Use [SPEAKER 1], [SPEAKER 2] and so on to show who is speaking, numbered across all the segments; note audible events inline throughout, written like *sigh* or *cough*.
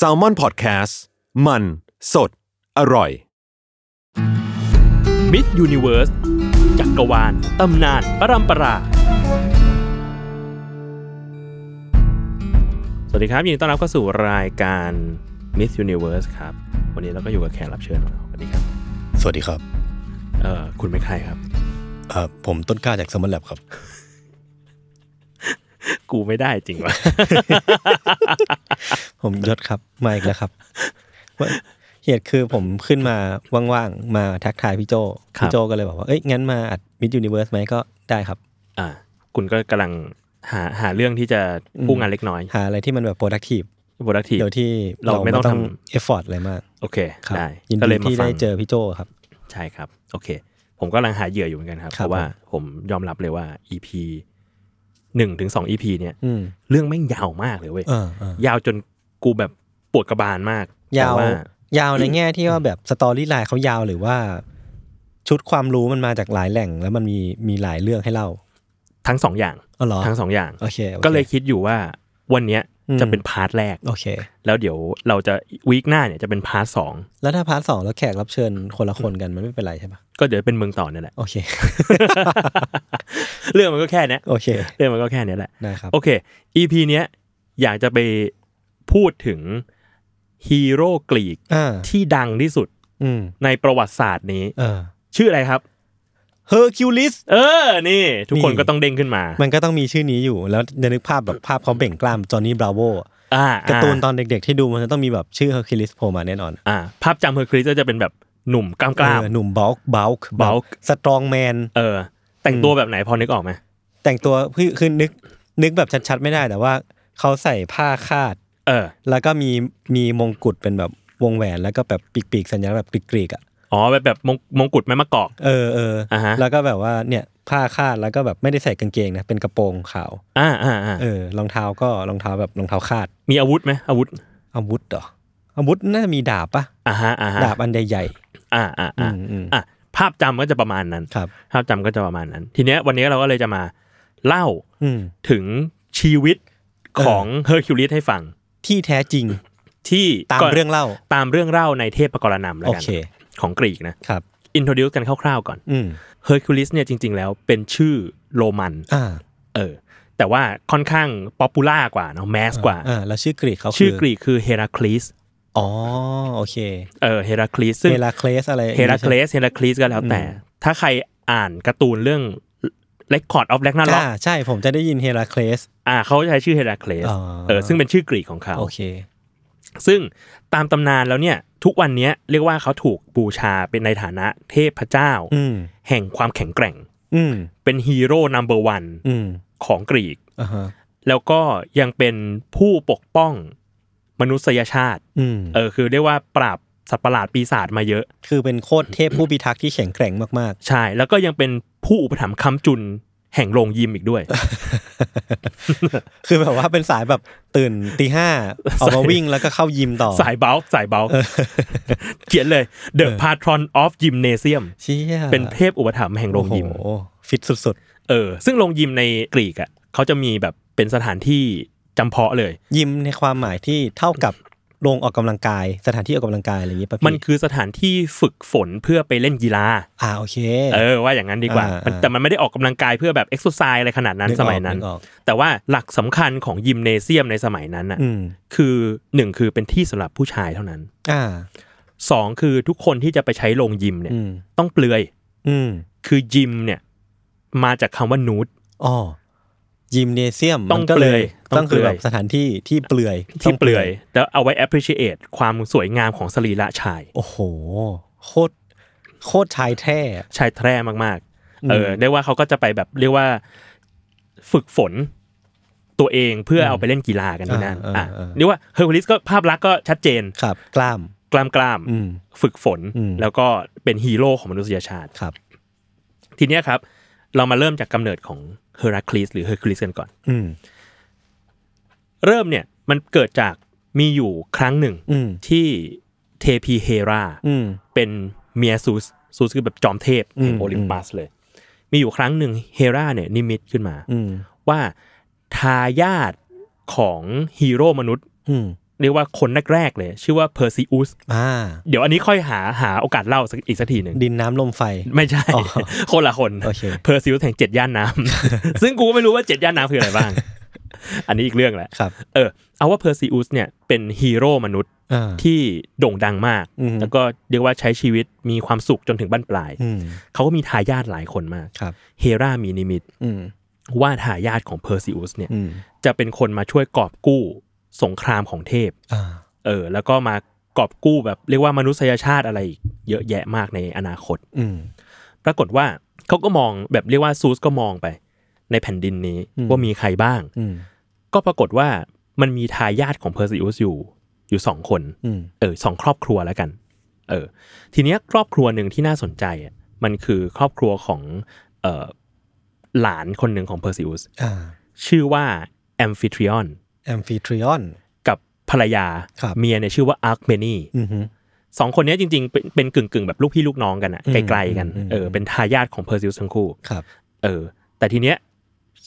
[SPEAKER 1] s a l ม o n PODCAST มัน สด อร่อย
[SPEAKER 2] มิสยูนิเวิร์สจักรวาล ตำนาน ปรัมปรา สวัสดีครับ ยินดีต้อนรับเข้าสู่รายการ Miss Universe ครับ วันนี้เราก็อยู่กับแขกรับเชิญของเราสวัสดีครับ
[SPEAKER 3] สวัสดีครับ
[SPEAKER 2] เอ่อ คุณเป็นใครครับ
[SPEAKER 3] เอ่อผมต้นกล้าจาก s ซ m ม e r Lab ครับ
[SPEAKER 2] กูไม่ได้จริงวะ
[SPEAKER 3] *laughs* ผมยศครับมาอี
[SPEAKER 2] *laughs*
[SPEAKER 3] กแล้วครับว่าเหตุคือผมขึ้นมาว่างๆ มาทักทายพี่โจ
[SPEAKER 2] ครับ
[SPEAKER 3] พี่โจก็เลยบอกว่า เอ้ย งั้นมาอัดมิดยูนิเวิร์สไหมก็ได้ครับ
[SPEAKER 2] อ่า คุณก็กำลังหาหาเรื่องที่จะกู้งานเล็กน้อย
[SPEAKER 3] หาอะไรที่มันแบบโปรดักทีฟ
[SPEAKER 2] โปรดักที
[SPEAKER 3] โดยที่
[SPEAKER 2] เราไม่ต้องทำ
[SPEAKER 3] เอฟฟอร์ตอะไรมาก
[SPEAKER 2] โอเค
[SPEAKER 3] ครับ
[SPEAKER 2] ได้
[SPEAKER 3] ยิน
[SPEAKER 2] ก็เล
[SPEAKER 3] ดี
[SPEAKER 2] ยมา
[SPEAKER 3] ที่
[SPEAKER 2] ฟั
[SPEAKER 3] ได้
[SPEAKER 2] ง
[SPEAKER 3] เจอพี่โจครับ
[SPEAKER 2] ใช่ครับ โอเค ผมกำลังหาเหยื่ออยู่เหมือนกันครับ
[SPEAKER 3] ค
[SPEAKER 2] เพ
[SPEAKER 3] รับ
[SPEAKER 2] ราะว่าผมยอมรับเลยว่า EP หนึ่งถึงสอง EP เนี่ย
[SPEAKER 3] อืม
[SPEAKER 2] เรื่องแม่งยาวมากเลยเว้ย
[SPEAKER 3] เออเออย
[SPEAKER 2] าวจนกูแบบปวดกระบาลมาก
[SPEAKER 3] ยาว
[SPEAKER 2] แต่ว่า
[SPEAKER 3] ยาวในแง่ที่ว่าแบบสตอรี่ไลน์เขายาวหรือว่า ชุดความรู้มันมาจากหลายแหล่ง แล้วมันมีมีหลายเรื่องให้เล่า
[SPEAKER 2] ทั้งสองอย่าง
[SPEAKER 3] อ๋อเหรอ
[SPEAKER 2] ทั้งสองอย่าง
[SPEAKER 3] โอเคโอค
[SPEAKER 2] ก็เลยคิดอยู่ว่าวันเนี้ย
[SPEAKER 3] อืม
[SPEAKER 2] จะเป็นพาร์ทแรก
[SPEAKER 3] โอเค
[SPEAKER 2] แล้วเดี๋ยวเราจะวีคหน้าเนี่ยจะเป็นพาร์ทสอง
[SPEAKER 3] แล้วถ้าพาร์ทสองแล้วแขกรับเชิญคนละคนกันมันไม่เป็นไรใช่ปะ
[SPEAKER 2] ก็เดี๋ยวเป็นมึงต่อเนี่ยแหละ
[SPEAKER 3] *laughs* โอเค
[SPEAKER 2] เรื่องมันก็แค่เนี้ย
[SPEAKER 3] โอเค
[SPEAKER 2] เรื่องมันก็แค่เนี้ยแหละ
[SPEAKER 3] ได้ครับ
[SPEAKER 2] โอเค EP เนี้ยอยากจะไปพูดถึงฮีโร่กรีก
[SPEAKER 3] อ่า
[SPEAKER 2] ที่ดังที่สุด
[SPEAKER 3] อืม
[SPEAKER 2] ในประวัติศาสตร์นี้
[SPEAKER 3] เออ
[SPEAKER 2] ชื่ออะไรครับ
[SPEAKER 3] เฮอร์คิวลิส
[SPEAKER 2] เออ นี่ ทุกคน
[SPEAKER 3] นี่
[SPEAKER 2] ก็ต้องเด้งขึ้นมา
[SPEAKER 3] มันก็ต้องมีชื่อนี้อยู่ แล้วจะนึกภาพแบบภาพเขาเบ่งกล้ามจอห์นนี่บราโว
[SPEAKER 2] อ่า
[SPEAKER 3] การ์ตูน
[SPEAKER 2] อ่า
[SPEAKER 3] ตอนเด็กๆที่ดูมันจะต้องมีแบบชื่อเฮอร์คิวลิสโผล่มาแน่นอน
[SPEAKER 2] อ่า ภาพจำเฮอร์คริสก็จะเป็นแบบหนุ่มกล้ามกล้าม
[SPEAKER 3] เออหนุ่มบ u ลค์บัลค์
[SPEAKER 2] Bulk
[SPEAKER 3] สตรองแมน
[SPEAKER 2] เออ แต่งตัวแบบไหนพอนึกออกไหม
[SPEAKER 3] แต่งตัวคือคือนึกนึกแบบชัดๆไม่ได้แต่ว่าเขาใส่ผ้าคาด
[SPEAKER 2] เออ
[SPEAKER 3] แล้วก็มีมีมงกุฎเป็นแบบวงแหวนแล้วก็แบบปีกๆสัญลักษณ์แบบกรีกๆอ่ะ
[SPEAKER 2] อ๋อแบบแบบมงมงกุฎแม่มะกอก
[SPEAKER 3] เออเออ
[SPEAKER 2] อ่าฮะ
[SPEAKER 3] แล้วก็แบบว่าเนี่ยผ้าคาดแล้วก็แบบไม่ได้ใส่กางเกงนะเป็นกระโปรงขาว
[SPEAKER 2] อ่าอ่าอ่า
[SPEAKER 3] เออรองเท้าก็รองเท้าแบบรองเท้าคาด
[SPEAKER 2] มีอาวุธไหมอาวุธ
[SPEAKER 3] อาวุธเหรออาวุธน่าจะมีดาบปะ
[SPEAKER 2] อ่าฮะอ่าฮะ
[SPEAKER 3] ดาบอันใหญ่
[SPEAKER 2] อ่าอ่า
[SPEAKER 3] ๆอื
[SPEAKER 2] อ่าม
[SPEAKER 3] อืม
[SPEAKER 2] อ่ะภาพจำก็จะประมาณนั้น
[SPEAKER 3] ครับ
[SPEAKER 2] ภาพจำก็จะประมาณนั้น ทีเนี้ยวันนี้เราก็เลยจะมาเล่า
[SPEAKER 3] อืม
[SPEAKER 2] ถึงชีวิตของเฮอร์คิวลิสให้ฟัง
[SPEAKER 3] ที่แท้จริง
[SPEAKER 2] ที่
[SPEAKER 3] ตาม
[SPEAKER 2] ก็
[SPEAKER 3] เรื่องเล่า
[SPEAKER 2] ตามเรื่องเล่าในเทพกรณามแล้ว
[SPEAKER 3] โอ
[SPEAKER 2] กัน
[SPEAKER 3] เค
[SPEAKER 2] ของกรีกนะ
[SPEAKER 3] ครับ
[SPEAKER 2] อินโทรดิวกันคร่าวๆก่อน
[SPEAKER 3] อืม
[SPEAKER 2] เฮอร์คิวลิสเนี่ยจริงๆ แล้วเป็นชื่อโรมัน
[SPEAKER 3] อ่า
[SPEAKER 2] เออ แต่ว่าค่อนข้างป๊อปปูล่ากว่าเนาะแมสกว่า
[SPEAKER 3] อ่าแล้วชื่อกรีกเขา
[SPEAKER 2] ชื่อ
[SPEAKER 3] คื
[SPEAKER 2] กรีกคือเฮราคลีส
[SPEAKER 3] อ๋อโอเค
[SPEAKER 2] เออ เฮราคลีส ซึ่ง
[SPEAKER 3] เฮราเคลสอะไร
[SPEAKER 2] เฮราเคลส เฮราคลีสก็แล้วแต่ ถ้าใครอ่านการ์ตูนเรื่อง Record of
[SPEAKER 3] ใช่ไหม
[SPEAKER 2] Ragnarok
[SPEAKER 3] อ่าใช่ผมจะได้ยินเฮราเคลส
[SPEAKER 2] อ่าเขาใช้ชื่อเฮราเคลส
[SPEAKER 3] อ๋อ
[SPEAKER 2] เออ ซึ่งเป็นชื่อกรีกของเขา
[SPEAKER 3] โอเค
[SPEAKER 2] ซึ่งตามตำนานแล้วเนี่ย ทุกวันเนี้ยเรียกว่าเขาถูกบูชาเป็นในฐานะเทพเจ้า
[SPEAKER 3] อืม
[SPEAKER 2] แห่งความแข็งแกร่ง
[SPEAKER 3] อืม
[SPEAKER 2] เป็นฮีโร่นัมเบอร์วัน
[SPEAKER 3] อืม
[SPEAKER 2] ของกรีก
[SPEAKER 3] อ่าฮะ
[SPEAKER 2] แล้วก็ยังเป็นผู้ปกป้องมนุษยชาติ
[SPEAKER 3] อืม
[SPEAKER 2] เออคือเรียกว่าปราบสัตว์ประหลาดปีศาจมาเยอะ
[SPEAKER 3] คือเป็นโคตรเทพผู้พิทักษ์ที่แข็งแกร่งมาก
[SPEAKER 2] ใช่ แล้วก็ยังเป็นผู้อุปถัมภ์คำจุนแห่งโรงยิมอีกด้วย
[SPEAKER 3] ๆ คือแบบว่าเป็นสายแบบตื่นตี
[SPEAKER 2] *laughs*
[SPEAKER 3] ห้าออกมาวิ่งแล้วก็เข้ายิมต่อ
[SPEAKER 2] สายเบลสายเบล
[SPEAKER 3] *laughs*
[SPEAKER 2] เขียนเลย The Patron of Gymnasium
[SPEAKER 3] เชี่ย
[SPEAKER 2] เป็นเทพอุปถัมภ์แห่งโรงยิม
[SPEAKER 3] โอ้โหฟิตสุด
[SPEAKER 2] เออ ซึ่งโรงยิมในกรีกอ่ะเขาจะมีแบบเป็นสถานที่จำเพาะเลย
[SPEAKER 3] ๆ ยิมในความหมายที่เท่ากับโรงออกกำลังกาย สถานที่ออกกำลังกายอะไรอย่างนี้ป่ะพี่
[SPEAKER 2] มันคือสถานที่ฝึกฝนเพื่อไปเล่นกีฬา
[SPEAKER 3] อ่าโอเค
[SPEAKER 2] เออว่าอย่างนั้นดีกว่า
[SPEAKER 3] อ่า
[SPEAKER 2] มัน
[SPEAKER 3] อ่า
[SPEAKER 2] แต่มันไม่ได้ออกกำลังกายเพื่อแบบเอ็กซ์ s ซอะไรขนาดนั้น
[SPEAKER 3] กออก
[SPEAKER 2] สมัยนั้น
[SPEAKER 3] กออก
[SPEAKER 2] แต่ว่าหลักสำคัญของยิมเนเซียมในสมัยนั้นน่ะ
[SPEAKER 3] อืม
[SPEAKER 2] คือหนึ่งคือเป็นที่สำหรับผู้ชายเท่านั้น
[SPEAKER 3] อ่า
[SPEAKER 2] สองคือทุกคนที่จะไปใช้โรงยิมเนี่ย
[SPEAKER 3] อืม
[SPEAKER 2] ต้องเปลือย
[SPEAKER 3] อืม
[SPEAKER 2] คือยิมเนี่ยมาจากคำว่านูด
[SPEAKER 3] อ๋อยิมเนเซียม
[SPEAKER 2] ต้อง
[SPEAKER 3] มันก็เลย
[SPEAKER 2] เปลือยต้
[SPEAKER 3] ต้
[SPEAKER 2] อ
[SPEAKER 3] อง ง
[SPEAKER 2] เปลื
[SPEAKER 3] คือ
[SPEAKER 2] อย
[SPEAKER 3] แบบสถานที่ที่เปลือย
[SPEAKER 2] ที่
[SPEAKER 3] ต้อง
[SPEAKER 2] เปลือย แล้วเอาไว้ appreciate ความสวยงามของสรีระชาย
[SPEAKER 3] โอ้โห โคตรโคตรชายแท้
[SPEAKER 2] ชายแท้มากๆ เออ
[SPEAKER 3] อืม
[SPEAKER 2] เรียกว่าเขาก็จะไปแบบเรียกว่าฝึกฝนตัวเองเพื่ออเอาไปเล่นกีฬากันที่นั่น
[SPEAKER 3] อ่า
[SPEAKER 2] อ่ะ
[SPEAKER 3] อ่า
[SPEAKER 2] เรียกว่าเฮอร์คิวลิสก็ภาพลักษณ์ก็ชัดเจน
[SPEAKER 3] ครับกล้าม
[SPEAKER 2] กล้ามกล้ามๆ
[SPEAKER 3] อืม
[SPEAKER 2] ฝึกฝน
[SPEAKER 3] อืม
[SPEAKER 2] แล้วก็เป็นฮีโร่ของมนุษยชาติ
[SPEAKER 3] ครับ
[SPEAKER 2] ทีเนี้ยครับ เรามาเริ่มจากกำเนิดของเฮอราคลีสหรือเฮอร์คิวลิสกันก่อน
[SPEAKER 3] อืม
[SPEAKER 2] เริ่มเนี่ยมันเกิดจากมีอยู่ครั้งหนึ่ง
[SPEAKER 3] อืม
[SPEAKER 2] ที่เทพีเฮรา
[SPEAKER 3] อืม
[SPEAKER 2] เป็นเมียซูสซูสคือแบบจอมเทพแห่ง
[SPEAKER 3] อืม
[SPEAKER 2] โอลิมปัสเลย มีอยู่ครั้งหนึ่งเฮราเนี่ยนิมิตขึ้นมา
[SPEAKER 3] อืม
[SPEAKER 2] ว่าทายาทของฮีโร่มนุษย์
[SPEAKER 3] อืม
[SPEAKER 2] เรียกว่าคนแรกๆเลย ชื่อว่าเพอร์ซิอุส
[SPEAKER 3] อ่า
[SPEAKER 2] เดี๋ยวอันนี้ค่อยหาหาโอกาสเล่าสักอีกสักทีหนึ่ง
[SPEAKER 3] ดินน้ำลม
[SPEAKER 2] *laughs*
[SPEAKER 3] ไฟ
[SPEAKER 2] ไม่ใช่
[SPEAKER 3] อ๋อ
[SPEAKER 2] คนละคน
[SPEAKER 3] โอเค
[SPEAKER 2] เพอร์ซิอุสแห่งเจ็ดย่านน้ำ ซึ่งกูก็ไม่รู้ว่าเจ็ดย่านน้ำคืออะไรบ้าง อันนี้อีกเรื่องแหละ
[SPEAKER 3] ครับ
[SPEAKER 2] เออเอาว่าเพอร์ซิอุสเนี่ยเป็นฮีโร่มนุษย์
[SPEAKER 3] อ่า
[SPEAKER 2] ที่โด่งดังมาก
[SPEAKER 3] อือฮึ
[SPEAKER 2] แล้วก็เรียกว่าใช้ชีวิตมีความสุขจนถึงบั้นปลาย
[SPEAKER 3] อืม
[SPEAKER 2] เขาก็มีทายาทหลายคนมาก
[SPEAKER 3] ครับ
[SPEAKER 2] เฮรามีนิมิต
[SPEAKER 3] อืม
[SPEAKER 2] ว่าทายาทของเพอร์ซิอุสเนี่ย
[SPEAKER 3] อืม
[SPEAKER 2] จะเป็นคนมาช่วยกอบกู้สงครามของเทพ
[SPEAKER 3] อ่า
[SPEAKER 2] เออ แล้วก็มากอบกู้แบบเรียกว่ามนุษยชาติอะไรอีกเยอะแยะมากในอนาคต
[SPEAKER 3] อืม
[SPEAKER 2] ปรากฏว่าเขาก็มองแบบเรียกว่าซูสก็มองไป ในแผ่นดินนี้
[SPEAKER 3] อืม
[SPEAKER 2] ว่ามีใครบ้าง
[SPEAKER 3] อืม
[SPEAKER 2] ก็ปรากฏว่ามันมีทายาทของเพอร์ซิอุสอยู่อยู่สองคน
[SPEAKER 3] อืม
[SPEAKER 2] เออสองครอบครัวแล้วกัน เออ ทีเนี้ยครอบครัวหนึ่งที่น่าสนใจอ่ะมันคือครอบครัวของเออหลานคนหนึ่งของเพอร์ซิอุส
[SPEAKER 3] อ่า
[SPEAKER 2] ชื่อว่าแอมฟิทริออน
[SPEAKER 3] แอมฟิทริออน
[SPEAKER 2] กับภรรยา
[SPEAKER 3] ครับ
[SPEAKER 2] เมียเนี่ยชื่อว่าอาร์คเมนี
[SPEAKER 3] อืม
[SPEAKER 2] สองคนเนี้ยจริงๆ เป็นเป็นกึ่งกึ่งๆ แบบลูกพี่ลูกน้องกันอะ
[SPEAKER 3] อืม
[SPEAKER 2] ไกลๆกัน
[SPEAKER 3] อืม
[SPEAKER 2] เออเป็นทายาทของเพอร์ซิอุสทั้งคู่
[SPEAKER 3] ครับ
[SPEAKER 2] เออ แต่ทีเนี้ย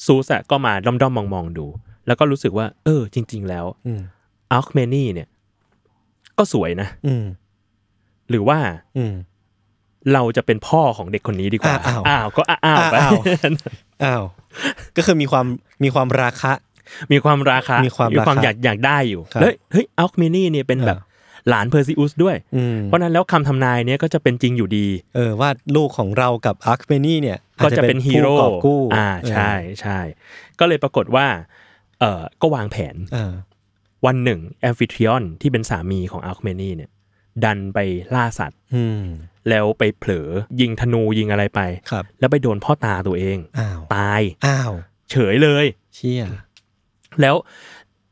[SPEAKER 2] ซูสอะก็มาด้อมๆมองๆดู แล้วก็รู้สึกว่า เออ จริง ๆ แล้ว
[SPEAKER 3] อืม
[SPEAKER 2] อาร์คเมนีเนี่ย ก็สวยนะ
[SPEAKER 3] อืม
[SPEAKER 2] หรือว่า
[SPEAKER 3] อืม
[SPEAKER 2] เราจะเป็นพ่อของเด็กคนนี้ดีกว่า
[SPEAKER 3] อ้าว
[SPEAKER 2] อ้าว ก็อ้าวไป
[SPEAKER 3] อ้าว อ้าว *laughs* ก็คือมีความมีความราคะ
[SPEAKER 2] *laughs* มีความราคา
[SPEAKER 3] มี
[SPEAKER 2] มี
[SPEAKER 3] ความราคา
[SPEAKER 2] อยากอยากได้อยู่
[SPEAKER 3] ครับ
[SPEAKER 2] แล้วเฮ้ยอัลคมินี่เนี่ยเป็น
[SPEAKER 3] เออ
[SPEAKER 2] แบบหลานเพอร์ซิอุสด้วย
[SPEAKER 3] อืม
[SPEAKER 2] เพราะนั้นแล้วคำทำนายเนี้ยก็จะเป็นจริงอยู่ดี
[SPEAKER 3] เออว่าลูกของเรากับอาร์คเมนี่เนี่ย
[SPEAKER 2] ก็จะเป็นฮีโร่
[SPEAKER 3] อาจจะเป็นผู้กอบกู้
[SPEAKER 2] อ่า ใช่ใช่ ก็เลยปรากฏว่า เออก็วางแผน
[SPEAKER 3] เออ
[SPEAKER 2] วันหนึ่งแอมฟิทริออนที่เป็นสามีของอัลคมินี่เนี่ย ดันไปล่าสัตว์
[SPEAKER 3] อืม
[SPEAKER 2] แล้วไปเผลอยิงธนูยิงอะไรไป
[SPEAKER 3] ครับ
[SPEAKER 2] แล้วไปโดนพ่อตาตัวเอง
[SPEAKER 3] อ้าว
[SPEAKER 2] ตาย
[SPEAKER 3] อ้าว
[SPEAKER 2] เฉยเลย
[SPEAKER 3] เชี่ย
[SPEAKER 2] แล้ว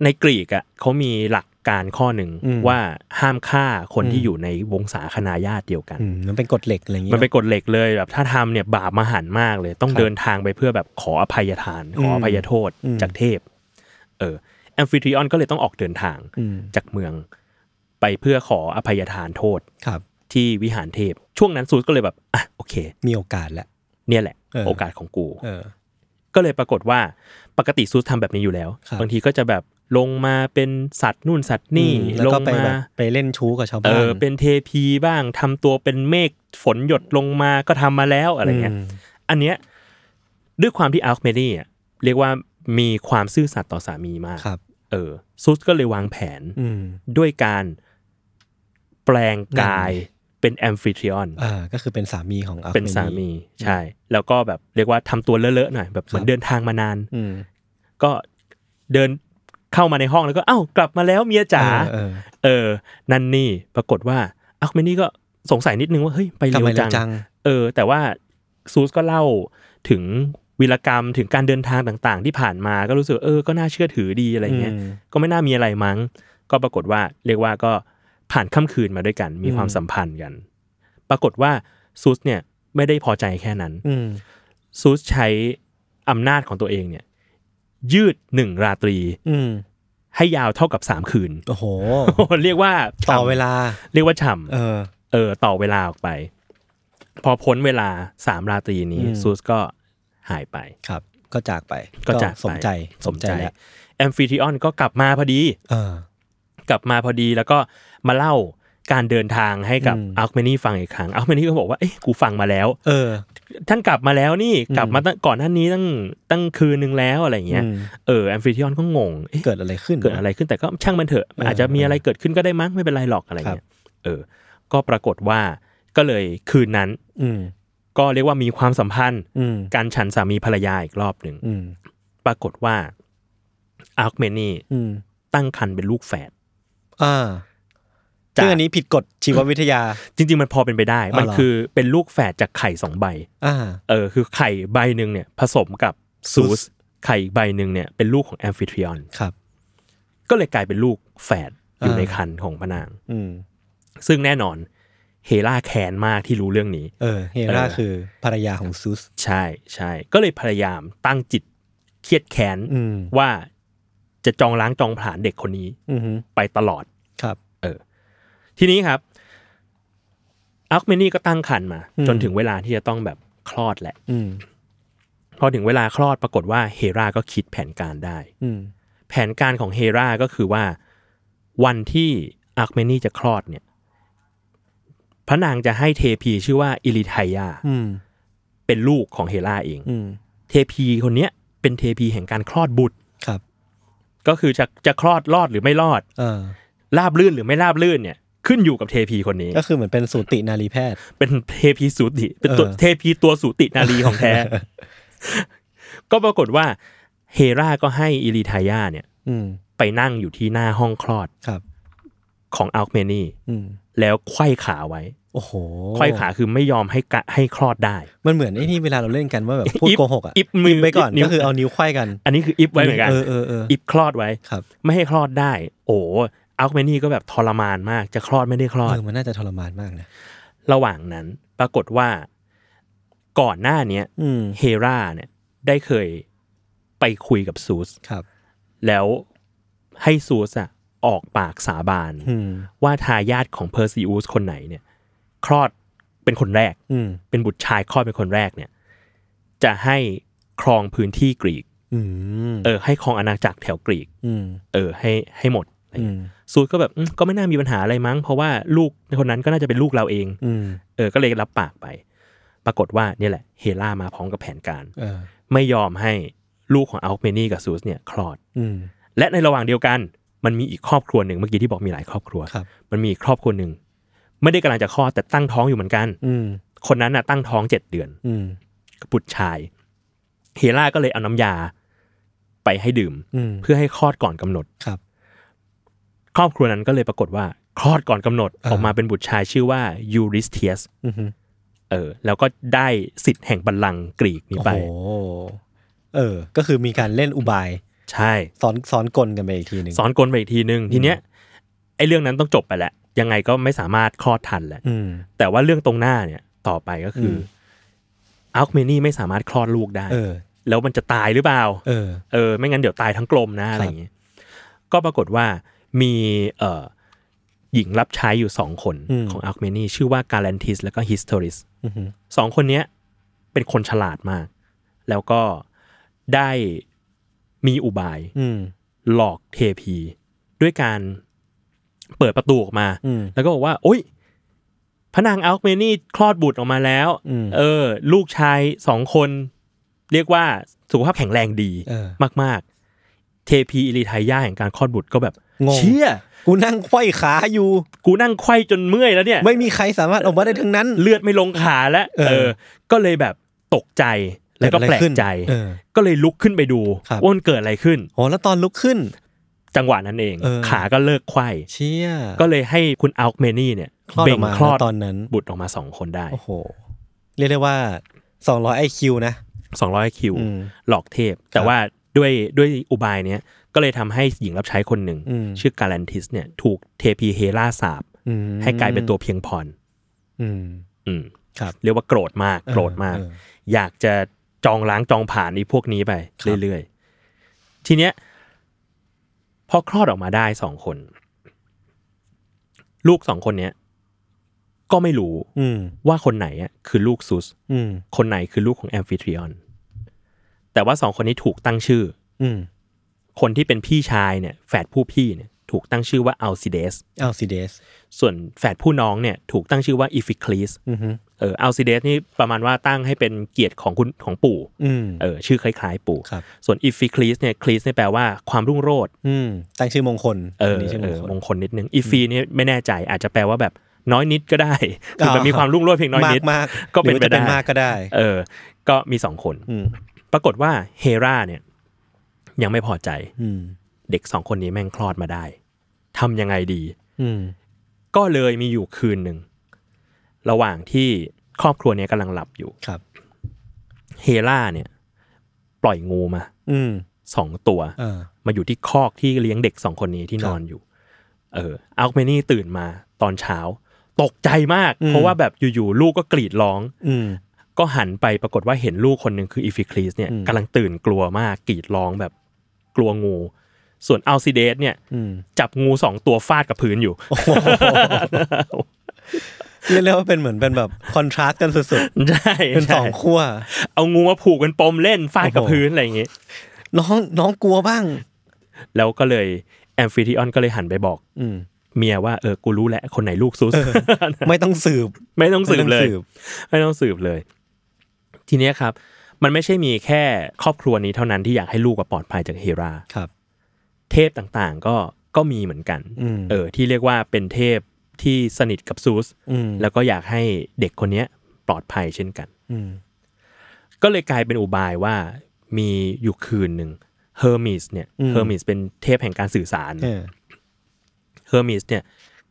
[SPEAKER 2] ในกรีกอ่ะเขามีหลักการข้อหนึ่ง
[SPEAKER 3] อืม
[SPEAKER 2] ว่าห้ามฆ่าคน
[SPEAKER 3] อืม
[SPEAKER 2] ที่อยู่ในวงศาคณาญาติเดียวกัน
[SPEAKER 3] อืมมันเป็นกฎเหล็กอะไรอย่างเงี้
[SPEAKER 2] มั
[SPEAKER 3] ย
[SPEAKER 2] นเป็นกฎเหล็กเลยแบบถ้าทำเนี่ยบาปมหันต์มากเลย ต้อง
[SPEAKER 3] ครับ
[SPEAKER 2] เดินทางไปเพื่อแบบขออภัยทาน ขออภัยโทษ
[SPEAKER 3] อืม
[SPEAKER 2] จากเทพเออแอมฟิทริออนก็เลยต้องออกเดินทาง
[SPEAKER 3] อืม
[SPEAKER 2] จากเมือง ไปเพื่อขออภัยทานโทษ
[SPEAKER 3] ครับ
[SPEAKER 2] ที่วิหารเทพ ช่วงนั้นซูสก็เลยแบบอ่ะโอเค
[SPEAKER 3] มีโอกาสแล้ว
[SPEAKER 2] เนี่ยแหละ
[SPEAKER 3] เออ
[SPEAKER 2] โอกาสของกู
[SPEAKER 3] เออ
[SPEAKER 2] ก็เลยปรากฏว่าปกติซูสทำแบบนี้อยู่แล้ว
[SPEAKER 3] ครับ
[SPEAKER 2] บางทีก็จะแบบลงมาเป็นสัตว์นู่นสัตว์นี่
[SPEAKER 3] อืมแล้ว
[SPEAKER 2] ล
[SPEAKER 3] ก็
[SPEAKER 2] ง
[SPEAKER 3] ไป
[SPEAKER 2] มา
[SPEAKER 3] แบบไปเล่นชู้กับชาว
[SPEAKER 2] เอ
[SPEAKER 3] บ้าน
[SPEAKER 2] อเป็นเทพีบ้างทำตัวเป็นเมฆฝนหยดลงมาก็ทำมาแล้วอะไรเงี้ย
[SPEAKER 3] ม
[SPEAKER 2] อันเนี้ยด้วยความที่อัลคเมนี่อ่ะเรียกว่ามีความซื่อสัตย์ต่อสามีมาก
[SPEAKER 3] ครับ
[SPEAKER 2] เออซูสก็เลยวางแผน
[SPEAKER 3] อืม
[SPEAKER 2] ด้วยการแปลงกาย
[SPEAKER 3] นั่นไ
[SPEAKER 2] เป็นแอมฟิทริออน
[SPEAKER 3] อ่าก็คือเป็นสามีของอัลค
[SPEAKER 2] เป็นสามีใช่ แล้วก็แบบเรียกว่าทำตัวเลอะๆหน่อยแบบเหมือนเดินทางมานาน
[SPEAKER 3] อืม
[SPEAKER 2] ก็เดินเข้ามาในห้องแล้วก็เอ้าวกลับมาแล้วเมียจ๋า
[SPEAKER 3] เออ
[SPEAKER 2] เออ นั่นนี่ปรากฏว่าอัคเมนี่ก็สงสัยนิดนึงว่าเฮ้ยไป
[SPEAKER 3] เออทำ
[SPEAKER 2] เร็ว
[SPEAKER 3] ไมเรา
[SPEAKER 2] จั
[SPEAKER 3] จั
[SPEAKER 2] ง
[SPEAKER 3] ง
[SPEAKER 2] เออ แต่ว่าซูสก็เล่าถึงวีรกรรมถึงการเดินทางต่างๆ ที่ผ่านมาก็รู้สึกเออก็น่าเชื่อถือดีอะไรเงี้ย
[SPEAKER 3] อืม
[SPEAKER 2] ก็ไม่น่ามีอะไรมั้ง ก็ปรากฏว่าเรียกว่าก็ผ่านค่ำคืนมาด้วยกัน มี
[SPEAKER 3] อืม
[SPEAKER 2] ความสัมพันธ์กัน ปรากฏว่าซูสเนี่ยไม่ได้พอใจแค่นั้น
[SPEAKER 3] อืม
[SPEAKER 2] ซูสใช้อำนาจของตัวเองเนี่ย ยืดหนึ่งราตรี
[SPEAKER 3] อืม
[SPEAKER 2] ให้ยาวเท่ากับสามคืน *laughs*
[SPEAKER 3] โอ้โห
[SPEAKER 2] เรียกว่า
[SPEAKER 3] ต่อ
[SPEAKER 2] ฉ่ำ
[SPEAKER 3] เวลา
[SPEAKER 2] เรียกว่าฉ่
[SPEAKER 3] เออ
[SPEAKER 2] ำเออ ต่อเวลาออกไป พอพ้นเวลาสามราตรีนี้
[SPEAKER 3] อืม
[SPEAKER 2] ซูสก็หายไป
[SPEAKER 3] ครับ ก็จากไป
[SPEAKER 2] ก็จาก
[SPEAKER 3] สมใจ
[SPEAKER 2] สมใจ
[SPEAKER 3] แล้ว
[SPEAKER 2] แอมฟิทริออนก็กลับมาพอดี
[SPEAKER 3] เออ
[SPEAKER 2] กลับมาพอดีแล้วก็มาเล่าการเดินทางให้กับ
[SPEAKER 3] อืม
[SPEAKER 2] อัลเมนี่ฟังอีกครั้งอัลเมนี่ก็บอกว่าเอ๊ะกูฟังมาแล้ว
[SPEAKER 3] เออ
[SPEAKER 2] ท่านกลับมาแล้วนี่
[SPEAKER 3] อืม
[SPEAKER 2] กลับมาตั้งก่อนหน้านี้ตั้งตั้งคืนนึงแล้วอะไรอย่างเงี้ย
[SPEAKER 3] อืม
[SPEAKER 2] เออแอมฟิทริออนก็งงเอ๊ะ
[SPEAKER 3] เกิดอะไรขึ้น
[SPEAKER 2] เกิดอะไรขึ้นแต่ก็ช่างมันเถอะมันอาจจะมีอะไรเกิดขึ้นก็ได้มั้งไม่เป็นไรหรอกอะไรเงี้ยเออ ก็ปรากฏว่าก็เลยคืนนั้น
[SPEAKER 3] อืม
[SPEAKER 2] ก็เรียกว่ามีความสัมพันธ์
[SPEAKER 3] อืม
[SPEAKER 2] การฉันสามีภรรยาอีกรอบหนึ่ง
[SPEAKER 3] อืม
[SPEAKER 2] ปรากฏว่าอาร์คเมนี่
[SPEAKER 3] อืม
[SPEAKER 2] ตั้งครรภ์เป็นลูกแฝด
[SPEAKER 3] อ่า
[SPEAKER 2] จาก
[SPEAKER 3] ซึ่งอันนี้ผิดกฎชีววิท
[SPEAKER 2] *laughs*
[SPEAKER 3] ยา
[SPEAKER 2] จริง ๆ มันพอเป็นไปได้
[SPEAKER 3] อ๋อเหรอ
[SPEAKER 2] มันคือเป็นลูกแฝดจากไข่สองใบ
[SPEAKER 3] อ่า
[SPEAKER 2] เออคือไข่ใบหนึ่งเนี่ยผสมกับซู
[SPEAKER 3] ซู
[SPEAKER 2] ส
[SPEAKER 3] ส
[SPEAKER 2] ไข่อีกใบหนึ่งเนี่ยเป็นลูกของแอมฟิทริออน
[SPEAKER 3] ครับ
[SPEAKER 2] ก็เลยกลายเป็นลูกแฝดอยู่
[SPEAKER 3] อ่า
[SPEAKER 2] ในครรภ์ของพระนาง
[SPEAKER 3] อืม
[SPEAKER 2] ซึ่งแน่นอนเฮล่าแค้นมากที่รู้เรื่องนี้
[SPEAKER 3] เออ เฮรา
[SPEAKER 2] เออ
[SPEAKER 3] คือภรรยาของซูส
[SPEAKER 2] ใช่ใช่ก็เลยพยายามตั้งจิตเครียดแค้น
[SPEAKER 3] อืม
[SPEAKER 2] ว่าจะจองล้างจองผลาญเด็กคนนี้
[SPEAKER 3] อืม
[SPEAKER 2] ไปตลอด
[SPEAKER 3] ครับ
[SPEAKER 2] ทีนี้ครับอัลเมนี่ก็ตั้งครรภ์มา
[SPEAKER 3] อืม
[SPEAKER 2] จนถึงเวลาที่จะต้องแบบคลอดแหละ
[SPEAKER 3] อืม
[SPEAKER 2] พอถึงเวลาคลอดปรากฏว่าเฮราก็คิดแผนการได้
[SPEAKER 3] อืม
[SPEAKER 2] แผนการของเฮราก็คือว่า วันที่อาร์คเมนีจะคลอดเนี่ย พระนางจะให้เทพีชื่อว่าอิลิไทยา
[SPEAKER 3] อืม
[SPEAKER 2] เป็นลูกของเฮราเอง
[SPEAKER 3] อืม
[SPEAKER 2] เทพีคนเนี้ยเป็นเทพีแห่งการคลอดบุตร
[SPEAKER 3] ครับ
[SPEAKER 2] ก็คือจะจะคลอดรอดหรือไม่รอด
[SPEAKER 3] เออ
[SPEAKER 2] ราบลื่นหรือไม่ราบลื่นเนี่ย ขึ้นอยู่กับเทพีคนนี้
[SPEAKER 3] ก็คือเหมือนเป็นสูตินารีแพทย์
[SPEAKER 2] เป็นเทพีสูติเป็นตัว
[SPEAKER 3] เออ
[SPEAKER 2] เทพีตัวสูตินารีของแท้ ก็ปรากฏว่าเฮราก็ให้อิลิไทยาเนี่ย
[SPEAKER 3] อืม
[SPEAKER 2] ไปนั่งอยู่ที่หน้าห้องคลอด
[SPEAKER 3] ครับ
[SPEAKER 2] ของอัลเมนี
[SPEAKER 3] อืม
[SPEAKER 2] แล้วไขว้ขาไว้
[SPEAKER 3] โอ้โห
[SPEAKER 2] ไขว้ขาคือไม่ยอมให้กะให้คลอดได้
[SPEAKER 3] มันเหมือนไอ้นี่เวลาเราเล่นกันว่าแบบพูด
[SPEAKER 2] อิฟ
[SPEAKER 3] โกหกอ่ะ
[SPEAKER 2] อิฟมือ
[SPEAKER 3] ไปก่อน
[SPEAKER 2] อิฟนิ้ว
[SPEAKER 3] ก็คือเอานิ้วไขว้กัน
[SPEAKER 2] อันนี้คืออิฟไว้เหมือนกัน
[SPEAKER 3] เออเออเออ
[SPEAKER 2] อิฟคลอดไว้
[SPEAKER 3] ครับ
[SPEAKER 2] ไม่ให้คลอดได้ โอ้อัลเมนีก็แบบทรมานมาก จะคลอดไม่ได้คลอด
[SPEAKER 3] เออมันน่าจะทรมานมากนะ
[SPEAKER 2] ระหว่างนั้นปรากฏว่าก่อนหน้าเนี้ย
[SPEAKER 3] อืม
[SPEAKER 2] เฮราเนี่ยได้เคยไปคุยกับซูส
[SPEAKER 3] ครับ
[SPEAKER 2] แล้วให้ซูสอะออกปากสาบาน
[SPEAKER 3] อืม
[SPEAKER 2] ว่าทายาทของเพอร์ซิอุสคนไหนเนี่ย คลอดเป็นคนแรก
[SPEAKER 3] อืม
[SPEAKER 2] เป็นบุตรชายคลอดเป็นคนแรกเนี่ย จะให้ครองพื้นที่กรีก
[SPEAKER 3] อืม
[SPEAKER 2] เออ ให้ครองอาณาจักรแถวกรีก
[SPEAKER 3] อืม
[SPEAKER 2] เออ ให้ให้หมดอะไร
[SPEAKER 3] อื
[SPEAKER 2] เงี้ย
[SPEAKER 3] ม
[SPEAKER 2] ซูสก็แบบอืมก็ไม่น่ามีปัญหาอะไรมั้ง เพราะว่าลูกคนนั้นก็น่าจะเป็นลูกเราเอง
[SPEAKER 3] อืม
[SPEAKER 2] เออ ก็เลยรับปากไป ปรากฏว่าเนี่ยแหละ เฮล่ามาพร้อมกับแผนการ
[SPEAKER 3] เออ
[SPEAKER 2] ไม่ยอมให้ลูกของอัลเมนีกับซูสเนี่ยคลอด
[SPEAKER 3] อืม
[SPEAKER 2] และในระหว่างเดียวกัน มันมีอีกครอบครัวหนึ่งเมื่อกี้ที่บอกมีหลายครอบครัว
[SPEAKER 3] ครับ
[SPEAKER 2] มันมีอีกครอบครัวหนึ่งไม่ได้กำลังจะคลอดแต่ตั้งท้องอยู่เหมือนกัน
[SPEAKER 3] อืม
[SPEAKER 2] คนนั้นน่ะตั้งท้องเจ็ดเดือน
[SPEAKER 3] อืม
[SPEAKER 2] บุตรชาย เฮล่าก็เลยเอาน้ำยาไปให้ดื่ม
[SPEAKER 3] อืม
[SPEAKER 2] เพื่อให้คลอดก่อนกำหนด
[SPEAKER 3] ครับ
[SPEAKER 2] ครอบครัวนั้นก็เลยปรากฏว่าคลอดก่อนกำหนด
[SPEAKER 3] อ่า
[SPEAKER 2] ออกมาเป็นบุตรชายชื่อว่ายูริสเทียส
[SPEAKER 3] อือหือ
[SPEAKER 2] เออ แล้วก็ได้สิทธิ์แห่งบัลลังก์กรีกนี้
[SPEAKER 3] โอ้
[SPEAKER 2] ไป
[SPEAKER 3] โหเออ ก็คือมีการเล่นอุบาย
[SPEAKER 2] ใช่
[SPEAKER 3] สอนสอนกลกันไปอีกทีหนึ่ง
[SPEAKER 2] สอนกลไปอีกทีนึงทีเนี้ยไอ้เรื่องนั้นต้องจบไปแล้วยังไงก็ไม่สามารถคลอดทันแหละ
[SPEAKER 3] อืม
[SPEAKER 2] แต่ว่าเรื่องตรงหน้าเนี่ยต่อไปก็คืออ
[SPEAKER 3] ม
[SPEAKER 2] อัลเมนี่ไม่สามารถคลอดลูกได้
[SPEAKER 3] เออ
[SPEAKER 2] แล้วมันจะตายหรือเปล่า
[SPEAKER 3] เออ
[SPEAKER 2] เออไม่งั้นเดี๋ยวตายทั้งกลมนะอะไรอย่างนี้ ก็ปรากฏว่ามีเอ่อหญิงรับใช้อยู่สองคน
[SPEAKER 3] อืม
[SPEAKER 2] ของอัลเมนีชื่อว่ากาแลนทิสแล้วก็ฮิสโทริส
[SPEAKER 3] อือหือ
[SPEAKER 2] สองคนเนี้ยเป็นคนฉลาดมาก แล้วก็ได้มีอุบาย
[SPEAKER 3] อืม
[SPEAKER 2] หลอกเทพี ด้วยการเปิดประตูออกมา
[SPEAKER 3] อืม
[SPEAKER 2] แล้วก็บอกว่า โอ๊ยพระนางอัลเมนี่คลอดบุตรออกมาแล้ว
[SPEAKER 3] อืม
[SPEAKER 2] เออ ลูกชายสองคน เรียกว่าสุขภาพแข็งแรงดี
[SPEAKER 3] เออ
[SPEAKER 2] มาก ๆ เทพีอิริไทยาแห่งการคลอดบุตรก็แบบ
[SPEAKER 3] งง
[SPEAKER 2] เชี่ย
[SPEAKER 3] กูนั่งไขว้ขาอยู่
[SPEAKER 2] กูนั่งไขว้จนเมื่อยแล้วเนี่ย
[SPEAKER 3] *laughs* ไม่มีใครสามารถออกมาได้ทั้งนั้น
[SPEAKER 2] เลือดไม่ลงขาแล้ว
[SPEAKER 3] เออ
[SPEAKER 2] เออ ก็เลยแบบตกใจแล้วก็แปลกใจ
[SPEAKER 3] เออ
[SPEAKER 2] ก็เลยลุกขึ้นไปดู
[SPEAKER 3] ครับ
[SPEAKER 2] ว่ามันเกิดอะไรขึ้น
[SPEAKER 3] โหแล้วตอนลุกขึ้น
[SPEAKER 2] จังหวะนั้นเอง
[SPEAKER 3] เออ
[SPEAKER 2] ขาก็เลิกไขว้
[SPEAKER 3] เชี่ย
[SPEAKER 2] ก็เลยให้คุณอัลเมนี่เนี่ย
[SPEAKER 3] คลอดอ
[SPEAKER 2] เบ่
[SPEAKER 3] อง กมา
[SPEAKER 2] คลอด
[SPEAKER 3] ตอนนั้น
[SPEAKER 2] บุตรออกมาสองคนได้
[SPEAKER 3] โอ้โห เรียกได้ว่า 200ไอคิวนะ
[SPEAKER 2] สองร้อยคิว
[SPEAKER 3] อืม
[SPEAKER 2] หลอกเทพ แต่
[SPEAKER 3] ครับ
[SPEAKER 2] ว่าด้วยด้วยอุบายเนี้ยก็เลยทำให้หญิงรับใช้คนหนึ่ง
[SPEAKER 3] อืม
[SPEAKER 2] ชื่อกาลันทิสเนี่ยถูกเทพีเฮราสาบ
[SPEAKER 3] อืม
[SPEAKER 2] ให้กลายเป็นตัวเพียงพร
[SPEAKER 3] อืม
[SPEAKER 2] อืม
[SPEAKER 3] ครับ
[SPEAKER 2] เรียกว่าโกรธมาก
[SPEAKER 3] เออ
[SPEAKER 2] โกรธมาก
[SPEAKER 3] เออ
[SPEAKER 2] อยากจะจองล้างจองผ่านไอ้พวกนี้ไป
[SPEAKER 3] ครับ
[SPEAKER 2] เรื่อยๆ ทีเนี้ยพอคลอดออกมาได้สองคน ลูกสองคนเนี้ยก็ไม่รู้
[SPEAKER 3] อืม
[SPEAKER 2] ว่าคนไหนอะคือลูกซุส
[SPEAKER 3] อืม
[SPEAKER 2] คนไหนคือลูกของแอมฟิทริออนแต่ว่าสองคนนี้ถูกตั้งชื่อ
[SPEAKER 3] อืม
[SPEAKER 2] คนที่เป็นพี่ชายเนี่ยแฝดผู้พี่เนี่ยถูกตั้งชื่อว่าอัลซิเดส
[SPEAKER 3] เอาซีเดส
[SPEAKER 2] ส่วนแฝดผู้น้องเนี่ยถูกตั้งชื่อว่าอิฟิคลีส
[SPEAKER 3] อืม
[SPEAKER 2] เอออัลซิเดสนี่ประมาณว่าตั้งให้เป็นเกียรติของคุณของปู่
[SPEAKER 3] อืม
[SPEAKER 2] เออชื่อคล้ายๆปู่
[SPEAKER 3] ครับ
[SPEAKER 2] ส่วนอิฟิคลีสเนี่ยคลีสเนี่ยแปลว่าความรุ่งโรจน์
[SPEAKER 3] อืมตั้งชื่อมงคล
[SPEAKER 2] เออ
[SPEAKER 3] นี่ชื่อ
[SPEAKER 2] เออ
[SPEAKER 3] มงคล
[SPEAKER 2] มงคลนิดนึงอิฟีเนี่ยไม่แน่ใจอาจจะแปลว่าแบบน้อยนิดก็ได้ คืออ
[SPEAKER 3] อ
[SPEAKER 2] มันมีความรุ่งโรจน์เพียงน้อย
[SPEAKER 3] มาก
[SPEAKER 2] นิด
[SPEAKER 3] มาก
[SPEAKER 2] ก็เป็น
[SPEAKER 3] หรือว่าจะ
[SPEAKER 2] ไปได้
[SPEAKER 3] เป็นมากก็ได้
[SPEAKER 2] เออ ก็มีสองคน
[SPEAKER 3] อืม
[SPEAKER 2] ปรากฏว่าเฮราเนี่ยยังไม่พอใจ
[SPEAKER 3] อืม
[SPEAKER 2] เด็กสองคนนี้แม่งคลอดมาได้ทำยังไงดี
[SPEAKER 3] อืม
[SPEAKER 2] ก็เลยมีอยู่คืนหนึ่ง ระหว่างที่ครอบครัวเนี้ยกำลังหลับอยู่
[SPEAKER 3] ครับ
[SPEAKER 2] เฮราเนี่ย ปล่อยงูมา
[SPEAKER 3] อืม
[SPEAKER 2] สองตัว
[SPEAKER 3] เออ
[SPEAKER 2] มาอยู่ที่คอกที่เลี้ยงเด็กสองคนนี้ที่
[SPEAKER 3] ครั
[SPEAKER 2] น
[SPEAKER 3] บ
[SPEAKER 2] อนอยู่ เอออัลเมนี่ตื่นมาตอนเช้า ตกใจมาก
[SPEAKER 3] อืม
[SPEAKER 2] เพราะว่าแบบอยู่ๆลูกก็กรีดร้อง
[SPEAKER 3] อืม
[SPEAKER 2] ก็หันไปปรากฏว่าเห็นลูกคนหนึ่งคืออีฟิคลีสเนี่ย
[SPEAKER 3] อืม
[SPEAKER 2] กำลังตื่นกลัวมากกรีดร้องแบบกลัวงู ส่วนอัลซิเดสเนี่ย
[SPEAKER 3] อืม
[SPEAKER 2] จับงูสองตัวฟาดกับพื้นอยู่
[SPEAKER 3] โอ้โหเรียกได้ว่าเป็นเหมือนเป็นแบบคอนทราสต์กันสุด
[SPEAKER 2] ใช่
[SPEAKER 3] ๆ เป็นสองขั้ว
[SPEAKER 2] เอางูมาผูกเป็นปมเล่นฟาดกับ
[SPEAKER 3] โอ้โห
[SPEAKER 2] พื้นอะไรอย่างงี้
[SPEAKER 3] น้องน้องกลัวบ้าง
[SPEAKER 2] แล้วก็เลยแ แอมฟิทิออนก็เลยหันไปบอก
[SPEAKER 3] อืม
[SPEAKER 2] เมียว่าเออกูรู้แล้วคนไหนลูกซุส
[SPEAKER 3] ไม่ต้องสืบ
[SPEAKER 2] ไม่ต้องสืบเลย
[SPEAKER 3] ไม่ต้อง
[SPEAKER 2] ไม่ต้องสืบเลย ทีเนี้ยครับ มันไม่ใช่มีแค่ครอบครัวนี้เท่านั้นที่อยากให้ลูกอะปลอดภัยจากเฮรา
[SPEAKER 3] ครับ
[SPEAKER 2] เทพต่างๆก็ก็มีเหมือนกัน
[SPEAKER 3] อืม
[SPEAKER 2] เออ ที่เรียกว่าเป็นเทพที่สนิทกับซูส
[SPEAKER 3] อืม
[SPEAKER 2] แล้วก็อยากให้เด็กคนเนี้ยปลอดภัยเช่นกัน
[SPEAKER 3] อืม
[SPEAKER 2] ก็เลยกลายเป็นอุบายว่ามีอยู่คืนหนึ่งเฮอร์มิสเนี่ยเฮอร์มิสเป็นเทพแห่งการสื่อสาร
[SPEAKER 3] เออ
[SPEAKER 2] เฮอร์มิสเนี่ย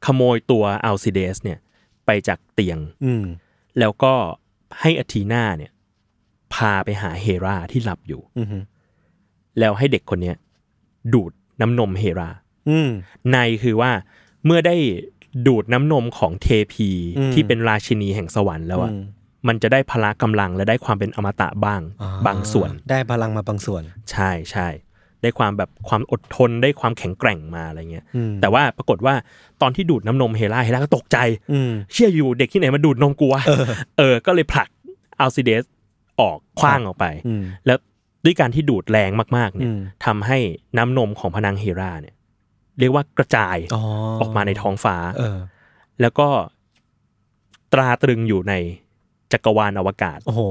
[SPEAKER 2] ขโมยตัวอัลซิเดสเนี่ยไปจากเตียง
[SPEAKER 3] อืม
[SPEAKER 2] แล้วก็ให้อทีนาเนี่ยพาไปหาเฮราที่หลับอยู่
[SPEAKER 3] อืม
[SPEAKER 2] แล้วให้เด็กคนเนี้ยดูดน้ำนมเฮรา
[SPEAKER 3] อืม
[SPEAKER 2] ในคือว่าเมื่อได้ดูดน้ำนมของเทพี
[SPEAKER 3] อืม
[SPEAKER 2] ที่เป็นราชินีแห่งสวรรค์แล้วอะ
[SPEAKER 3] อืม
[SPEAKER 2] มันจะได้พละกำลังและได้ความเป็นอมตะบ้าง
[SPEAKER 3] อ่
[SPEAKER 2] บางส่วน
[SPEAKER 3] ได้พลังมาบางส่วน
[SPEAKER 2] ใช่ใช่ได้ความแบบความอดทนได้ความแข็งแกร่งมาอะไรเงี้ย
[SPEAKER 3] อืม
[SPEAKER 2] แต่ว่าปรากฏว่าตอนที่ดูดน้ำนมเฮราเฮราก็ตกใจ
[SPEAKER 3] อืม
[SPEAKER 2] เชื่ออยู่เด็กที่ไหนมาดูดนมกูวะ
[SPEAKER 3] เออ
[SPEAKER 2] เออ ก็เลยผลักอัลซิเดสออกคว้างออกไป
[SPEAKER 3] อืม
[SPEAKER 2] แล้วด้วยการที่ดูดแรงมากๆเนี่ย
[SPEAKER 3] อืม
[SPEAKER 2] ทำให้น้ำนมของพนังเฮราเนี่ย เรียกว่ากระจาย
[SPEAKER 3] อ๋อ
[SPEAKER 2] ออกมาในท้องฟ้า
[SPEAKER 3] เออ
[SPEAKER 2] แล้วก็ตราตรึงอยู่ในจักรวาลอวกาศ
[SPEAKER 3] โอ้โห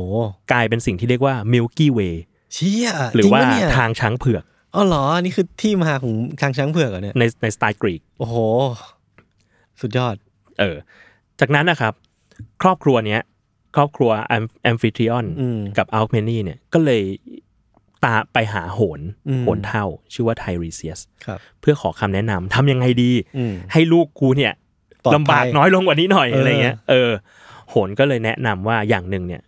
[SPEAKER 2] กลายเป็นสิ่งที่เรียกว่ามิลกี้เวย
[SPEAKER 3] เชี่ย
[SPEAKER 2] หรือว่า
[SPEAKER 3] จงปะเนี่ย
[SPEAKER 2] ทางช้างเผือก
[SPEAKER 3] อ๋อเหรอ นี่คือที่มาของทางช้างเผือกเหรอเนี่ย
[SPEAKER 2] ในในสไตล์กรีก
[SPEAKER 3] โอ้โห สุดยอด
[SPEAKER 2] เออ จากนั้นนะครับ ครอบครัวเนี้ย ครอบครัวแอมฟิทริออน
[SPEAKER 3] อืม
[SPEAKER 2] กับอัลเมนีเนี่ยก็เลยตาไปหาโหน
[SPEAKER 3] อืม
[SPEAKER 2] โหนเท่า ชื่อว่าไทรีเซียส
[SPEAKER 3] ครับ
[SPEAKER 2] เพื่อขอคำแนะนำทำยังไงดี
[SPEAKER 3] อืม
[SPEAKER 2] ให้ลูกกูเนี่ย
[SPEAKER 3] ปลอดภัย
[SPEAKER 2] ลำบากน้อยลงกว่านี้หน่อย
[SPEAKER 3] เอออ
[SPEAKER 2] อะไรเงี้ยเออโหนก็เลยแนะนำว่าอย่างหนึ่งเนี่ย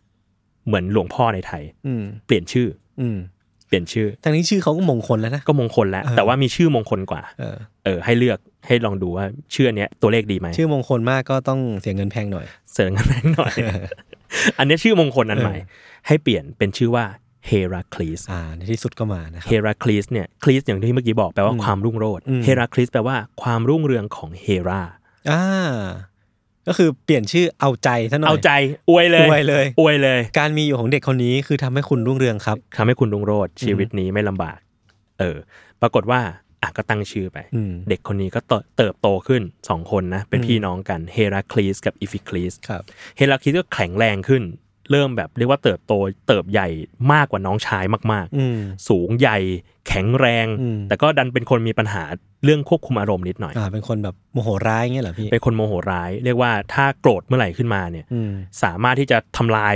[SPEAKER 2] เหมือนหลวงพ่อในไทย
[SPEAKER 3] อืม
[SPEAKER 2] เปลี่ยนชื่อ
[SPEAKER 3] อืม
[SPEAKER 2] เปลี่ยนชื่อ
[SPEAKER 3] ทางนี้ชื่อเขาก็มงคลแล้วนะ
[SPEAKER 2] ก็มงคลแล้ว
[SPEAKER 3] เออ
[SPEAKER 2] แต่ว่ามีชื่อมงคลกว่า
[SPEAKER 3] เออ
[SPEAKER 2] เออ ให้เลือกให้ลองดูว่าชื่ออนเนี้ยตัวเลขดีไหม
[SPEAKER 3] ชื่อมงคลมากก็ต้องเสียเงินแพงหน่อย
[SPEAKER 2] เสริมกันแรง
[SPEAKER 3] *laughs*
[SPEAKER 2] หน่อย อันเนี้ยชื่อมงคลอันใหม่ ให้เปลี่ยนเป็นชื่อว่าเฮราคลีส
[SPEAKER 3] อ่า ในที่สุดก็มานะครั
[SPEAKER 2] เฮ
[SPEAKER 3] บ
[SPEAKER 2] ราคลีสเนี่ยคลีสอย่างที่เมื่อกี้บอกแปลว่าความรุ่งโรจน์
[SPEAKER 3] อืม
[SPEAKER 2] เฮราคลีสแปลว่าความรุ่งเรืองของเฮรา
[SPEAKER 3] อ่า ก็คือเปลี่ยนชื่อเอาใจซะหน่อย
[SPEAKER 2] เอาใจอวยเลย
[SPEAKER 3] รวยเลย
[SPEAKER 2] อวยเลย
[SPEAKER 3] การมีอยู่ของเด็กคนนี้คือทำให้คุณรุ่งเรืองครับ
[SPEAKER 2] ทำให้คุณรุ่งโรจน์ชีวิตนี้ไม่ลำบาก เออ ปรากฏว่าอ่ะก็ตั้งชื่อไป
[SPEAKER 3] อืม
[SPEAKER 2] เด็กคนนี้ก็เติเติบโตขึ้นสองคนนะ เป็น
[SPEAKER 3] อืม
[SPEAKER 2] พี่น้องกันเฮราคลีสกับอิฟิคลีส
[SPEAKER 3] ครับ
[SPEAKER 2] เฮราคลีสก็แข็งแรงขึ้น เริ่มแบบเรียกว่าเติบโตเติบใหญ่มากกว่าน้องชายมาก
[SPEAKER 3] อืม
[SPEAKER 2] ๆ สูงใหญ่แข็งแรง
[SPEAKER 3] อืม
[SPEAKER 2] แต่ก็ดันเป็นคนมีปัญหาเรื่องควบคุมอารมณ์นิดหน่อย
[SPEAKER 3] อ่า เป็นคนแบบโมโหร้ายเงี้ยเหรอพี่
[SPEAKER 2] เป็นคนโมโหร้าย เรียกว่าถ้าโกรธเมื่อไหร่ขึ้นมาเนี่ย
[SPEAKER 3] อืม
[SPEAKER 2] สามารถที่จะทำลาย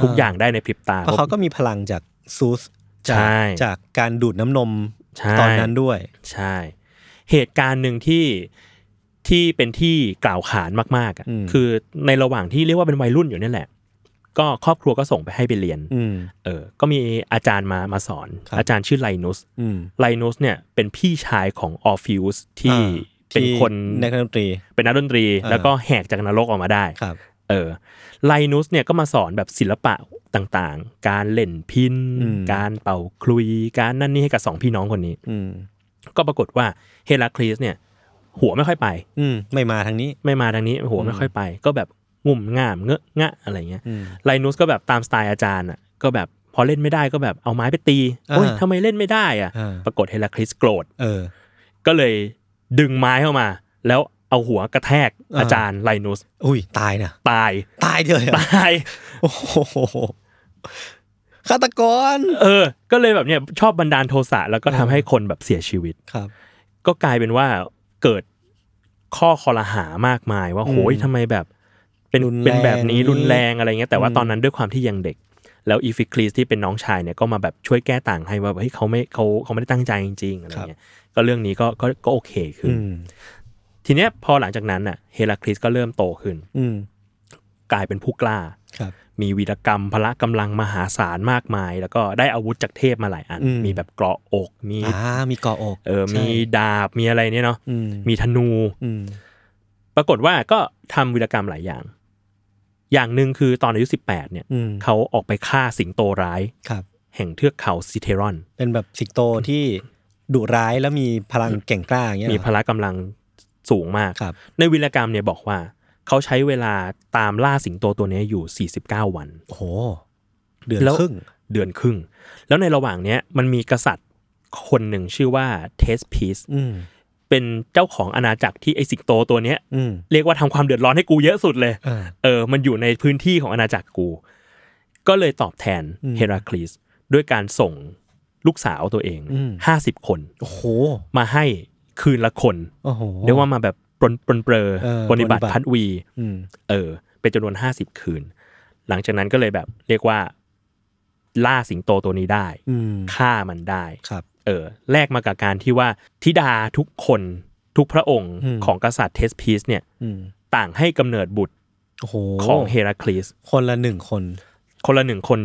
[SPEAKER 2] ทุก
[SPEAKER 3] อ่า
[SPEAKER 2] อย่างได้ในพริบตา
[SPEAKER 3] เพราะเขาก็มีพลังจากซูสจาก
[SPEAKER 2] ใช่
[SPEAKER 3] จากการดูดน้ำนม
[SPEAKER 2] ใช่
[SPEAKER 3] ตอนนั้นด้วย
[SPEAKER 2] ใช่ เหตุการณ์หนึ่งที่ที่เป็นที่กล่าวขานมากๆอ่ะ
[SPEAKER 3] อืม
[SPEAKER 2] คือในระหว่างที่เรียกว่าเป็นวัยรุ่นอยู่เนี่ยแหละ ก็ครอบครัวก็ส่งไปให้ไปเรียน
[SPEAKER 3] อืม
[SPEAKER 2] เออก็มีอาจารย์มามาสอน
[SPEAKER 3] ครับ
[SPEAKER 2] อาจารย์ชื่อไลนุส
[SPEAKER 3] อืม
[SPEAKER 2] ไลนุสเนี่ยเป็นพี่ชายของออฟิวส์ที่
[SPEAKER 3] อ่า
[SPEAKER 2] เป็น
[SPEAKER 3] ที่
[SPEAKER 2] คน
[SPEAKER 3] นักดนตรี
[SPEAKER 2] เป็นนักดนตรี
[SPEAKER 3] เออ
[SPEAKER 2] แล้วก็แหกจากนรกออกมาได้
[SPEAKER 3] ครับ
[SPEAKER 2] เออไลนุสเนี่ยก็มาสอนแบบศิลปะต่างๆ การเล่นพิน
[SPEAKER 3] อืม
[SPEAKER 2] การเป่าคลุยการนั่นนี่ให้กับสองพี่น้องคนนี้
[SPEAKER 3] อืม
[SPEAKER 2] ก็ปรากฏว่าเฮราคลีสเนี่ย หัวไม่ค่อยไป
[SPEAKER 3] อืม ไม่มาทางนี้
[SPEAKER 2] ไม่มาทางนี้หัวไม่ค่อยไป ก็แบบงุ่มง่ามเงอะงะอะไรเงี้ย
[SPEAKER 3] อืม
[SPEAKER 2] ไลนุสก็แบบตามสไตล์อาจารย์อ่ะก็แบบพอเล่นไม่ได้ก็แบบเอาไม้ไปตีโอ้ย
[SPEAKER 3] อ่า
[SPEAKER 2] ทำไมเล่นไม่ได้อ่ะ
[SPEAKER 3] อ่า
[SPEAKER 2] ปรากฏเฮราคลีสโกรธ
[SPEAKER 3] เออ
[SPEAKER 2] ก็เลยดึงไม้เข้ามา แล้วเอาหัวกระแทก
[SPEAKER 3] อ่า
[SPEAKER 2] อาจารย์ไลนุส
[SPEAKER 3] อุ้ยตายนะ
[SPEAKER 2] ตาย
[SPEAKER 3] ตายเลยเหรอ
[SPEAKER 2] ตาย
[SPEAKER 3] โอ้โหฆาตกร
[SPEAKER 2] เออ ก็เลยแบบเนี่ยชอบบันดาลโทสะแล้วก็ทำให้คนแบบเสียชีวิต
[SPEAKER 3] ครับ
[SPEAKER 2] ก็กลายเป็นว่าเกิดข้อคอรหามากมายว่าโหยทำไมแบบ เป็น
[SPEAKER 3] รุนแรง
[SPEAKER 2] เป็นแบบนี้รุนแรงอะไรเงี้ยแต่ว่า
[SPEAKER 3] อืม
[SPEAKER 2] ตอนนั้นด้วยความที่ยังเด็ก แล้วอีฟิคลีสที่เป็นน้องชายเนี่ยก็มาแบบช่วยแก้ต่างให้ว่าเฮ้ยเขาไม่เขาเขาไม่ได้ตั้งใจจริงๆอะไรเงี้ยก็เรื่องนี้ก็ก็ก็โอเคขึ้น
[SPEAKER 3] อืม
[SPEAKER 2] ทีเนี้ยพอหลังจากนั้นน่ะเฮราคลีสก็เริ่มโตขึ้น
[SPEAKER 3] อืม
[SPEAKER 2] กลายเป็นผู้กล้า
[SPEAKER 3] ครับ
[SPEAKER 2] มีวีรกรรมพละกำลังมหาศาลมากมาย แล้วก็ได้อาวุธจากเทพมาหลายอัน
[SPEAKER 3] อืม
[SPEAKER 2] มีแบบเกราะอกมี
[SPEAKER 3] อ่า มีเกาะอก
[SPEAKER 2] เออ
[SPEAKER 3] ใช่
[SPEAKER 2] มีดาบมีอะไรเนี่ยเนาะ
[SPEAKER 3] อืม
[SPEAKER 2] มีธนู
[SPEAKER 3] อืม
[SPEAKER 2] ปรากฏว่าก็ทำวีรกรรมหลายอย่าง อย่างหนึ่งคือตอนอายุ 18 เนี่ย
[SPEAKER 3] อืม
[SPEAKER 2] เขาออกไปฆ่าสิงโตร้าย
[SPEAKER 3] ครับ
[SPEAKER 2] แห่งเทือกเขาซิเทรอน
[SPEAKER 3] เป็นแบบสิงโตที่ดุร้ายแล้วมีพลังเก่งกล้าอย่างเงี้ยเห
[SPEAKER 2] มี
[SPEAKER 3] รอ
[SPEAKER 2] พละกำลังสูงมาก
[SPEAKER 3] ครับ
[SPEAKER 2] ในวีรกรรมเนี่ยบอกว่า เขาใช้เวลาตามล่าสิงโตตัวเนี้ยอยู่ 49 วัน
[SPEAKER 3] โอ้โห เดือน
[SPEAKER 2] แล้ว
[SPEAKER 3] ครึ่ง
[SPEAKER 2] เดือนครึ่ง แล้วในระหว่างเนี้ยมันมีกษัตริย์คนหนึ่งชื่อว่าเทสพีส
[SPEAKER 3] อืม
[SPEAKER 2] เป็นเจ้าของอาณาจักรที่ไอสิงโตตัวเนี้ย
[SPEAKER 3] อืม
[SPEAKER 2] เรียกว่าทำความเดือดร้อนให้กูเยอะสุดเลย
[SPEAKER 3] อ่า
[SPEAKER 2] เออ มันอยู่ในพื้นที่ของอาณาจักรกู ก็เลยตอบแทน
[SPEAKER 3] อืม
[SPEAKER 2] เฮราคลีสด้วยการส่งลูกสาวตัวเอง
[SPEAKER 3] อืม
[SPEAKER 2] ห้าสิบคน
[SPEAKER 3] โอ้โห
[SPEAKER 2] มาให้คืนละคน
[SPEAKER 3] โอ้โห
[SPEAKER 2] เรียกว่ามาแบบปรนปรนเปรอ
[SPEAKER 3] เออ
[SPEAKER 2] ปฏิบัติ
[SPEAKER 3] ปรนนิบัติ
[SPEAKER 2] พัดวี
[SPEAKER 3] อืม
[SPEAKER 2] เออ เป็นจำนวนห้าสิบคืน หลังจากนั้นก็เลยแบบเรียกว่า ล่าสิงโตตัวนี้ได้
[SPEAKER 3] อืม
[SPEAKER 2] ฆ่ามันได้
[SPEAKER 3] ครับ
[SPEAKER 2] เออแลกมากับการที่ว่าธิดาทุกคนทุกพระองค์
[SPEAKER 3] อืม
[SPEAKER 2] ของกษัตริย์เทสพีสเนี่ย
[SPEAKER 3] อืม
[SPEAKER 2] ต่างให้กำเนิดบุตร
[SPEAKER 3] โอ้โห
[SPEAKER 2] ของเฮราคลีส
[SPEAKER 3] คนละหนึ่งคน
[SPEAKER 2] คนละหนึ่งคน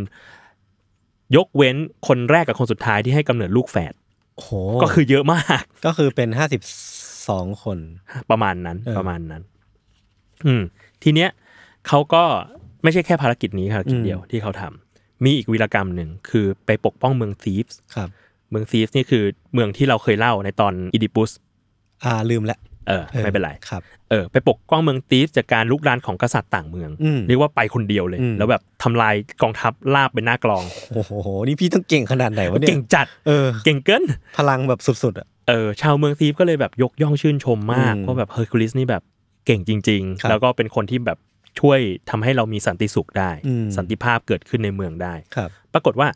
[SPEAKER 2] ยกเว้นคนแรกกับคนสุดท้ายที่ให้กำเนิดลูกแฝด
[SPEAKER 3] โอ้โห
[SPEAKER 2] ก็คือเยอะมาก
[SPEAKER 3] ก็คือเป็นห้าสิบสองคน
[SPEAKER 2] ประมาณนั้น
[SPEAKER 3] เออ
[SPEAKER 2] ประมาณนั้น อืม ทีเนี้ยเขาก็ไม่ใช่แค่ภารกิจนี้ภารกิจ
[SPEAKER 3] อืม
[SPEAKER 2] เดียวที่เขาทำมีอีกวีรกรรมหนึ่งคือไปปกป้องเมืองซีฟส์
[SPEAKER 3] ครับ
[SPEAKER 2] เมืองซีฟส์นี่คือเมืองที่เราเคยเล่าในตอนอีดิปุส
[SPEAKER 3] อ่าลืมละ
[SPEAKER 2] เออ
[SPEAKER 3] ออ
[SPEAKER 2] ไม่เป็นไร
[SPEAKER 3] ครับ
[SPEAKER 2] เออไปปกป้องเมืองตีฟจากการลุกรานของกษัตริย์ต่างเมือง
[SPEAKER 3] อืม
[SPEAKER 2] เรียกว่าไปคนเดียวเลย
[SPEAKER 3] อืม
[SPEAKER 2] แล้วแบบทำลายกองทัพลาบเป็นหน้ากลอง
[SPEAKER 3] โอ้โห นี่พี่ต้องเก่งขนาดไหนวะเนี่ย
[SPEAKER 2] เก่งจัด
[SPEAKER 3] เออ
[SPEAKER 2] เก่งเกิน
[SPEAKER 3] พลังแบบสุดๆอ่ะ
[SPEAKER 2] เออชาวเมืองตีฟก็เลยแบบยกย่องชื่นชมมาก
[SPEAKER 3] อืม
[SPEAKER 2] ว่าแบบเฮอร์คิวลิสนี่แบบเก่งจริง
[SPEAKER 3] ครั
[SPEAKER 2] ๆ
[SPEAKER 3] บ
[SPEAKER 2] แล้วก็เป็นคนที่แบบช่วยทำให้เรามีสันติสุขได้
[SPEAKER 3] อืม
[SPEAKER 2] สันติภาพเกิดขึ้นในเมืองได้
[SPEAKER 3] ครับ
[SPEAKER 2] ปรากฏว่า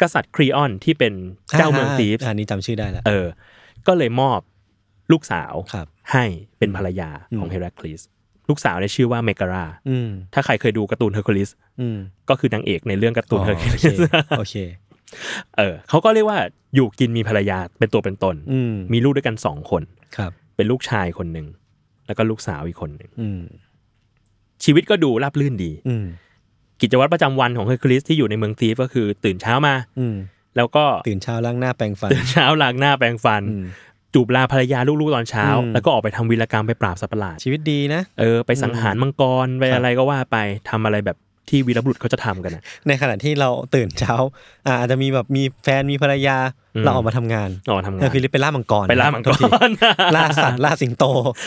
[SPEAKER 2] กษัตริย์ครีออนที่เป็นเจ้าเมืองตีฟ
[SPEAKER 3] อันนี้จำชื่อได้ละ
[SPEAKER 2] เออ ก็เลยมอบลูกสาว
[SPEAKER 3] ครับ
[SPEAKER 2] ให้เป็นภรรยาของ
[SPEAKER 3] อืม
[SPEAKER 2] เฮราคลีสลูกสาวเนี่ยชื่อว่าเมการา
[SPEAKER 3] อืม
[SPEAKER 2] ถ้าใครเคยดูการ์ตูนเฮอร์คิวลิส
[SPEAKER 3] อืม
[SPEAKER 2] ก็คือนางเอกในเรื่องการ์ตูนเฮอร์คิว
[SPEAKER 3] โอ
[SPEAKER 2] ลิ
[SPEAKER 3] เค
[SPEAKER 2] ส
[SPEAKER 3] โอเค
[SPEAKER 2] เออเขาก็เรียกว่าอยู่กินมีภรรยาเป็นตัวเป็นตน
[SPEAKER 3] อืม
[SPEAKER 2] มีลูกด้วยกันสองคน
[SPEAKER 3] ครับ
[SPEAKER 2] เป็นลูกชายคนหนึ่ง แล้วก็ลูกสาวอีกคนหนึ่ง
[SPEAKER 3] อืม
[SPEAKER 2] ชีวิตก็ดูราบรื่นดี
[SPEAKER 3] อืม
[SPEAKER 2] กิจวัตรประจำวันของเฮอร์คิวลิสที่อยู่ในเมืองทีฟก็คือตื่นเช้ามา
[SPEAKER 3] อืม
[SPEAKER 2] แล้วก็
[SPEAKER 3] ตื่นเช้าล้างหน้าแปรงฟัน
[SPEAKER 2] ตื่นเช้าล้างหน้าแปรงฟัน
[SPEAKER 3] อืม
[SPEAKER 2] จูบลาภรรยาลูกๆตอนเช้า
[SPEAKER 3] อืม
[SPEAKER 2] แล้วก็ออกไปทำวีรกรรมไปปราบสัตว์ประหลาด
[SPEAKER 3] ชีวิตดีนะ
[SPEAKER 2] เออไปสังหารมังกรไปอะไรก็ว่าไปทำอะไรแบบที่วีรบุรุษเขาจะทำกันนะ
[SPEAKER 3] ในขณะที่เราตื่นเช้าอ่าอาจจะมีแบบมีแฟนมีภรรยา
[SPEAKER 2] อืม
[SPEAKER 3] เราออกมาทำงาน
[SPEAKER 2] ออกมาทำงา
[SPEAKER 3] เออน คือไปล่ามังกร
[SPEAKER 2] ไปล่ามังก
[SPEAKER 3] โทษที
[SPEAKER 2] ร
[SPEAKER 3] ล่าสัตว์ล่าสิงโต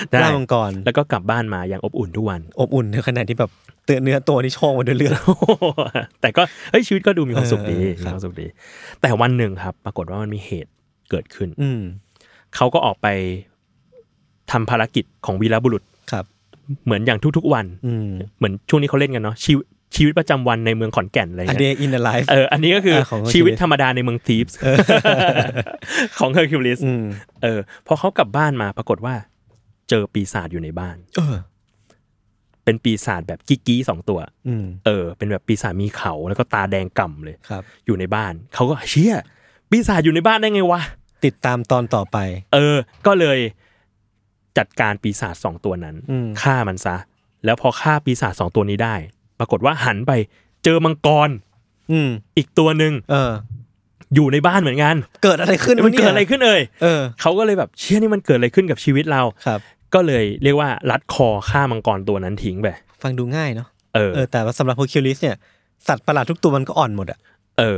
[SPEAKER 2] ได้
[SPEAKER 3] ล่ามังกร
[SPEAKER 2] *laughs* แล้วก็กลับบ้านมาอย่างอบอุ่นทุกวัน *laughs*
[SPEAKER 3] อบอุ่นในขณะที่แบบเตือนเนื้อตัวนี่โชคมาด้วยเลือด
[SPEAKER 2] แต่ก็เฮ้ยชีวิตก็ดูมีความสุขดี
[SPEAKER 3] เออ
[SPEAKER 2] มี
[SPEAKER 3] ครับ
[SPEAKER 2] ความสุขดี แต่วันหนึ่งครับ ปรากฏว่ามันมีเหตุเกิดขึ้น
[SPEAKER 3] อืม
[SPEAKER 2] เขาก็ออกไปทำภารกิจของวีรบุรุษ
[SPEAKER 3] ครับ
[SPEAKER 2] เหมือนอย่างทุกๆวัน
[SPEAKER 3] อืม
[SPEAKER 2] เหมือนช่วงนี้เขาเล่นกันเนาะชีวิตชีวิตประจำวันในเมืองขอนแก่นอะไร
[SPEAKER 3] อ
[SPEAKER 2] เงี้
[SPEAKER 3] d เด
[SPEAKER 2] ย
[SPEAKER 3] ย์อิน i ไลฟ์
[SPEAKER 2] เอออันนี้ก็คือ
[SPEAKER 3] เออของ Hercules
[SPEAKER 2] ชีวิตธรรมดาในเมืองทีฟส์ *laughs* ของเฮอร์คิวลิส
[SPEAKER 3] อืม
[SPEAKER 2] เออพอเขากลับบ้านมาปรากฏว่า เจอปีศาจอยู่ในบ้าน
[SPEAKER 3] เออ
[SPEAKER 2] เป็นปีศาจแบบกิ๊กกี้สองตัว
[SPEAKER 3] อืม
[SPEAKER 2] เออเป็นแบบปีศาจมีเขาแล้วก็ตาแดงก่ำเลย
[SPEAKER 3] ครับ
[SPEAKER 2] อยู่ในบ้าน เขาก็เชี่ยปีศาจอยู่ในบ้านได้ไงวะ
[SPEAKER 3] ติดตามตอนต่อไป
[SPEAKER 2] เออ ก็เลยจัดการปีศาจสองตัวนั้น
[SPEAKER 3] อืม
[SPEAKER 2] ฆ่ามันซะ แล้วพอฆ่าปีศาจสองตัวนี้ได้ ปรากฏว่าหันไปเจอมังกร
[SPEAKER 3] อืม
[SPEAKER 2] อีกตัวหนึ่ง
[SPEAKER 3] เออ
[SPEAKER 2] อยู่ในบ้านเหมือนกัน
[SPEAKER 3] เกิดอะไรขึ้นว
[SPEAKER 2] มันเกิดอะไรขึ้นเอ่ย
[SPEAKER 3] เออ
[SPEAKER 2] เขาก็เลยแบบเชี่ยนี่มันเกิดอะไรขึ้นกับชีวิตเรา
[SPEAKER 3] ครับ
[SPEAKER 2] ก็เลยเรียกว่ารัดคอฆ่ามังกรตัวนั้นทิ้งไป
[SPEAKER 3] ฟังดูง่ายเนาะ
[SPEAKER 2] เออ
[SPEAKER 3] เออ แต่ว่าสำหรับโพคิวลิสเนี่ย สัตว์ประหลาดทุกตัวมันก็อ่อนหมดอ่ะ
[SPEAKER 2] เออ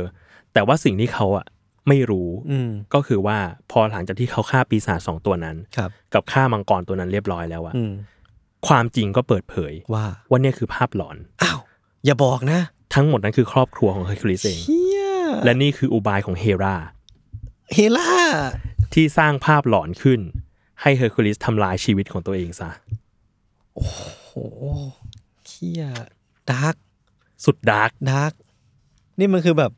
[SPEAKER 2] แต่ว่าสิ่งที่เขาอะไม่รู้
[SPEAKER 3] อืม
[SPEAKER 2] ก็คือว่าพอหลังจากที่เขาฆ่าปีศาจสองตัวนั้น
[SPEAKER 3] ครับ
[SPEAKER 2] กับฆ่ามังกรตัวนั้นเรียบร้อยแล้วอะ
[SPEAKER 3] อืม
[SPEAKER 2] ความจริงก็เปิดเผย
[SPEAKER 3] ว่า
[SPEAKER 2] ว่าเนี่ยคือภาพหลอน
[SPEAKER 3] อ้าว อย่าบอกนะ
[SPEAKER 2] ทั้งหมดนั้นคือครอบครัวของเฮอร์คิวลิสเอง
[SPEAKER 3] เฮีย
[SPEAKER 2] และนี่คืออุบายของเฮรา
[SPEAKER 3] เฮล่า
[SPEAKER 2] ที่สร้างภาพหลอนขึ้น ให้เฮอร์คิวลิสทำลายชีวิตของตัวเองซะ
[SPEAKER 3] โหเฮียดาร์ก
[SPEAKER 2] สุดดาร์ก
[SPEAKER 3] ดาร์กนี่มันคือแบบ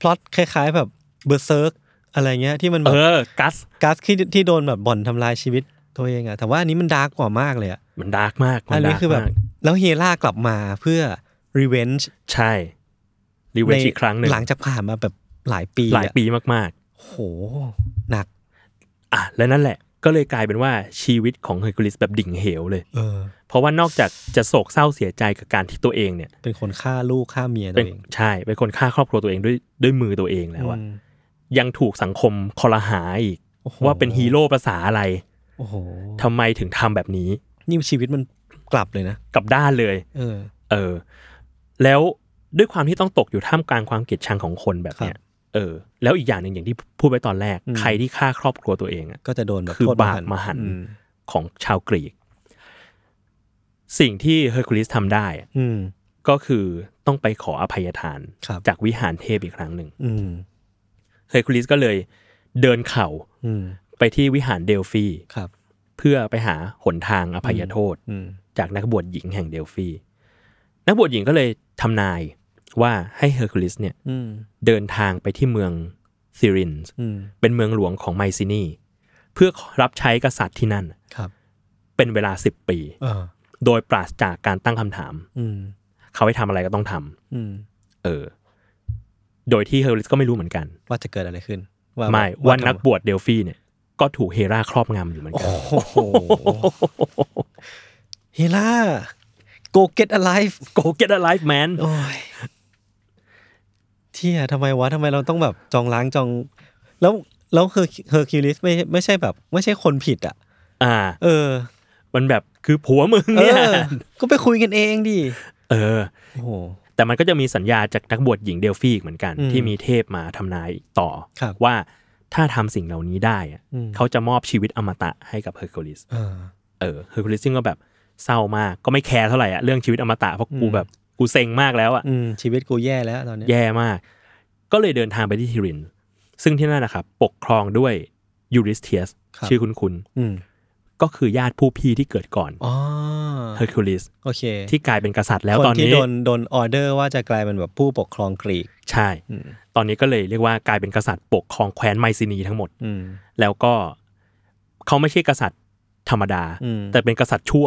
[SPEAKER 3] พล็อตคล้ายๆ แบบเบอร์เซิร์กอะไรเงี้ยที่มันแบ
[SPEAKER 2] เอบ อ กัส
[SPEAKER 3] กัสที่ที่โดนแบบบ่อนทำลายชีวิตตัวเองอะแต่ว่าอันนี้มันดาร์กกว่ามากเลยอะ
[SPEAKER 2] มันดาร์กมากมั
[SPEAKER 3] อันนี้
[SPEAKER 2] ดาร์ก
[SPEAKER 3] คือแบบ
[SPEAKER 2] มาก
[SPEAKER 3] แล้วเฮล่ากลับมาเพื่อ revenge
[SPEAKER 2] ใช่รีเวนอีกครั้งหนึ่ง
[SPEAKER 3] หลังจากผ่านมาแบบหลายปีอะ
[SPEAKER 2] หลายปีมาก
[SPEAKER 3] โห หนัก
[SPEAKER 2] ๆ อ่ะ และนั่นแหละ ก็เลยกลายเป็นว่าชีวิตของเฮอร์คิวลิสแบบดิ่งเหวเลย
[SPEAKER 3] เออ
[SPEAKER 2] เพราะว่านอกจากจะโศกเศร้าเสียใจกับการที่ตัวเองเนี่ย
[SPEAKER 3] เป็นคนฆ่าลูกฆ่าเมียตั
[SPEAKER 2] เป็น
[SPEAKER 3] วเอง
[SPEAKER 2] ใช่เป็นคนฆ่าครอบครัวตัวเองด้วยด้วยมือตัวเองแล้วอะ
[SPEAKER 3] อืม
[SPEAKER 2] ยังถูกสังคมคอรหาอีก
[SPEAKER 3] โอ้โ
[SPEAKER 2] ว่าเป็นฮีโร่ภาษาอะไร
[SPEAKER 3] โอ้โห
[SPEAKER 2] ทำไมถึงทำแบบนี้
[SPEAKER 3] นี่ชีวิตมันกลับเลยนะ
[SPEAKER 2] กลับด้านเลย
[SPEAKER 3] เออ
[SPEAKER 2] เออ แล้วด้วยความที่ต้องตกอยู่ท่ามกลางความเกลียดชังของคนแบบเนี้ย เออ แล้วอีกอย่างหนึ่งอย่างที่พูดไปตอนแรก
[SPEAKER 3] อืม
[SPEAKER 2] ใครที่ฆ่าครอบครัวตัวเองอะ
[SPEAKER 3] ก็จะโดนแบบ
[SPEAKER 2] คือ
[SPEAKER 3] โทษ
[SPEAKER 2] บาปมหันต์
[SPEAKER 3] อืม
[SPEAKER 2] ของชาวกรีก สิ่งที่เฮอร์คิวลิสทำได้อะ
[SPEAKER 3] อืม
[SPEAKER 2] ก็คือต้องไปขออภัยทาน
[SPEAKER 3] ครับ
[SPEAKER 2] จากวิหารเทพอีกครั้งหนึ่ง
[SPEAKER 3] อืม
[SPEAKER 2] เฮอร์คิวลิสก็เลยเดินเข่า
[SPEAKER 3] อืม
[SPEAKER 2] ไป ไปที่วิหารเดลฟี
[SPEAKER 3] ครับ
[SPEAKER 2] เพื่อไปหาหนทางอภัยโทษ
[SPEAKER 3] อืม
[SPEAKER 2] จากนักบวชหญิงแห่งเดลฟี นักบวชหญิงก็เลยทำนายว่าให้เฮอร์คิวลิสเนี่ย
[SPEAKER 3] อืม
[SPEAKER 2] เดินทางไปที่เมืองซิรินส์
[SPEAKER 3] อืม
[SPEAKER 2] เป็นเมืองหลวงของไมซินีเพื่อรับใช้กษัตริย์ที่นั่น
[SPEAKER 3] ครับ
[SPEAKER 2] เป็นเวลา 10 ปี
[SPEAKER 3] เออ
[SPEAKER 2] โดยปราศจากการตั้งคำถาม
[SPEAKER 3] อืม
[SPEAKER 2] เขาให้ทำอะไรก็ต้องทำ
[SPEAKER 3] อืม
[SPEAKER 2] เออ โดยที่เฮอร์คิวลิสก็ไม่รู้เหมือนกัน
[SPEAKER 3] ว่าจะเกิดอะไรขึ้น
[SPEAKER 2] ไม่
[SPEAKER 3] า
[SPEAKER 2] วัน
[SPEAKER 3] ทำ
[SPEAKER 2] นักบวชเดลฟีเนี่ยก็ถูกเฮราครอบงำอยู่เหมือน
[SPEAKER 3] โอ้
[SPEAKER 2] กัน
[SPEAKER 3] โหเฮล่า go get alive
[SPEAKER 2] Go get alive man
[SPEAKER 3] โอ้ยเที่ยทำไมวะทำไมเราต้องแบบจองล้างจอง แล้วแล้วเฮอร์เฮอร์คิวลิสไม่ไม่ใช่แบบ ไม่ใช่คนผิดอ่ะ
[SPEAKER 2] อ่า
[SPEAKER 3] เออ
[SPEAKER 2] มันแบบคือผัวมึง
[SPEAKER 3] เอ
[SPEAKER 2] เนี่ย
[SPEAKER 3] อ ก็ไปคุยกันเองดิ
[SPEAKER 2] เออ
[SPEAKER 3] โอ้โห
[SPEAKER 2] แต่มันก็จะมีสัญญาจากนักบวชหญิงเดลฟีอีกเหมือนกัน
[SPEAKER 3] อืม
[SPEAKER 2] ที่มีเทพมาทำนายต่อ
[SPEAKER 3] ครับ
[SPEAKER 2] ว่าถ้าทำสิ่งเหล่านี้ได้อะ
[SPEAKER 3] อืม
[SPEAKER 2] เขาจะมอบชีวิตอมตะให้กับเฮอร์คิวลิส
[SPEAKER 3] เออ
[SPEAKER 2] เออเฮอร์คิวลิสซึ่งก็แบบเศร้ามากก็ไม่แคร์เท่าไหร่อะเรื่องชีวิตอมตะเพราะกู
[SPEAKER 3] อืม
[SPEAKER 2] แบบกูเซ็งมากแล้วอะ
[SPEAKER 3] อืม ชีวิตกูแย่แล้วตอนเนี้ย
[SPEAKER 2] แย่มาก ก็เลยเดินทางไปที่ทิริน ซึ่งที่นั่นนะครับปกครองด้วยยูริสเทียสชื่อคุณคุณ
[SPEAKER 3] อืม
[SPEAKER 2] ก็คือญาติผู้พี่ที่เกิดก่อน
[SPEAKER 3] อ๋อ
[SPEAKER 2] เฮอร์คิวลิส
[SPEAKER 3] โอเค
[SPEAKER 2] ที่กลายเป็นกษัตริย์แล้ว
[SPEAKER 3] คน
[SPEAKER 2] ตอน
[SPEAKER 3] ที่
[SPEAKER 2] นี้
[SPEAKER 3] โดนโดนออเดอร์ว่าจะกลายเป็นแบบผู้ปกครองกรีก
[SPEAKER 2] ใช่
[SPEAKER 3] อืม
[SPEAKER 2] ตอนนี้ก็เลยเรียกว่ากลายเป็นกษัตริย์ปกครองแคว้นไมซินีทั้งหมด
[SPEAKER 3] อืม
[SPEAKER 2] แล้วก็เขาไม่ใช่กษัตริย์ธรรมดา
[SPEAKER 3] อืม
[SPEAKER 2] แต่เป็นกษัตริย์ชั่ว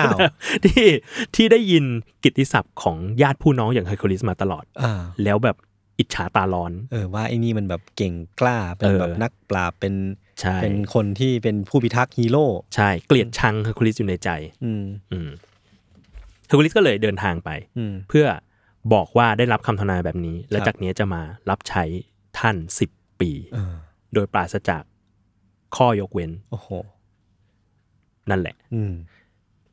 [SPEAKER 2] *laughs*
[SPEAKER 3] าว
[SPEAKER 2] ที่ที่ได้ยินกิตติศัพท์ของญาติผู้น้องอย่างเฮอร์คิวลิสมาตลอด
[SPEAKER 3] อ่า
[SPEAKER 2] แล้วแบบอิจฉาตาร้อน
[SPEAKER 3] เออว่าไอ้นี่มันแบบเก่งกล้าเป็น
[SPEAKER 2] เออ
[SPEAKER 3] แบบนักปราบเป็น
[SPEAKER 2] ใช่
[SPEAKER 3] เป็นคนที่เป็นผู้พิทักษ์ฮีโร่
[SPEAKER 2] ใช่เกลียดชังเฮอร์คิวลิสอยู่ในใจ
[SPEAKER 3] อืม
[SPEAKER 2] อืมเฮอร์คิวลิสก็เลยเดินทางไป
[SPEAKER 3] อืม
[SPEAKER 2] เพื่อบอกว่าได้รับคำทำนายแบบนี้ และ
[SPEAKER 3] ครับ
[SPEAKER 2] จากนี้จะมารับใช้ท่านสิบปี
[SPEAKER 3] เออ
[SPEAKER 2] โดยปราศจากข้อยกเว้น
[SPEAKER 3] โอ้โห
[SPEAKER 2] นั่นแหละ
[SPEAKER 3] อืม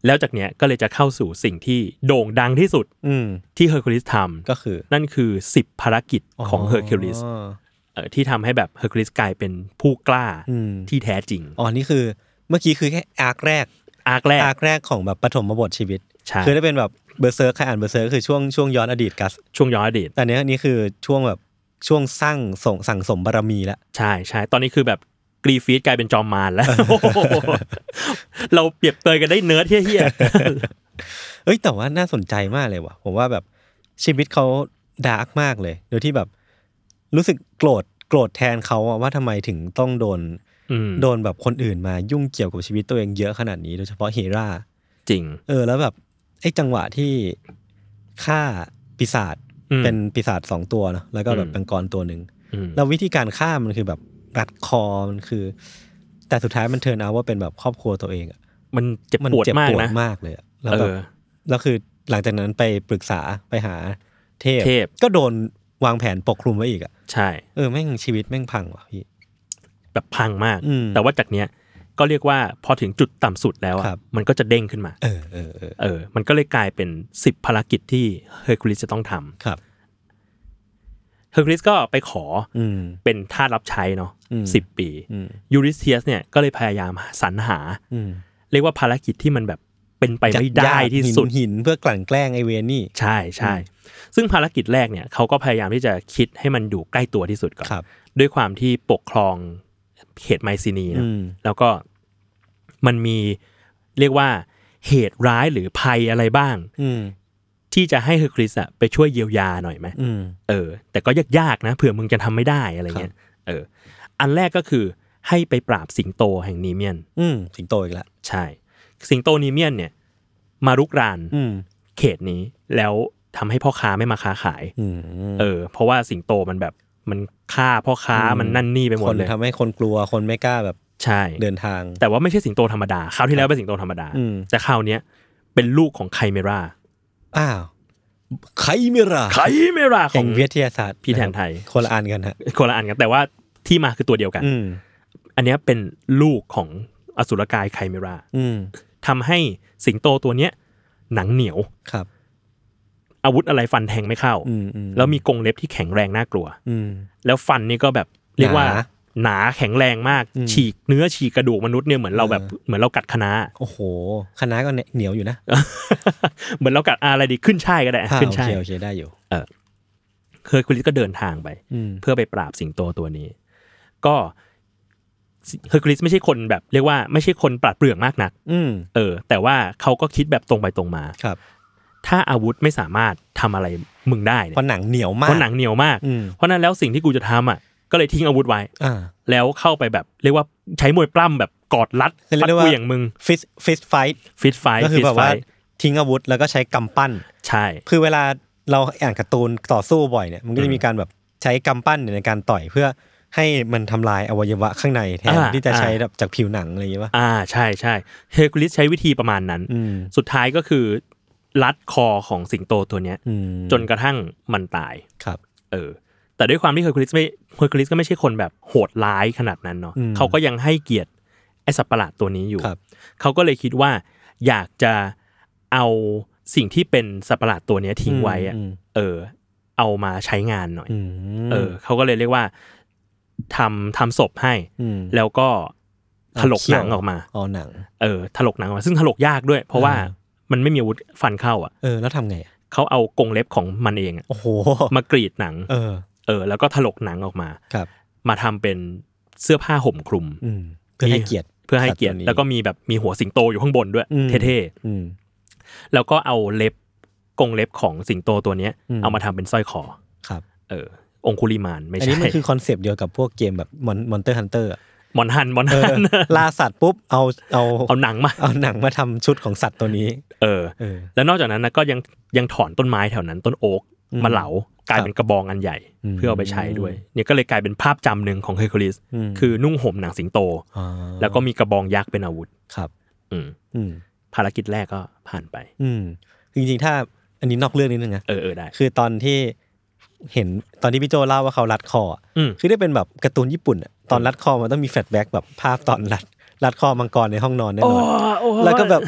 [SPEAKER 2] แล้วจากเนี้ยก็เลยจะเข้าสู่สิ่งที่โด่งดังที่สุด
[SPEAKER 3] อืม
[SPEAKER 2] ที่เฮอร์คิวลิสท
[SPEAKER 3] ก็คือ
[SPEAKER 2] ำนั่นคือ 10 ภารกิจของเฮอร์คิวลิสที่ทำให้แบบเฮอร์คิวลิสกลายเป็นผู้กล้า
[SPEAKER 3] อืม
[SPEAKER 2] ที่แท้จริง
[SPEAKER 3] อ๋อนี่คือเมื่อกี้คือแค่อาร์คแรก
[SPEAKER 2] อาร์คแร
[SPEAKER 3] อาก ร์คแรกของแบบปฐมบทชีวิต
[SPEAKER 2] ใช่
[SPEAKER 3] คือได้เป็นแบบเบอร์เซอร์ใครอ่านเบอร์เซอร์คือช่วงช่วงย้อนอดีตกัส
[SPEAKER 2] ช่วงย้อนอดีต
[SPEAKER 3] แต่เนี้ยนี่คือช่วงแบบช่วงสร้างส่งสั่งสมบารมีแล้ว
[SPEAKER 2] ใช่ใช่ตอนนี้คือแบบกรีฟีดกลายเป็นจอมมารแล้ว *laughs* เราเปรียบเตยกันได้เนิร์ดเฮี้ย
[SPEAKER 3] เอ้ยแต่ว่าน่าสนใจมากเลยว่ะผมว่าแบบชีวิตเขาดาร์กมากเลย โดยที่แบบรู้สึกโกรธโกรธแทนเขาอะว่าทำไมถึงต้องโดน
[SPEAKER 2] ๆอืม
[SPEAKER 3] โดนแบบคนอื่นมายุ่งเกี่ยวกับชีวิตตัวเองเยอะขนาดนี้ โดยเฉพาะเฮรา
[SPEAKER 2] จริง
[SPEAKER 3] เออแล้วแบบไอ้จังหวะที่ฆ่าปีศาจ
[SPEAKER 2] อืม
[SPEAKER 3] เป็นปีศาจสองตัวเนาะแล้วก็แบบ
[SPEAKER 2] อืม
[SPEAKER 3] เป็นกรตัวหนึ่ง
[SPEAKER 2] อืม
[SPEAKER 3] แล้ววิธีการฆ่ามันคือแบบรัดคอมันคือ แต่สุดท้ายมันเทิร์นเอาว่าเป็นแบบครอบครัวตัวเองอะ
[SPEAKER 2] มันเจ็บ
[SPEAKER 3] มัน
[SPEAKER 2] ปวด
[SPEAKER 3] เจ็บ
[SPEAKER 2] มาก
[SPEAKER 3] ปวด
[SPEAKER 2] นะ
[SPEAKER 3] มากเลยอะแล้ว
[SPEAKER 2] เอ
[SPEAKER 3] แบบ
[SPEAKER 2] อ
[SPEAKER 3] แล้วคือหลังจากนั้นไปปรึกษาไปหาเทพ
[SPEAKER 2] เทพ
[SPEAKER 3] ก็โดนวางแผนปกคลุมไว้อีกอะ
[SPEAKER 2] ใช่
[SPEAKER 3] เออแม่งชีวิตแม่งพังว่ะพี่
[SPEAKER 2] แบบพังมาก
[SPEAKER 3] อืม
[SPEAKER 2] แต่ว่าจากเนี้ยก็เรียกว่าพอถึงจุดต่ำสุดแล้วอะ
[SPEAKER 3] ครับ
[SPEAKER 2] มันก็จะเด้งขึ้นมา
[SPEAKER 3] เออเออเออ
[SPEAKER 2] เออ มันก็เลยกลายเป็น 10 ภารกิจที่เฮอร์คิวลิสจะต้องทำ
[SPEAKER 3] ครับ
[SPEAKER 2] เฮอร์คิวลิสก็ไปขอ
[SPEAKER 3] อืม
[SPEAKER 2] เป็นทาสรับใช้เนาะ
[SPEAKER 3] อืม
[SPEAKER 2] สิบปี
[SPEAKER 3] อืม
[SPEAKER 2] ยูริสเทียสเนี่ยก็เลยพยายามสรรหา
[SPEAKER 3] อืม
[SPEAKER 2] เรียกว่าภารกิจที่มันแบบเป็นไปไม่
[SPEAKER 3] จั
[SPEAKER 2] ได้
[SPEAKER 3] ญา
[SPEAKER 2] ที่
[SPEAKER 3] หิน
[SPEAKER 2] สุด
[SPEAKER 3] หินเพื่อกลั่นแกล้งไอเวนนี่
[SPEAKER 2] ใช่ใช่ซึ่งภารกิจแรกเนี่ยเขาก็พยายามที่จะคิดให้มันอยู่ใกล้ตัวที่สุดก่อน
[SPEAKER 3] ครับ
[SPEAKER 2] ด้วยความที่ปกครองเขตไมซินี
[SPEAKER 3] อื
[SPEAKER 2] นะ
[SPEAKER 3] ม
[SPEAKER 2] แล้วก็มันมีเรียกว่าเหตุร้ายหรือภัยอะไรบ้าง
[SPEAKER 3] อืม
[SPEAKER 2] ที่จะให้เฮอร์คริสอะไปช่วยเยียวยาหน่อยไหม
[SPEAKER 3] อืม
[SPEAKER 2] เออแต่ก็ยากๆนะเผื่อมึงจะทำไม่ได้อะไรเงี้ยเอออันแรกก็คือให้ไปปราบสิงโตแห่งนีเมียน
[SPEAKER 3] อืมสิงโตอีกละ
[SPEAKER 2] ใช่ สิงโตนีเมียนเนี่ยมารุกราน
[SPEAKER 3] อืม
[SPEAKER 2] เขตนี้แล้วทำให้พ่อค้าไม่มาค้าขาย
[SPEAKER 3] อืม
[SPEAKER 2] เออเพราะว่าสิงโตมันแบบมันฆ่าพ่อค้ามันนั่นนี่ไปหม
[SPEAKER 3] ค
[SPEAKER 2] ด
[SPEAKER 3] น
[SPEAKER 2] เลย
[SPEAKER 3] ทำให้คนกลัวคนไม่กล้าแบบ
[SPEAKER 2] ใช่
[SPEAKER 3] เดินทาง
[SPEAKER 2] แต่ว่าไม่ใช่สิงโตธรรมดาคราวที่แล้วเป็นสิงโตธรรมดา
[SPEAKER 3] อืม
[SPEAKER 2] แต่คราวเนี้ยเป็นลูกของไคเมรา
[SPEAKER 3] อ้าวไคเมรา
[SPEAKER 2] ไคเมราข
[SPEAKER 3] แห่
[SPEAKER 2] อง ง
[SPEAKER 3] วิทยาศาสตร์
[SPEAKER 2] พี่แทนไทย
[SPEAKER 3] นะครับคนละอันกันฮะ
[SPEAKER 2] คนละอันกันแต่ว่าที่มาคือตัวเดียวกัน
[SPEAKER 3] อืม
[SPEAKER 2] อันเนี้ยเป็นลูกของอสุรกายไคเมรา
[SPEAKER 3] อืม
[SPEAKER 2] ทำให้สิงโตตัวเนี้ยหนังเหนียว
[SPEAKER 3] ครับ
[SPEAKER 2] อาวุธอะไรฟันแทงไม่เข้า
[SPEAKER 3] อืมอืม
[SPEAKER 2] แล้วมีกรงเล็บที่แข็งแรงน่ากลัว
[SPEAKER 3] อืม
[SPEAKER 2] แล้วฟันนี่ก็แบบเรียกว่า
[SPEAKER 3] หนา
[SPEAKER 2] หนาแข็งแรงมาก ฉีกเนื้อฉีกกระดูกมนุษย์เนี่ยเหมือนเราแบบเหมือนเรากัดคะน้า *laughs*
[SPEAKER 3] โอ้โหคณะก็เหนียวอยู่นะ
[SPEAKER 2] เหมือนเรากัดอะไรดีขึ้นช่ายก็ได้
[SPEAKER 3] อ่า
[SPEAKER 2] ขึ้น
[SPEAKER 3] โอ
[SPEAKER 2] ช่า
[SPEAKER 3] เค
[SPEAKER 2] ย
[SPEAKER 3] โอเคได้อยู่
[SPEAKER 2] เคยคุลิสก็เดินทางไป
[SPEAKER 3] อืม
[SPEAKER 2] เพื่อไปปราบสิงโตตัวนี้ ก็ เฮอร์คิวลิสไม่ใช่คนแบบเรียกว่าไม่ใช่คนปราดเปรื่องมากนัก
[SPEAKER 3] อืม
[SPEAKER 2] เออ แต่ว่าเขาก็คิดแบบตรงไปตรงมา
[SPEAKER 3] ครับ
[SPEAKER 2] ถ้าอาวุธไม่สามารถทำอะไรมึงได้เนี่ย
[SPEAKER 3] เพราะหนังเหนียวมาก
[SPEAKER 2] เพราะหนังเหนียวมาก
[SPEAKER 3] อืม
[SPEAKER 2] เพราะฉะนั้นแล้วสิ่งที่กูจะทำอ่ะก็เลยทิ้งอาวุธไว้
[SPEAKER 3] อ่า
[SPEAKER 2] แล้วเข้าไปแบบเรียกว่าใช้มวยปล้ำแบบกอดรัด
[SPEAKER 3] คือ
[SPEAKER 2] ฟัด
[SPEAKER 3] เรียกได้ว่า
[SPEAKER 2] กูอย่างมึง
[SPEAKER 3] ฟิสฟิสไฟท์
[SPEAKER 2] ฟิตไฟ
[SPEAKER 3] ก็คือ
[SPEAKER 2] ฟิต
[SPEAKER 3] แบบ
[SPEAKER 2] ไฟ
[SPEAKER 3] ว่าทิ้งอาวุธแล้วก็ใช้กำปั้น
[SPEAKER 2] ใช่
[SPEAKER 3] คือเวลาเราอ่านการ์ตูนต่อสู้บ่อยเนี่ยมันก็จะมีการแบบใช้กำปั้นเนี่ยในการต่อยเพื่อให้มันทำลายอวัยวะข้างในแทนที่จะใช้แบบจากผิวหนังอะไรอย่างเงี้ยป่ะ
[SPEAKER 2] อ่าใช่ใช่เฮอร์คิวลิสใช้วิธีประมาณนั้น
[SPEAKER 3] อืม
[SPEAKER 2] สุดท้ายก็คือรัดคอของสิงโตตัวเนี้ย
[SPEAKER 3] อืม
[SPEAKER 2] จนกระทั่งมันตาย
[SPEAKER 3] ครับ
[SPEAKER 2] เออ แต่ด้วยความที่เฮอร์คิวลิสไม่เฮอร์คิวลิสก็ไม่ใช่คนแบบโหดร้ายขนาดนั้นเนาะ
[SPEAKER 3] อืม
[SPEAKER 2] เขาก็ยังให้เกียรติไอสัตว์ประหลาดตัวนี้อยู่
[SPEAKER 3] ครับ
[SPEAKER 2] เขาก็เลยคิดว่าอยากจะเอาสิ่งที่เป็นสัตว์ประหลาดตัวเนี้ยทิ้งไว้อะ
[SPEAKER 3] อืม
[SPEAKER 2] เออ เอามาใช้งานหน่อย
[SPEAKER 3] อืม
[SPEAKER 2] เออเขาก็เลยเรียกว่าทำทำศพให้
[SPEAKER 3] ม
[SPEAKER 2] แล้วก็ถลก
[SPEAKER 3] เอาเขี้
[SPEAKER 2] ห
[SPEAKER 3] ยว
[SPEAKER 2] นังออกมา
[SPEAKER 3] อ๋อหนัง
[SPEAKER 2] เออถลกหนังออกมา ซึ่งถลกยากด้วย เพราะว่า
[SPEAKER 3] อ่า
[SPEAKER 2] มันไม่มีอาวุธฟันเข้าอ่ะ
[SPEAKER 3] เออแล้วทำไงอะ
[SPEAKER 2] เขาเอากรงเล็บของมันเองอะ
[SPEAKER 3] โอ้โห
[SPEAKER 2] มากรีดหนัง
[SPEAKER 3] เออ
[SPEAKER 2] เออ แล้วก็ถลกหนังออกมา
[SPEAKER 3] ครับ
[SPEAKER 2] มาทำเป็นเสื้อผ้าห่มคลุม
[SPEAKER 3] อืมเพื่อให้
[SPEAKER 2] มี
[SPEAKER 3] เกียรติ
[SPEAKER 2] เพื่อให้เกียร
[SPEAKER 3] สั
[SPEAKER 2] ติ
[SPEAKER 3] ตว์ตัวนี้
[SPEAKER 2] แล้วก็มีแบบมีหัวสิงโตอยู่ข้างบนด้วย
[SPEAKER 3] อืม
[SPEAKER 2] เท่
[SPEAKER 3] อืม
[SPEAKER 2] ๆ แล้วก็เอาเล็บกรงเล็บของสิงโตตัวเนี้ย
[SPEAKER 3] อืม
[SPEAKER 2] เอามาทำเป็นสร้อยคอ
[SPEAKER 3] ครับ
[SPEAKER 2] เออ องคุลิมานไม่
[SPEAKER 3] อัน
[SPEAKER 2] ใช่
[SPEAKER 3] นี้มันคือคอนเซปต์เดียวกับพวกเกมแบบมอนมอนเตอร์ฮันเตอร์
[SPEAKER 2] มอนฮันมอนฮัน
[SPEAKER 3] ล่าสัตว์ปุ๊บเอาเอา
[SPEAKER 2] *laughs* เอาหนังมา
[SPEAKER 3] เอาหนังมาทำชุดของสัตว์ตัวนี้
[SPEAKER 2] เออ
[SPEAKER 3] เออ
[SPEAKER 2] แล้วนอกจากนั้นนะก็ยังยังถอนต้นไม้แถวนั้นต้นโอ๊ก
[SPEAKER 3] อืม
[SPEAKER 2] มาเหลากลายเป็นกระบองอันใหญ่
[SPEAKER 3] อืม
[SPEAKER 2] เพื่อเอาไปใช้ด้วย เนี่ยก็เลยกลายเป็นภาพจำหนึ่งของเฮอร์คิวลิส
[SPEAKER 3] ม
[SPEAKER 2] คือนุ่งห่มหนังสิงโต
[SPEAKER 3] อ
[SPEAKER 2] แล้วก็มีกระบองยักษ์เป็นอาวุธ
[SPEAKER 3] ครับ
[SPEAKER 2] อืม
[SPEAKER 3] อืม
[SPEAKER 2] ภารกิจแรกก็ผ่านไป
[SPEAKER 3] อืมจริงๆ ถ้าอันนี้นอกเรื่องนิดนึงนะ
[SPEAKER 2] เออเออได้
[SPEAKER 3] คือตอนที่เห็นตอนที่พี่โจเล่าว่าเขารัดคออะ
[SPEAKER 2] อืม
[SPEAKER 3] คือได้เป็นแบบการ์ตูนญี่ปุ่นอะตอนรัดคอมันต้องมีแฟลชแบ็กแบบภาพตอนรัดรัดคอมังกรในห้องนอนแน่นอน
[SPEAKER 2] โอ้ย
[SPEAKER 3] แล้วก็แบบ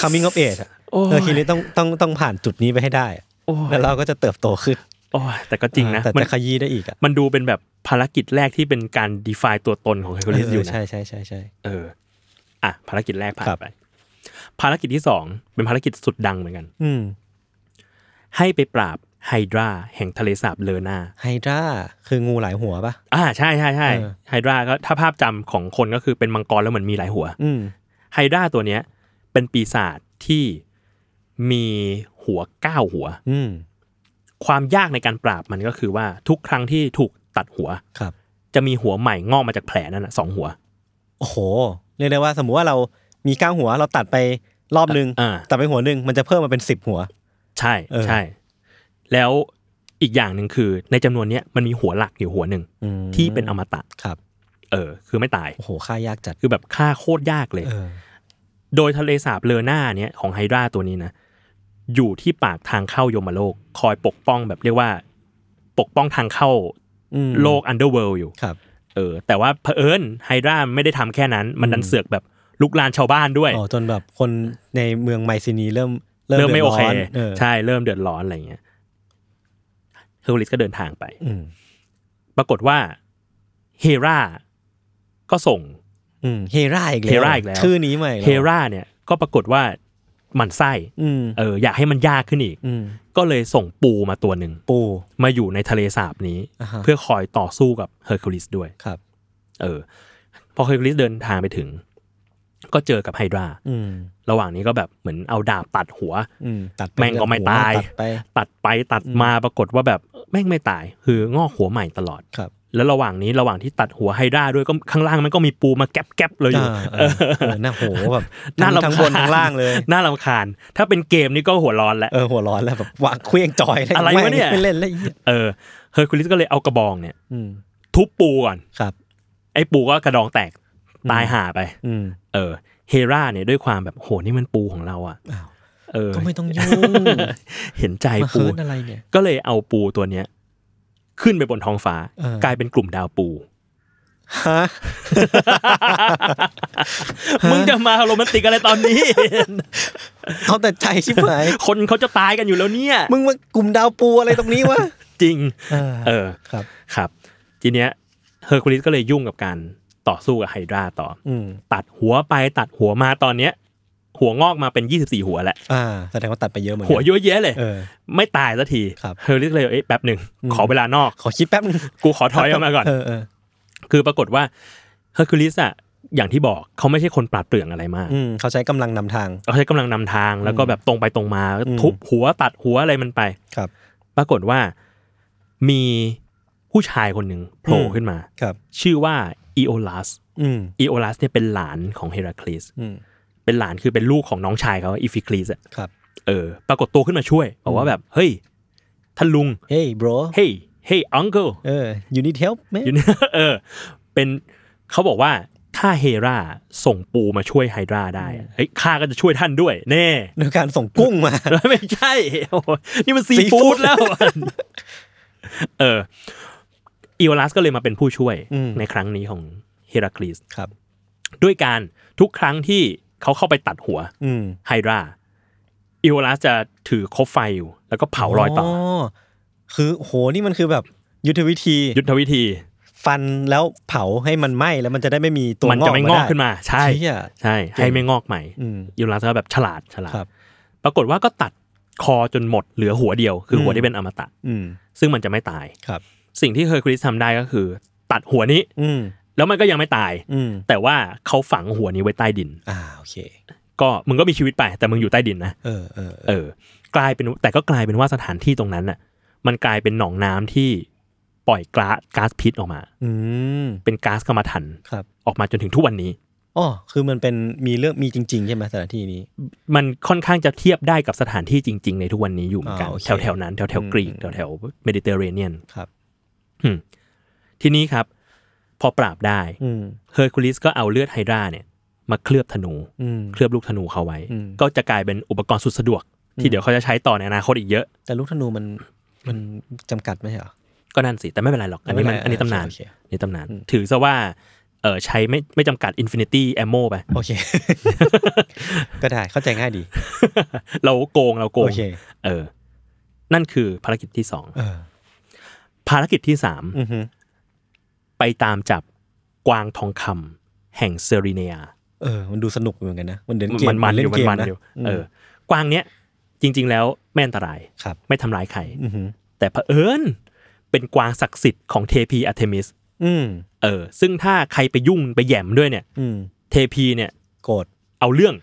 [SPEAKER 3] coming of age อะ
[SPEAKER 2] โอ้ย
[SPEAKER 3] เออคิดเลยต้องต้องต้องผ่านจุดนี้ไปให้ได้อะ
[SPEAKER 2] โอ้ย
[SPEAKER 3] แล้วเราก็จะเติบโตขึ้น
[SPEAKER 2] โอ้ยแต่ก็จริงนะ
[SPEAKER 3] แต่
[SPEAKER 2] มัน
[SPEAKER 3] จะขยี้ได้อีกอะ
[SPEAKER 2] มันดูเป็นแบบภารกิจแรกที่เป็นการ define ตัวตนของเฮอร์คิวลิสอยู่
[SPEAKER 3] เใช่
[SPEAKER 2] นะ
[SPEAKER 3] ใช่ใช่ใช่
[SPEAKER 2] เอออ่ะภารกิจแรกผ่า
[SPEAKER 3] ครั
[SPEAKER 2] น
[SPEAKER 3] บ
[SPEAKER 2] ไป ภารกิจที่สองเป็นภารกิจสุดดังเหมือนกัน
[SPEAKER 3] อืม
[SPEAKER 2] ให้ไปปราบไฮดราแห่งทะเลสาบเลอนา
[SPEAKER 3] ไฮดราคืองูหลายหัวปะ
[SPEAKER 2] อ่าใช่ใช่ใช่
[SPEAKER 3] เออ
[SPEAKER 2] ไฮดราก็ถ้าภาพจำของคนก็คือเป็นมังกรแล้วเหมือนมีหลายหัว
[SPEAKER 3] อืม
[SPEAKER 2] ไฮดราตัวเนี้ย เป็นปีศาจที่มีหัวเก้าหัว
[SPEAKER 3] อืม
[SPEAKER 2] ความยากในการปราบมันก็คือว่าทุกครั้งที่ถูกตัดหัว
[SPEAKER 3] ครับ
[SPEAKER 2] จะมีหัวใหม่งอกมาจากแผลนั่นนะสองหัว
[SPEAKER 3] โอ้โหเรียกได้ว่าสมมุติว่าเรามีเก้าหัวเราตัดไปรอบนึง
[SPEAKER 2] อ่า
[SPEAKER 3] ตัดไปหัวหนึ่งมันจะเพิ่มมาเป็นสิบหัว
[SPEAKER 2] ใช่
[SPEAKER 3] เออ
[SPEAKER 2] ใช่ แล้วอีกอย่างหนึ่งคือ ในจำนวนเนี้ยมันมีหัวหลักอยู่หัวหนึ่งที่เป็นอมตะ
[SPEAKER 3] ครับ
[SPEAKER 2] เออ คือไม่ตาย
[SPEAKER 3] โอ้โหค่ายากจัด
[SPEAKER 2] คือแบบฆ่าโคตรยากเลย
[SPEAKER 3] เออ
[SPEAKER 2] โดยทะเลสาบเลอหน้าเนี่ยของไฮดราตัวนี้นะ อยู่ที่ปากทางเข้ายมโลก คอยปกป้องแบบเรียกว่า ปกป้องทางเข้า
[SPEAKER 3] อืม
[SPEAKER 2] โลกอันเดอร์เวิลด์อยู่
[SPEAKER 3] ครับ
[SPEAKER 2] เออ แต่ว่าเผอิญไฮดราไม่ได้ทำแค่นั้น มันดันเสือกแบบลุกลานชาวบ้านด้วย
[SPEAKER 3] อ๋อจนแบบคนในเมืองไมซินีเริ่ม
[SPEAKER 2] เริ่มไม่โอเค
[SPEAKER 3] ดืดร้นเออ
[SPEAKER 2] ใช่เริ่มเดือดร้อนอะไรอย่างเงี้ยเฮอร์ลิสก็เดินทางไป
[SPEAKER 3] อืม
[SPEAKER 2] ปรากฏว่าเฮราก็ส่ง
[SPEAKER 3] อืมเฮราอีกแล้ว
[SPEAKER 2] เฮราอีกแล้ว
[SPEAKER 3] ชื่อนี้ใหม่
[SPEAKER 2] เฮราเนี่ย ก็ปรากฏว่าหมันไส้
[SPEAKER 3] อืม
[SPEAKER 2] เอออยากให้มันยากขึ้นอีก
[SPEAKER 3] อืม
[SPEAKER 2] ก็เลยส่งปูมาตัวหนึ่ง
[SPEAKER 3] ปู
[SPEAKER 2] มาอยู่ในทะเลสาบนี้
[SPEAKER 3] าฮะ
[SPEAKER 2] เพื่อคอยต่อสู้กับเฮอร์คิวลิสด้วย
[SPEAKER 3] ครับ
[SPEAKER 2] เออ พอเฮอร์คิวลิสเดินทางไปถึง ก็เจอกับไฮดรา
[SPEAKER 3] อืม
[SPEAKER 2] ระหว่างนี้ก็แบบเหมือนเอาดาบตัดหัว
[SPEAKER 3] อืมตัดป
[SPEAKER 2] แม่งก็ไม่ตาย
[SPEAKER 3] ตัดไป
[SPEAKER 2] ตัดไปตัดมาปรากฏว่าแบบแม่งไม่ตาย คืองอกหัวใหม่ตลอด
[SPEAKER 3] ครับ
[SPEAKER 2] แล้วระหว่างนี้ระหว่างที่ตัดหัวไฮดราด้วยก็ข้างล่างมันก็มีปูมาแก๊บแก๊บๆเลยอยู่
[SPEAKER 3] าเออเออหน้าโหแบบ
[SPEAKER 2] น่ารำคาญ
[SPEAKER 3] ทั้งบนทั้งล่างเลย
[SPEAKER 2] *laughs* น่ารำคาญ ถ้าเป็นเกมนี่ก็หัวร้อนแล้ว
[SPEAKER 3] เออหัวร้อนแล้วแบบวางเครื่องจอย
[SPEAKER 2] อะไรวะเนี่ย
[SPEAKER 3] ไม่เล่นแล้วไอ้เหี้ย
[SPEAKER 2] เออเฮอร์คิวลิสก็เลยเอากระบองเนี่ย
[SPEAKER 3] อืม
[SPEAKER 2] ทุบปูก่อน
[SPEAKER 3] ครับ
[SPEAKER 2] ไอ้ปูก็กระดองแตกตาย
[SPEAKER 3] อืม
[SPEAKER 2] ห่าไป
[SPEAKER 3] อืม
[SPEAKER 2] เออเฮราเนี่ยด้วยความแบบโหนี่มันปูของเราอะ
[SPEAKER 3] อ้าว
[SPEAKER 2] เออ
[SPEAKER 3] ก็ไม่ต้องยุ่ง
[SPEAKER 2] เห็นใจ
[SPEAKER 3] มา
[SPEAKER 2] ปู
[SPEAKER 3] เฮิร์ตอะไรเนี่ย
[SPEAKER 2] ก็เลยเอาปูตัวเนี้ย ขึ้นไปบนท้องฟ้า
[SPEAKER 3] เออ
[SPEAKER 2] กลายเป็นกลุ่มดาวปู *laughs*
[SPEAKER 3] ฮะ
[SPEAKER 2] มึงจะมาโรแมนติกอะไรตอนนี้ *laughs*
[SPEAKER 3] เอาแต่ใจชิบหาย
[SPEAKER 2] คนเขาจะตายกันอยู่แล้วเนี่ย
[SPEAKER 3] มึงมากลุ่มดาวปูอะไรตรงนี้วะ
[SPEAKER 2] จริง เออ
[SPEAKER 3] ครับ
[SPEAKER 2] ครับ ทีเนี้ยเฮอร์คูลิสก็เลยยุ่งกับการต่อสู้กับไฮดราต่อ
[SPEAKER 3] อืม
[SPEAKER 2] ตัดหัวไปตัดหัวมาตอนเนี้ย หัวงอกมาเป็น 24 หัวแหละ
[SPEAKER 3] อ่าแสดงว่าตัดไปเยอะเหมือนกั
[SPEAKER 2] หัวเยอะแยะเลย
[SPEAKER 3] เออ
[SPEAKER 2] ไม่ตายสักที
[SPEAKER 3] ครับ
[SPEAKER 2] เฮอร์คูลิสเลยเอ้ยแป๊บหนึ่ง
[SPEAKER 3] อืม
[SPEAKER 2] ขอเวลานอก
[SPEAKER 3] ขอคิดแป๊บนึง
[SPEAKER 2] กูขอถอยออกมาก่อน
[SPEAKER 3] เออเออ
[SPEAKER 2] คือปรากฏว่า เฮอร์คิวลิสอะอย่างที่บอกเขาไม่ใช่คนปราดเปรื่องอะไรมาก
[SPEAKER 3] อืมเขาใช้กำลังนำทาง
[SPEAKER 2] เขาใช้กำลังนำทางแล้วก็แบบตรงไปตรงมา
[SPEAKER 3] อืม
[SPEAKER 2] ทุบหัวตัดหัวอะไรมันไป
[SPEAKER 3] ครับ
[SPEAKER 2] ปรากฏว่ามีผู้ชายคนหนึ่งโผล่
[SPEAKER 3] อืม
[SPEAKER 2] ขึ้นมา
[SPEAKER 3] ครับ
[SPEAKER 2] ชื่อว่าอีโอลัส
[SPEAKER 3] อืม
[SPEAKER 2] อีโอลัสเนี่ยเป็นหลานของเฮราคลีส
[SPEAKER 3] อืม
[SPEAKER 2] เป็นหลานคือเป็นลูกของน้องชายเขาอีฟิคลีสอะ
[SPEAKER 3] ครับ
[SPEAKER 2] เออ ปรากฏตัวขึ้นมาช่วยบอกว่าแบบเฮ้ยท่านลุง
[SPEAKER 3] เฮ้ย bro
[SPEAKER 2] เฮ้ยเฮ้ยอังเกิล
[SPEAKER 3] เออ you need help ไหม
[SPEAKER 2] อยู่เนี่ย *laughs* เออ เป็นเขาบอกว่าถ้าเฮราส่งปูมาช่วยไฮดราได้อะเฮ้ยข้าก็จะช่วยท่านด้วย แน่ *laughs*
[SPEAKER 3] โดยการส่งกุ้งมา *laughs*
[SPEAKER 2] แล้วไม่ใช่ *laughs* โอ้โหนี่มันซี
[SPEAKER 3] Seafood
[SPEAKER 2] ฟู้ดแล้ว *laughs* เอออีวลัสก็เลยมาเป็นผู้ช่วย
[SPEAKER 3] อืม
[SPEAKER 2] ในครั้งนี้ของเฮราคลีส
[SPEAKER 3] ครับ
[SPEAKER 2] ด้วยการทุกครั้งที่เขาเข้าไปตัดหัว
[SPEAKER 3] อืม
[SPEAKER 2] ไฮดราอีวลัสจะถือคบไฟอยู่ แล้วก็เผารอยต่ออ
[SPEAKER 3] คือโหนี่มันคือแบบยุทธวิธี
[SPEAKER 2] ยุทธวิธี
[SPEAKER 3] ฟันแล้วเผาให้มันไหม้แล้วมันจะได้ไม่มีตัว
[SPEAKER 2] มันจะไม่งอกขึ้นมา ใช่
[SPEAKER 3] ใช่อ่ะ
[SPEAKER 2] ใช่ ให้ไม่งอกใหม่
[SPEAKER 3] อืม
[SPEAKER 2] อีวลัสก็แบบฉลาดฉลาด
[SPEAKER 3] ครับ
[SPEAKER 2] ปรากฏว่าก็ตัดคอจนหมดเหลือหัวเดียว คืออ
[SPEAKER 3] ม
[SPEAKER 2] หัวที่เป็นอมตะ
[SPEAKER 3] อืม
[SPEAKER 2] ซึ่งมันจะไม่ตาย
[SPEAKER 3] ครับ
[SPEAKER 2] สิ่งที่เฮอร์คริสทำได้ก็คือ ตัดหัวนี้
[SPEAKER 3] อืม
[SPEAKER 2] แล้วมันก็ยังไม่ตาย
[SPEAKER 3] อืม
[SPEAKER 2] แต่ว่าเขาฝังหัวนี้ไว้ใต้ดิน
[SPEAKER 3] อ่าโอเค
[SPEAKER 2] ก็มึงก็มีชีวิตไป แต่มึงอยู่ใต้ดินนะ
[SPEAKER 3] เออเออเออ
[SPEAKER 2] เออ กลายเป็นแต่ก็กลายเป็นว่าสถานที่ตรงนั้นน่ะ มันกลายเป็นหนองน้ำที่ปล่อยก๊าซก๊าซพิษออกมา
[SPEAKER 3] อืม
[SPEAKER 2] เป็นก๊าซกรรมะถัน
[SPEAKER 3] ครับ
[SPEAKER 2] ออกมาจนถึงทุกวันนี้
[SPEAKER 3] อ๋อคือมันเป็นมีเรื่องมีจริง ๆ ใช่ไหมสถานที่นี้
[SPEAKER 2] มันค่อนข้างจะเทียบได้กับสถานที่จริง ๆ ในทุกวันนี้อยู่เหมือนกัน
[SPEAKER 3] อ่าโอเค
[SPEAKER 2] แถวแถวๆนั้นแถวแถว
[SPEAKER 3] อืม
[SPEAKER 2] กรีก
[SPEAKER 3] อืม
[SPEAKER 2] แถวแถวเมดิเตอร์เรเนียน
[SPEAKER 3] ครับ
[SPEAKER 2] ทีนี้ครับ พอปราบได้
[SPEAKER 3] อืม
[SPEAKER 2] เฮอร์คิวลิสก็เอาเลือดไฮดราเนี่ย มาเคลือบธนู
[SPEAKER 3] อืม
[SPEAKER 2] เคลือบลูกธนูเขาไว้
[SPEAKER 3] อืม
[SPEAKER 2] ก็จะกลายเป็นอุปกรณ์สุดสะดวก ที่เดี๋ยวเขาจะใช้ต่อในอนาคตอีกเยอะ
[SPEAKER 3] แต่ลูกธนูมันมันจำกัดไหมใช่เหรอ
[SPEAKER 2] ก็นั่นสิ แต่ไม่เป็นไรหรอก อันนี้มัน
[SPEAKER 3] ไม่เป็นไร
[SPEAKER 2] อันนี้ตำนาน
[SPEAKER 3] โอเค
[SPEAKER 2] อันนี่ตำนาน ถือซะว่าเออใช้ไม่ไม่จำกัด Infinity Ammo ไป
[SPEAKER 3] โอเค *laughs* ก็ได้เข้าใจง่ายดี
[SPEAKER 2] เราโกงเราโก
[SPEAKER 3] โอง เค
[SPEAKER 2] เออ นั่นคือภารกิจที่สอง
[SPEAKER 3] เออ
[SPEAKER 2] ภารกิจที่สาม
[SPEAKER 3] อือฮึ
[SPEAKER 2] ไปตามจับกวางทองคำแห่งเซรีเนีย
[SPEAKER 3] เออ มันดูสนุกเหมือนกันนะ มันเดินเกม
[SPEAKER 2] มันมันๆ
[SPEAKER 3] เล่
[SPEAKER 2] อยู่
[SPEAKER 3] น
[SPEAKER 2] มั
[SPEAKER 3] เก
[SPEAKER 2] น
[SPEAKER 3] ม
[SPEAKER 2] มันๆ
[SPEAKER 3] นะ
[SPEAKER 2] อยู่
[SPEAKER 3] อืม
[SPEAKER 2] เออกวางเนี้ยจริง ๆ แล้วไม่อันตราย
[SPEAKER 3] ครับ
[SPEAKER 2] ไม่ทำร้ายใคร
[SPEAKER 3] อือฮึ
[SPEAKER 2] แต่เผอิญเป็นกวางศักดิ์สิทธิ์ของเทพีอาร์เทมิส
[SPEAKER 3] อืม
[SPEAKER 2] เออ ซึ่งถ้าใครไปยุ่งไปแหย่มด้วยเนี่ย
[SPEAKER 3] อืม
[SPEAKER 2] เทพีเนี่ย
[SPEAKER 3] โกรธ
[SPEAKER 2] เอาเรื่อง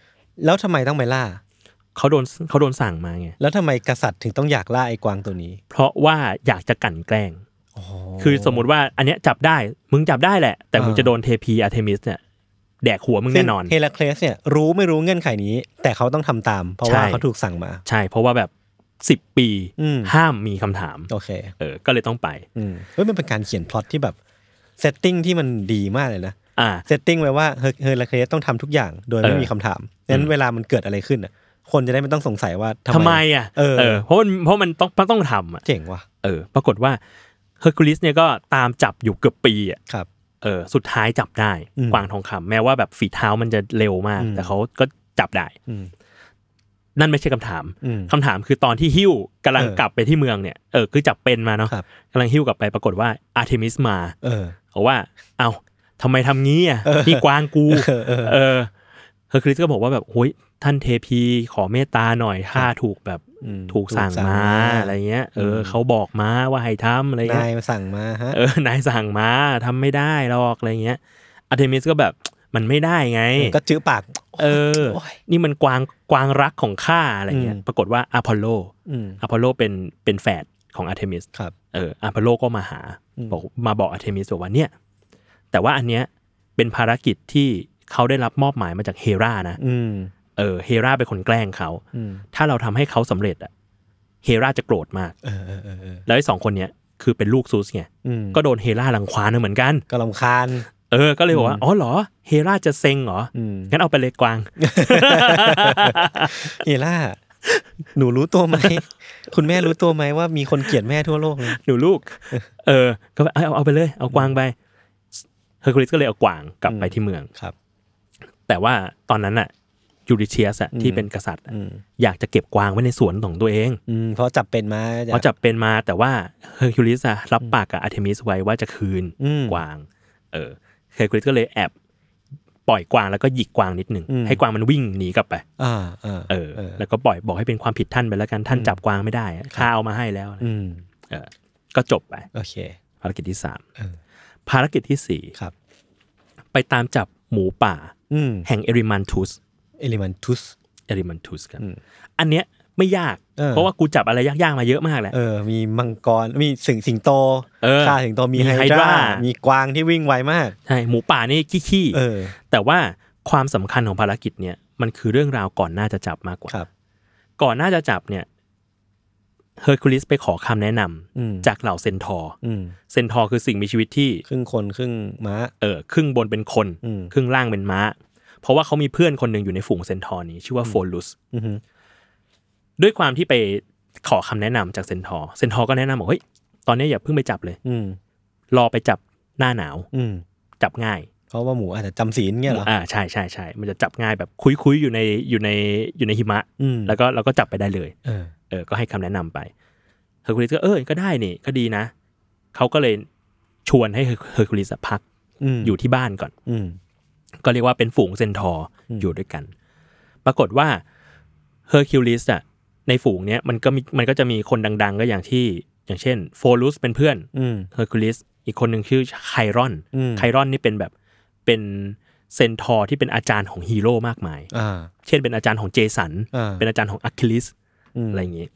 [SPEAKER 3] แล้วทำไมต้องไปล่า
[SPEAKER 2] เขาโดนเขาโดนสั่งมาไง
[SPEAKER 3] แล้วทำไมกษัตริย์ถึงต้องอยากล่าไอ้กวางตัวนี้
[SPEAKER 2] เพราะว่าอยากจะกลั่นแกล้ง
[SPEAKER 3] อ๋อ
[SPEAKER 2] คือสมมุติว่าอันเนี้ยจับได้ มึงจับได้แหละ แต่มึง
[SPEAKER 3] อ่า
[SPEAKER 2] จะโดนเทพีอาร์เทมิสเนี่ยแดกหัวมึง
[SPEAKER 3] ซึ่
[SPEAKER 2] แน่นอน
[SPEAKER 3] เฮราเคลสเนี่ยรู้ไม่รู้เงื่อนไขนี้ แต่เขาต้องทำตาม เพราะ
[SPEAKER 2] ใช่
[SPEAKER 3] ว่าเขาถูกสั่งมา
[SPEAKER 2] ใช่ เพราะว่าแบบสิบปี
[SPEAKER 3] อืม
[SPEAKER 2] ห้ามมีคำถาม
[SPEAKER 3] โอเค
[SPEAKER 2] เออ ก็เลยต้องไป
[SPEAKER 3] อืมเฮ้ยมันเป็นการเขียนพล็อตที่แบบเซตติ้งที่มันดีมากเลยนะ
[SPEAKER 2] อ่า
[SPEAKER 3] เซตติ้งไว้ว่าเฮอร์เฮอร์ลาเคลสต้องทำทุกอย่างโดยไม่
[SPEAKER 2] เออ
[SPEAKER 3] มีคำถามงั้นเวลามันเกิดอะไรขึ้นอ่ะ คนจะได้ไม่ต้องสงสัยว่า
[SPEAKER 2] ทำไมอ่ะ
[SPEAKER 3] เออ
[SPEAKER 2] เพราะมันเพราะมันต้องมันต้องทำอ่ะ
[SPEAKER 3] เจ๋งว่ะ
[SPEAKER 2] เออ ปรากฏว่าเฮอร์คิวลิสเนี่ยก็ตามจับอยู่เกือบปีอ่ะ
[SPEAKER 3] ครับ
[SPEAKER 2] เออสุดท้ายจับได้
[SPEAKER 3] อืม
[SPEAKER 2] กวางทองคำแม้ว่าแบบฝีเท้ามันจะเร็วมาก
[SPEAKER 3] อืม
[SPEAKER 2] แต่เขาก็จับได้
[SPEAKER 3] อืม
[SPEAKER 2] นั่นไม่ใช่คำถาม
[SPEAKER 3] อืม
[SPEAKER 2] คำถามคือตอนที่หิ้วกำลัง
[SPEAKER 3] เออก
[SPEAKER 2] ลับไปที่เมืองเนี่ยเออคือจับเป็นมาเนาะ
[SPEAKER 3] ครับ
[SPEAKER 2] กำลังหิ้วกลับไปปรากฏว่าอาร์เทมิสมา
[SPEAKER 3] เออ
[SPEAKER 2] บอกว่า เอ้าทำไมทำงี้อ่ะ
[SPEAKER 3] เออ
[SPEAKER 2] นี่กวางกู
[SPEAKER 3] เออเออ
[SPEAKER 2] เออเฮอร์คริสก็บอกว่าแบบโอ้ยท่านเทพีขอเมตตาหน่อยข้าถูกแบบ
[SPEAKER 3] อืม
[SPEAKER 2] ถูกสั่งมาอะไรเงี้ยเอออเขาบอกมาว่าให้ทำอะไรเงี้ย
[SPEAKER 3] นายมาสั่งมาฮะ
[SPEAKER 2] เอ *laughs* อนายสั่งมาทำไม่ได้หรอกอะไรเงี้ยอาร์เทมิสก็แบบมันไม่ได้ไง
[SPEAKER 3] ก็จื้อปาก
[SPEAKER 2] เออ
[SPEAKER 3] โอ้ย
[SPEAKER 2] นี่มันกวางกวางรักของข้าอะไรเงี้ย
[SPEAKER 3] อืม
[SPEAKER 2] ปรากฏว่าอพอลโล
[SPEAKER 3] อืม
[SPEAKER 2] อพอลโลเป็นเป็นแฝดของอาร์เทมิส
[SPEAKER 3] ครับ
[SPEAKER 2] เอออพอลโลก็มาหา
[SPEAKER 3] อืม
[SPEAKER 2] บอกมาบอกอาร์เทมิสบอกว่าเนี่ย แต่ว่าอันเนี้ยเป็นภารกิจที่เขาได้รับมอบหมายมาจากเฮรานะ
[SPEAKER 3] อืม
[SPEAKER 2] เออเฮราเป็นคนแกล้งเขา
[SPEAKER 3] อืม
[SPEAKER 2] ถ้าเราทำให้เขาสำเร็จอะเฮราจะโกรธมาก
[SPEAKER 3] เออเออเออเออ
[SPEAKER 2] แล้วไอ้สองคนเนี้ยคือเป็นลูกซูสไง
[SPEAKER 3] อืม
[SPEAKER 2] ก็โดนเฮราลังควานเหมือนกัน
[SPEAKER 3] ก็ลำคาญ
[SPEAKER 2] เออ ก็เลยบอกว่า อ๋อเหรอ เฮราจะเซ็งเหรอ
[SPEAKER 3] อืม
[SPEAKER 2] งั้นเอาไปเลยกวาง
[SPEAKER 3] เอล่า หนูรู้ตัวไหม คุณแม่รู้ตัวไหมว่ามีคนเกลียดแม่ทั่วโลกเลย
[SPEAKER 2] หนูลูก เออ ก็เอาเอาเอาไปเลย เอากวางไป เฮอร์คิวลิสก็เลยเอากวางกลับไปที่เมือง
[SPEAKER 3] ครับ
[SPEAKER 2] แต่ว่าตอนนั้นน่ะ ยูริเชียสอะที่เป็นกษัตริย์อะ
[SPEAKER 3] อืม
[SPEAKER 2] อยากจะเก็บกวางไว้ในสวนของตัวเอง
[SPEAKER 3] อืม เพราะจับเป็นมา
[SPEAKER 2] เพราะจับเป็นมาแต่ว่าเฮอร์คิวลิสอะรับปากกับอาร์เทมิสไว้ว่าจะคืน
[SPEAKER 3] อืม
[SPEAKER 2] กวาง เออ เฮอร์คิวลิสก็เลยแอบปล่อยกวางแล้วก็หยิกกวางนิดหนึง
[SPEAKER 3] อืม
[SPEAKER 2] ให้กวางมันวิ่งหนีกลับไป
[SPEAKER 3] อ่าอ่า
[SPEAKER 2] เออ แล้วก็ปล่อยบอกให้เป็นความผิดท่านไปแล้วกันท่านจับกวางไม่ได้อะข้าเอามาให้แล้ว
[SPEAKER 3] อืม
[SPEAKER 2] เออ ก็จบไป
[SPEAKER 3] โอเค
[SPEAKER 2] ภารกิจที่สาม
[SPEAKER 3] เออ
[SPEAKER 2] ภารกิจที่สี่
[SPEAKER 3] ครับ
[SPEAKER 2] ไป ไปตามจับหมูป่า
[SPEAKER 3] อืม
[SPEAKER 2] แห่งเอริมันทุส
[SPEAKER 3] เอลิมันทุส
[SPEAKER 2] เอริมันทุสกัน
[SPEAKER 3] อืม
[SPEAKER 2] อันเนี้ยไม่ยาก
[SPEAKER 3] เออ
[SPEAKER 2] เพราะว่ากูจับอะไรยากๆมาเยอะมากแหละ
[SPEAKER 3] เออ มีมังกร มีสิงสิงโต
[SPEAKER 2] เออ
[SPEAKER 3] ฆ่าสิงโต มี
[SPEAKER 2] มี
[SPEAKER 3] ไฮ
[SPEAKER 2] ไฮ
[SPEAKER 3] ด
[SPEAKER 2] ด
[SPEAKER 3] รา
[SPEAKER 2] รา
[SPEAKER 3] มีกวางที่วิ่งไวมาก
[SPEAKER 2] ใช่ หมูป่านี่ขี้
[SPEAKER 3] เออ
[SPEAKER 2] ๆแต่ว่าความสำคัญของภารกิจเนี่ยมันคือเรื่องราวก่อนหน้าจะจับมากกว่า
[SPEAKER 3] ครับ
[SPEAKER 2] ก่อนหน้าจะจับเนี่ยเฮอร์คิวลิสไปขอคำแนะนำ
[SPEAKER 3] อืม
[SPEAKER 2] จากเหล่าเซนทอร์
[SPEAKER 3] อืม
[SPEAKER 2] เซนทอร์คือสิ่งมีชีวิตที่
[SPEAKER 3] ครึ่งคนครึ่งม้า
[SPEAKER 2] เออครึ่งบนเป็นคน
[SPEAKER 3] อืม
[SPEAKER 2] ครึ่งล่างเป็นม้า เพราะว่าเขามีเพื่อนคนหนึ่งอยู่ในฝูงเซนทอร์นี้ ชื่อว่าโฟลุส
[SPEAKER 3] อือฮึ
[SPEAKER 2] ด้วยความที่ไปขอคำแนะนำจากเซนทอร์เซนทอร์ก็แนะนำบอกเฮ้ยตอนนี้อย่าเพิ่งไปจับเลย
[SPEAKER 3] อืม
[SPEAKER 2] รอไปจับหน้าหนาว
[SPEAKER 3] อืม
[SPEAKER 2] จับง่าย
[SPEAKER 3] เพราะว่าหมูอาจจะจำศีลเงี้ยเหรอ
[SPEAKER 2] อ่าใช่ใช่ใช่มันจะจับง่ายแบบคุยคุยๆอยู่ในอยู่ในอยู่ในหิมะ
[SPEAKER 3] อืม
[SPEAKER 2] แล้วก็เราก็จับไปได้เลย
[SPEAKER 3] เออ
[SPEAKER 2] เออก็ให้คำแนะนำไปเฮอร์คิวลิสก็เออก็ได้นี่ก็ดีนะ เขาก็เลยชวนให้เฮอร์คิวลิสอะพัก
[SPEAKER 3] อืม
[SPEAKER 2] อยู่ที่บ้านก่อน
[SPEAKER 3] อืม
[SPEAKER 2] ก็เรียกว่าเป็นฝูงเซนทอร์
[SPEAKER 3] อืม
[SPEAKER 2] อยู่ด้วยกัน ปรากฏว่าเฮอร์คิวลิสอะในฝูงเนี้ยมันก็มีมันก็จะมีคนดังๆ ก็อย่างที่ อย่างเช่นโฟลุสเป็นเพื่อน
[SPEAKER 3] อืม
[SPEAKER 2] เฮอร์คิวลิสอีกคนหนึ่งชื่อไครอน
[SPEAKER 3] อืม
[SPEAKER 2] ไครอนนี่เป็นแบบเป็นเซนทอร์ที่เป็นอาจารย์ของฮีโร่มากมาย
[SPEAKER 3] อ่า
[SPEAKER 2] เช่นเป็นอาจารย์ของเจสัน
[SPEAKER 3] อ่า
[SPEAKER 2] เป็นอาจารย์ของอะคิลิส
[SPEAKER 3] อืม
[SPEAKER 2] อะไรอย่างนี้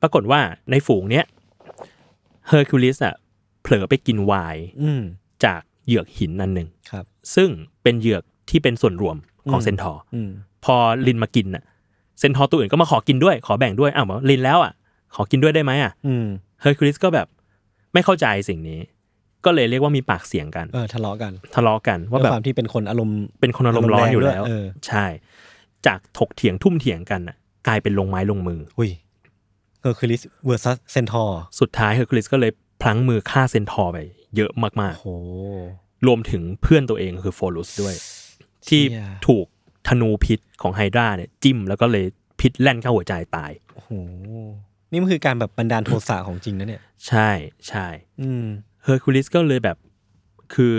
[SPEAKER 2] ปรากฏว่าในฝูงเนี้ยเฮอร์คิวลิสอ่ะเผลอไปกินไวน์
[SPEAKER 3] อืม
[SPEAKER 2] จากเหยือกหินนันหนึ่ง
[SPEAKER 3] ครับ
[SPEAKER 2] ซึ่งเป็นเหยือกที่เป็นส่วนรวมของเซนทอร์
[SPEAKER 3] อืม
[SPEAKER 2] พอลินมากินอ่ะเซนทอร์ตัวอื่นก็มาขอกินด้วย ขอแบ่งด้วยอ้าวบอกลินแล้วอ่ะ ขอกินด้วยได้ไหมอ่ะ
[SPEAKER 3] อืม
[SPEAKER 2] เฮอร์คิวลิสก็แบบไม่เข้าใจสิ่งนี้ ก็เลยเรียกว่ามีปากเสียงกัน
[SPEAKER 3] เออ ทะเลาะกัน
[SPEAKER 2] ทะเลาะกันว่า
[SPEAKER 3] ด้วย
[SPEAKER 2] แบบ
[SPEAKER 3] ความที่เป็นคนอารมณ์
[SPEAKER 2] เป็นคนอารมณ์ร้อนอยู่แล้ว
[SPEAKER 3] อารมณ์แรงด้วยเออ
[SPEAKER 2] ใช่ จากถกเถียงทุ่มเถียงกันน่ะกลายเป็นลงไม้ลงมือ
[SPEAKER 3] อุ้ยเฮอร์คิวลิสเวอร์ซัสเซนทอร์
[SPEAKER 2] สุดท้ายเฮอร์คิวลิสก็เลยพลั้งมือฆ่าเซนทอร์ไปเยอะมาก
[SPEAKER 3] โห
[SPEAKER 2] ๆ รวมถึงเพื่อนตัวเองคือโฟลุสด้วย ที่
[SPEAKER 3] เชี่ย
[SPEAKER 2] ถูกธนูพิษของไฮดราเนี่ยจิ้มแล้วก็เลยพิษแล่นเข้าหัวใจตาย
[SPEAKER 3] โอ้โห นี่มันคือการแบบบันดาลโทสะของจริงนะเนี่ย
[SPEAKER 2] ใช่ใช่
[SPEAKER 3] อืม
[SPEAKER 2] เฮอร์คิวลิสก็เลยแบบคือ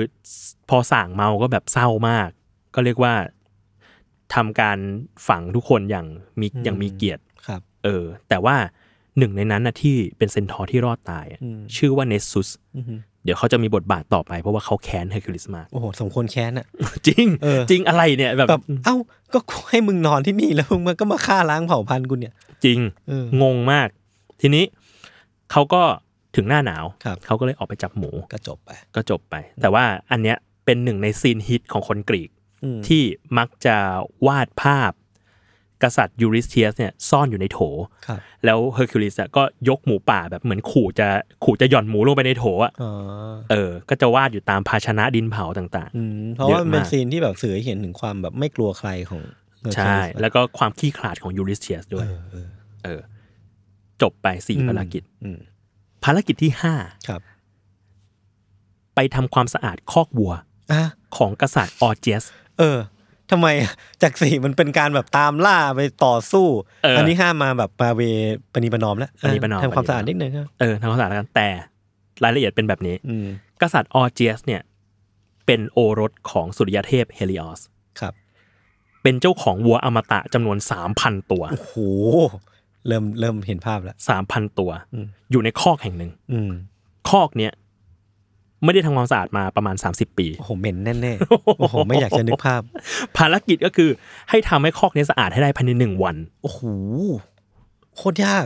[SPEAKER 2] พอสั่างเมาก็แบบเศร้ามาก ก็เรียกว่าทำการฝังทุกคนอย่างมี
[SPEAKER 3] อืม
[SPEAKER 2] อย่างมีเกียรติ
[SPEAKER 3] ครับ
[SPEAKER 2] เออ แต่ว่าหนึ่งในนั้นนะที่เป็นเซนทอร์ที่รอดตายอะ
[SPEAKER 3] อืม
[SPEAKER 2] ชื่อว่าเนสซุส
[SPEAKER 3] อือหือ
[SPEAKER 2] เดี๋ยวเขาจะมีบทบาทต่อไปเพราะว่าเขาแค้นเฮอร์คิวลิสมาก
[SPEAKER 3] โอ้โห สมควรแค้นอะ
[SPEAKER 2] จริง
[SPEAKER 3] เออ
[SPEAKER 2] จริงอะไรเนี่ยแบบ
[SPEAKER 3] แบบ เอ้า ก็กูให้มึงนอนที่นี่แล้วมึงมันก็มาฆ่าล้างเผ่าพันธุ์กูเนี่ย
[SPEAKER 2] จริง
[SPEAKER 3] เออ
[SPEAKER 2] งงมาก ทีนี้เขาก็ถึงหน้าหนาว
[SPEAKER 3] ครับ
[SPEAKER 2] เขาก็เลยออกไปจับหมู
[SPEAKER 3] ก็จบไป
[SPEAKER 2] ก็จบไป แต่ว่าอันเนี้ยเป็นหนึ่งในซีนฮิตของคนกรีก
[SPEAKER 3] อืม
[SPEAKER 2] ที่มักจะวาดภาพ กษัตริย์ยูริสเทียสเนี่ยซ่อนอยู่ในโถ
[SPEAKER 3] ครับ
[SPEAKER 2] แล้วเฮอร์คิวลิสอะก็ยกหมูป่าแบบเหมือนขู่จะขู่จะหย่อนหมูลงไปในโถอะ
[SPEAKER 3] อ๋อ
[SPEAKER 2] เออ ก็จะวาดอยู่ตามภาชนะดินเผาต่าง
[SPEAKER 3] อืม เพราะว่า
[SPEAKER 2] เยอะมาก
[SPEAKER 3] มันเป็นซีนที่แบบสื่อให้เห็นถึงความแบบไม่กลัวใครของเฮอ
[SPEAKER 2] ๆ
[SPEAKER 3] ร์คิว
[SPEAKER 2] ใช่
[SPEAKER 3] ลิสอะ
[SPEAKER 2] แล้วก็ความขี้ขลาดของยูริสเทียสด้วย
[SPEAKER 3] เออเออ
[SPEAKER 2] เออ จบไปสี่ภารกิจ
[SPEAKER 3] อืม
[SPEAKER 2] ภารกิจที่ห้า
[SPEAKER 3] ครับ
[SPEAKER 2] ไปทำความสะอาดคอกวัว
[SPEAKER 3] อ่ะ
[SPEAKER 2] ของกษัตริย์ออร์เจยส
[SPEAKER 3] เออทำไม จากสี่มันเป็นการแบบตามล่าไปต่อสู้
[SPEAKER 2] เอออั
[SPEAKER 3] อันนี้ห้ามมาแบบมาเวปณีประนอมแล้ว
[SPEAKER 2] ปณีประนอม
[SPEAKER 3] ทำความสะอาดนิดนึงครับ
[SPEAKER 2] เออทำความสะอาดแล้วกันแต่รายละเอียดเป็นแบบนี้
[SPEAKER 3] อืม
[SPEAKER 2] กษัตริย์ออร์เจยสเนี่ย เป็นโอรสของสุริยเทพเฮลิออส
[SPEAKER 3] ครับ
[SPEAKER 2] เป็นเจ้าของวัวอมตะจำนวน 3,000 ตัว
[SPEAKER 3] โห เริ่มเริ่มเห็นภาพแล้ว
[SPEAKER 2] 3,000 ตัว
[SPEAKER 3] อืม
[SPEAKER 2] อยู่ในคอกแห่งหนึ่ง
[SPEAKER 3] อืม
[SPEAKER 2] คอกเนี้ยไม่ได้ทำความสะอาดมาประมาณ 30 ปี
[SPEAKER 3] โอ้โห เหม็นแน่ๆ โอ้โห ไม่อยากจะนึกภาพ
[SPEAKER 2] ภารกิจก็คือให้ทำให้คอกเนี้ยสะอาดให้ได้ภายในหนึ่งวัน
[SPEAKER 3] โอ้โห โคตรยาก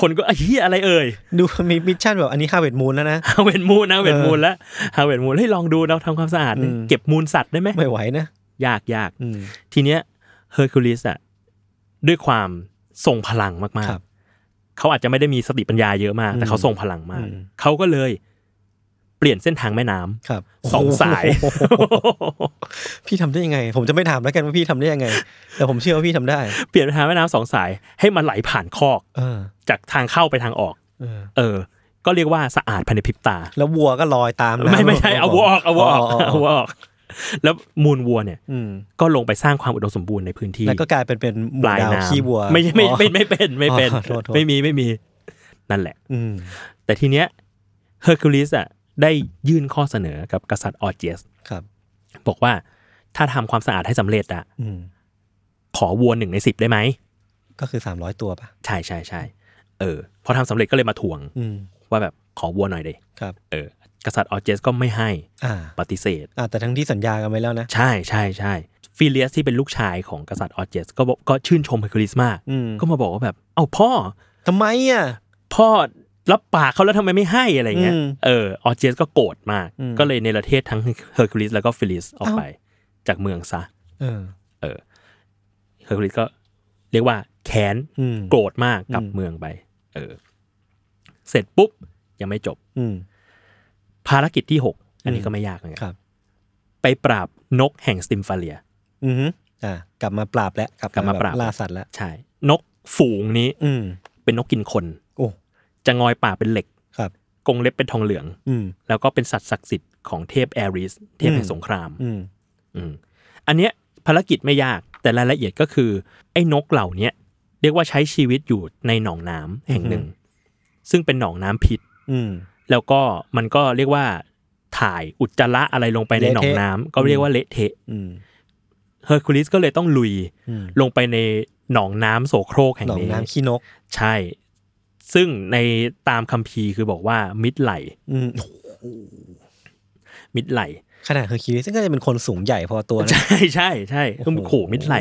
[SPEAKER 2] คนก็อ่ะเฮียอะไรเอ่ย
[SPEAKER 3] ดูมีมิชชั่นแบบอันนี้ค่าเวทมูลแล้วนะ
[SPEAKER 2] *laughs* ฮาเวนมูนนะเวนมูนแล้วฮาเวนมูนให้ยลองดูเราทำความสะอาดดิ
[SPEAKER 3] อืม
[SPEAKER 2] เก็บมูลสัตว์ได้ไหม
[SPEAKER 3] ไม่ไหวนะ
[SPEAKER 2] ยากยาก
[SPEAKER 3] อืม
[SPEAKER 2] ทีเนี้ยเฮอร์คิวลิสอะด้วยความทรงพลังมาก
[SPEAKER 3] ครับ
[SPEAKER 2] ๆ เขาอาจจะไม่ได้มีสติปัญญาเยอะมาก แต่เขาทรงพลังมาก
[SPEAKER 3] อืม
[SPEAKER 2] เขาก็เลยเปลี่ยนเส้นทางแม่
[SPEAKER 3] *laughs*
[SPEAKER 2] น้ำ
[SPEAKER 3] ครับ
[SPEAKER 2] *laughs* สอง
[SPEAKER 3] โโห
[SPEAKER 2] สาย
[SPEAKER 3] พี่ทำได้ยังไง ผมจะไม่ถามแล้วกันว่าพี่ทำได้ยังไง แต่ผมเชื่อว่าพี่ทำได้
[SPEAKER 2] เปลี่ยนทางแม่น้ำสองสาย ให้มันไหลผ่านคอก
[SPEAKER 3] เออ
[SPEAKER 2] จากทางเข้าไปทางออก
[SPEAKER 3] เออ
[SPEAKER 2] เออ ก็เรียกว่าสะอาดภายในพริบตา
[SPEAKER 3] แล้ววัวก็ลอยตามน้ำ
[SPEAKER 2] ไม่ไม่ใช่เอาวัวออกเอาวัวออกเอาวัวออกแล้วมูลวัวเนี่ย
[SPEAKER 3] อืม
[SPEAKER 2] ก็ลงไปสร้างความอุดมสมบูรณ์ในพื้นที่
[SPEAKER 3] แล้วก็กลายเป็นเป็นหมู
[SPEAKER 2] ปลาย
[SPEAKER 3] ดาว
[SPEAKER 2] น้ำ
[SPEAKER 3] ขี้วัว
[SPEAKER 2] ไม่ใช่ไม่
[SPEAKER 3] อ๋อ
[SPEAKER 2] ไม่ไม่เป็นไม่เป็น
[SPEAKER 3] อ๋อโทษโทษ
[SPEAKER 2] ไม่มีไม่มีนั่นแหละ
[SPEAKER 3] อืม
[SPEAKER 2] แต่ทีเนี้ยเฮอร์คิวลิสอ่ะได้ยื่นข้อเสนอกับกษัตริย์ออร์เจยส
[SPEAKER 3] ครับ
[SPEAKER 2] บอกว่าถ้าทำความสะอาดให้สำเร็จอ่ะ
[SPEAKER 3] อืม
[SPEAKER 2] ขอวัวหนึ่งในสิบได้ไหม
[SPEAKER 3] ก็คือสามร้อยตัวป่ะ
[SPEAKER 2] ใช่ใช่ใช่เออ พอทำสำเร็จก็เลยมาทวง
[SPEAKER 3] อืม
[SPEAKER 2] ว่าแบบขอวัวหน่อยเลย
[SPEAKER 3] ครับ
[SPEAKER 2] เออ กษัตริย์ออร์เจสก็ไม่ให้
[SPEAKER 3] อ่า
[SPEAKER 2] ปฏิเสธ
[SPEAKER 3] อ่าแต่ทั้งที่สัญญากันไว้แล้วนะ
[SPEAKER 2] ใช่ใช่ใช่ฟิเลียสที่เป็นลูกชายของกษัตริย์ออร์เจสก็บอกก็ชื่นชมเฮอร์คิวลิสมาก
[SPEAKER 3] อืม
[SPEAKER 2] ก็มาบอกว่าแบบ เอ้าพ่อ
[SPEAKER 3] ทำไมอ่ะ
[SPEAKER 2] พ่อรับปากเขาแล้วทำไมไม่ให้อะไรเงี้ย
[SPEAKER 3] อืม
[SPEAKER 2] เออออร์เจสก็โกรธมาก
[SPEAKER 3] อืม
[SPEAKER 2] ก็เลยในประเทศทั้งเฮอร์คิวลิสแล้วก็ฟิลิสออกไป จากเมืองซะ
[SPEAKER 3] เออ
[SPEAKER 2] เออเฮอร์คิวลิสก็เรียกว่าแค้น
[SPEAKER 3] อืม
[SPEAKER 2] โกรธมากกลับ
[SPEAKER 3] อืม
[SPEAKER 2] เมืองไป เออ เสร็จปุ๊บ ยังไม่จบ
[SPEAKER 3] อืม
[SPEAKER 2] ภารกิจที่หกอันนี้ก็ไม่ยากเหมือนกั
[SPEAKER 3] ครับ
[SPEAKER 2] ไปปราบนกแห่งสติมฟาเลีย
[SPEAKER 3] อือฮึอ่ากลับมาปราบแล้ว
[SPEAKER 2] กลับมาปราบ
[SPEAKER 3] แล่าสัตว์แล้ว
[SPEAKER 2] ใช่ นกฝูงนี้
[SPEAKER 3] อืม
[SPEAKER 2] เป็นนกกินคน
[SPEAKER 3] โอ้
[SPEAKER 2] จะงอยปากเป็นเหล็ก
[SPEAKER 3] ครับ
[SPEAKER 2] กรงเล็บเป็นทองเหลือง
[SPEAKER 3] อืม
[SPEAKER 2] แล้วก็เป็นสัตว์ศักดิ์สิทธิ์ของเทพแอริสเทพแห่งสงคราม
[SPEAKER 3] อืม
[SPEAKER 2] อืมอันเนี้ยภารกิจไม่ยากแต่รายละเอียดก็คือ ไอ้นกเหล่าเนี้ยเรียกว่าใช้ชีวิตอยู่ในหนองน้ำแห่งหนึ่ง ซึ่งเป็นหนองน้ำพิษ
[SPEAKER 3] อืม
[SPEAKER 2] แล้วก็มันก็เรียกว่าถ่ายอุจจาระอะไรลงไปในหนองน้ำก็เรียกว่าเละเทะ
[SPEAKER 3] อืม
[SPEAKER 2] เฮอร์คิวลิสก็เลยต้องลุย
[SPEAKER 3] อืม
[SPEAKER 2] ลงไปในหนองน้ำโสโครกแห่ง
[SPEAKER 3] หนอง
[SPEAKER 2] นี้
[SPEAKER 3] น้ำขี้นก
[SPEAKER 2] ใช่ ซึ่งในตามคัมภีร์คือบอกว่ามิดไหล
[SPEAKER 3] อืม
[SPEAKER 2] มิดไหล
[SPEAKER 3] ขนาดเฮอร์คิวลิสซึ่งก็จะเป็นคนสูงใหญ่พอตัวนะ
[SPEAKER 2] ใช่ใช่ใช่ก็
[SPEAKER 3] โอ้โห
[SPEAKER 2] ขู่มิดไหล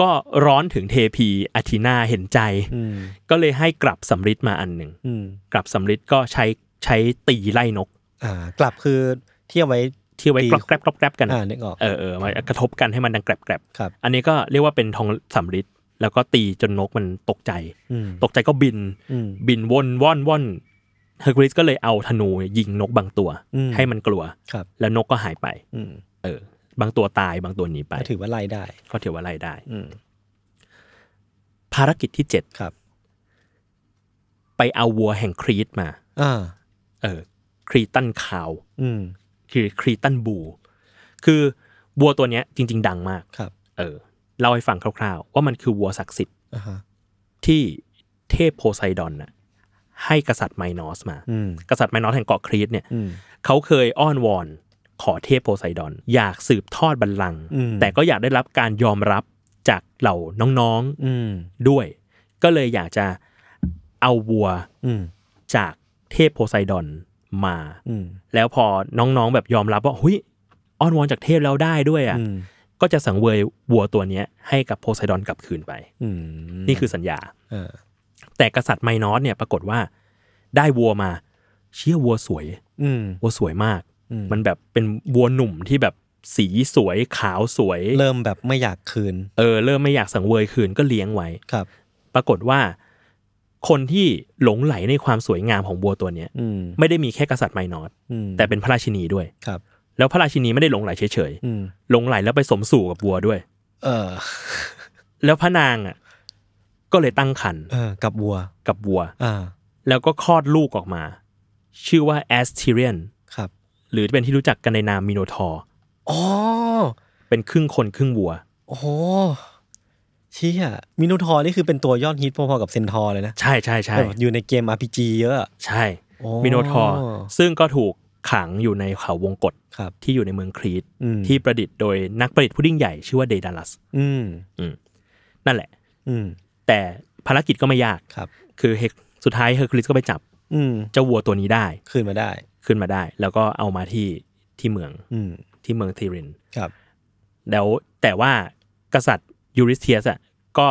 [SPEAKER 2] ก็ร้อนถึงเทพีอาทีนาเห็นใจ
[SPEAKER 3] อืม
[SPEAKER 2] ก็เลยให้กลับสำริดมาอันหนึ่ง
[SPEAKER 3] อืม
[SPEAKER 2] กลับสำริดก็ใช้ใช้ตีไล่นก
[SPEAKER 3] อ่า กลับคือเที่ยวไว้
[SPEAKER 2] ที่ไว้
[SPEAKER 3] ตี
[SPEAKER 2] กรอบแกรบกรอบแกรบกัน
[SPEAKER 3] อ่านึกออก
[SPEAKER 2] เออเออมากระทบกันให้มันดังแกรบแกรบ
[SPEAKER 3] ครับ
[SPEAKER 2] อันนี้ก็เรียกว่าเป็นทองสำริดแล้วก็ตีจนนกมันตกใจ
[SPEAKER 3] อืม
[SPEAKER 2] ตกใจก็บิน
[SPEAKER 3] อืม
[SPEAKER 2] บินว่อนว่อนว่อนเฮอร์คิวลิสก็เลยเอาธนูยิงนกบางตัว
[SPEAKER 3] อืม
[SPEAKER 2] ให้มันกลัว
[SPEAKER 3] ครับ
[SPEAKER 2] แล้วนกก็หายไป
[SPEAKER 3] อืม
[SPEAKER 2] เออ บางตัวตายบางตัวหนีไป
[SPEAKER 3] ก็ถือว่าไล่ได้
[SPEAKER 2] ก็ถือว่าไล่ได้
[SPEAKER 3] อืม
[SPEAKER 2] ภารกิจที่เจ็ด
[SPEAKER 3] ครับ
[SPEAKER 2] ไปเอาวัวแห่งครีตมา
[SPEAKER 3] อ่า
[SPEAKER 2] เออ ครีตันคาว
[SPEAKER 3] อืม
[SPEAKER 2] คือครีตันบู คือวัวตัวเนี้ยจริง ๆ ดังมาก
[SPEAKER 3] ครับ
[SPEAKER 2] เออ เล่าให้ฟังคร่าวๆ ว่ามันคือวัวศักดิ์สิทธิ์
[SPEAKER 3] อ่าฮะ
[SPEAKER 2] ที่เทพโพไซดอนน่ะให้กษัตริย์ไมนอสมา
[SPEAKER 3] อืม
[SPEAKER 2] กษัตริย์ไมนอสแห่งเกาะครีตเนี่ย
[SPEAKER 3] อืม
[SPEAKER 2] เขาเคยอ้อนวอนขอเทพโพไซดอน อยากสืบทอดบัลลังก์
[SPEAKER 3] อืม
[SPEAKER 2] แต่ก็อยากได้รับการยอมรับจากเหล่าน้อง
[SPEAKER 3] อืม
[SPEAKER 2] ๆด้วย ก็เลยอยากจะเอาวัว
[SPEAKER 3] อืม
[SPEAKER 2] จากเทพโพไซดอนมา
[SPEAKER 3] อืม
[SPEAKER 2] แล้วพอน้องๆแบบยอมรับว่าหุยอ้อนวอนจากเทพแล้วได้ด้วยอ่ะ
[SPEAKER 3] อืม
[SPEAKER 2] ก็จะสังเวยวัวตัวเนี้ยให้กับโพไซดอนกลับคืนไป
[SPEAKER 3] อืม
[SPEAKER 2] นี่คือสัญญา
[SPEAKER 3] เออ
[SPEAKER 2] แต่กษัตริย์ไมนอสเนี่ยปรากฏว่าได้วัวมาเชี่ยวัวสวย
[SPEAKER 3] อืม
[SPEAKER 2] วัวสวยมาก
[SPEAKER 3] อืม
[SPEAKER 2] มันแบบเป็นวัวหนุ่มที่แบบสีสวยขาวสวย
[SPEAKER 3] เริ่มแบบไม่อยากคืน
[SPEAKER 2] เออเริ่มไม่อยากสังเวยคืนก็เลี้ยงไว้
[SPEAKER 3] ครับ
[SPEAKER 2] ปรากฏว่าคนที่หลงไหลในความสวยงามของวัวตัวเนี้ย
[SPEAKER 3] อืม
[SPEAKER 2] ไม่ได้มีแค่กษัตริย์ไมนอส
[SPEAKER 3] อืม
[SPEAKER 2] แต่เป็นพระราชินีด้วย
[SPEAKER 3] ครับ
[SPEAKER 2] แล้วพระราชินีไม่ได้หลงไหลเฉย
[SPEAKER 3] อืม
[SPEAKER 2] ๆ หลงไหลแล้วไปสมสู่กับวัวด้วย
[SPEAKER 3] เออ *laughs*
[SPEAKER 2] แล้วพระนางอ่ะก็เลยตั้งครรภ์
[SPEAKER 3] เออ กับวัว
[SPEAKER 2] กับวัว
[SPEAKER 3] อ่า
[SPEAKER 2] แล้วก็คลอดลูกออกมา ชื่อว่าแอสทิเรียน
[SPEAKER 3] ครับ
[SPEAKER 2] หรือเป็นที่รู้จักกันในนามมิโนทอร์
[SPEAKER 3] อ๋อ
[SPEAKER 2] เป็นครึ่งคนครึ่งวัว
[SPEAKER 3] โอ้โหเชี่ยมินูทอร์นี่คือเป็นตัวยอดฮิตพอๆกับเซนทอร์เลยนะ
[SPEAKER 2] ใช่ใช่ใช่
[SPEAKER 3] แบบอยู่ในเกม RPG เยอะอะ
[SPEAKER 2] ใช่
[SPEAKER 3] โอ้
[SPEAKER 2] มิโนทอร์ซึ่งก็ถูกขังอยู่ในเขาวงกต
[SPEAKER 3] ครับ
[SPEAKER 2] ที่อยู่ในเมืองครีต
[SPEAKER 3] อืม
[SPEAKER 2] ที่ประดิษฐ์โดยนักประดิษฐ์ผู้ยิ่งใหญ่ชื่อว่าเดดาลัส
[SPEAKER 3] อืม
[SPEAKER 2] นั่นแหละ
[SPEAKER 3] อืม
[SPEAKER 2] แต่ภารกิจก็ไม่ยาก
[SPEAKER 3] ครับ
[SPEAKER 2] คือเฮกสุดท้ายเฮอร์คิวลิสก็ไปจับ
[SPEAKER 3] อืม
[SPEAKER 2] เจ้าวัวตัวนี้ได้
[SPEAKER 3] คืนมาได้
[SPEAKER 2] ขึ้นมาได้ แล้วก็เอามาที่ที่เมือง
[SPEAKER 3] อืม
[SPEAKER 2] ที่เมืองทีริน
[SPEAKER 3] ครับ
[SPEAKER 2] แล้วแต่ว่ากษัตริย์ยูริสเทียสอ่ะก็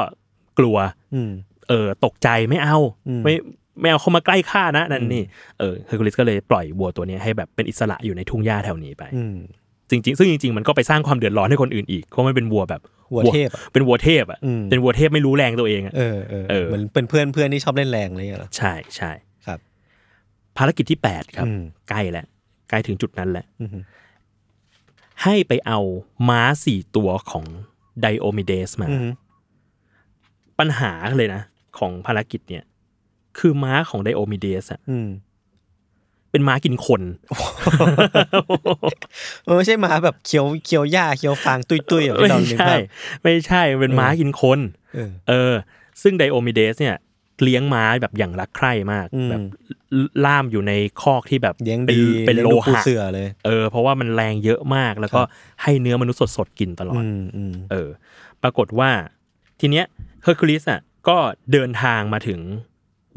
[SPEAKER 2] กลัว
[SPEAKER 3] อืม
[SPEAKER 2] เออตกใจไม่เอา
[SPEAKER 3] อืม
[SPEAKER 2] ไม่ไม่เอาเข้ามาใกล้ข้านะนั่นนี่เออเฮอร์คิวลิสก็เลยปล่อยวัวตัวเนี้ยให้แบบเป็นอิสระอยู่ในทุ่งหญ้าแถวนี้ไป
[SPEAKER 3] อืม
[SPEAKER 2] จริงๆซึ่งจริง ๆ มันก็ไปสร้างความเดือดร้อนให้คนอื่นอีกเพราะมันเป็นวัวแบบ
[SPEAKER 3] วัวเทพอะ
[SPEAKER 2] เป็นวัวเทพอ่ะ
[SPEAKER 3] อืม
[SPEAKER 2] เป็นวัวเทพไม่รู้แรงตัวเองอ่ะ
[SPEAKER 3] เออเออ
[SPEAKER 2] เออ
[SPEAKER 3] เหมือนเป็นเพื่อนเพื่อนที่ชอบเล่นแรงอะไรอย่างเงี้ยเหรอ
[SPEAKER 2] ใช่ใช่
[SPEAKER 3] ครับ
[SPEAKER 2] ภารกิจที่แปดครับ
[SPEAKER 3] อืม
[SPEAKER 2] ใกล้แล้วใกล้ถึงจุดนั้นแล้ว
[SPEAKER 3] อืม
[SPEAKER 2] ให้ไปเอาม้าสี่ตัวของไดโอมิเดสมา
[SPEAKER 3] อืม
[SPEAKER 2] ปัญหาเลยนะ ของภารกิจเนี่ย คือม้าของไดโอมิเดสอะ
[SPEAKER 3] อืม
[SPEAKER 2] เป็นม้ากินคน
[SPEAKER 3] เออไม่ใช่หมาแบบเคี้ยวเคี้ยวหญ้าเคี้ยวฟางตุยตุยๆแบบ
[SPEAKER 2] ไม่
[SPEAKER 3] ที่เราเลี้ยง
[SPEAKER 2] ใช่
[SPEAKER 3] ภาพ
[SPEAKER 2] ไม่ใช่มันเป็นม้ากินคน
[SPEAKER 3] เออ
[SPEAKER 2] เออ ซึ่งไดโอมิเดสเนี่ย เลี้ยงม้าแบบอย่างรักใคร่มาก
[SPEAKER 3] อืม
[SPEAKER 2] แบบล่ามอยู่ในคอกที่แบบ
[SPEAKER 3] เลี้ยง
[SPEAKER 2] เป็น
[SPEAKER 3] ดี
[SPEAKER 2] เป็นโล
[SPEAKER 3] ยงดูปู
[SPEAKER 2] หะ
[SPEAKER 3] เสือเลย
[SPEAKER 2] เออเพราะว่ามันแรงเยอะมาก แล้วก็ให้เนื้อมนุษย์สดๆกินตลอด
[SPEAKER 3] อืมอืม
[SPEAKER 2] เออ ปรากฏว่าทีเนี้ยเฮอร์คิวลิสอ่ะก็เดินทางมาถึง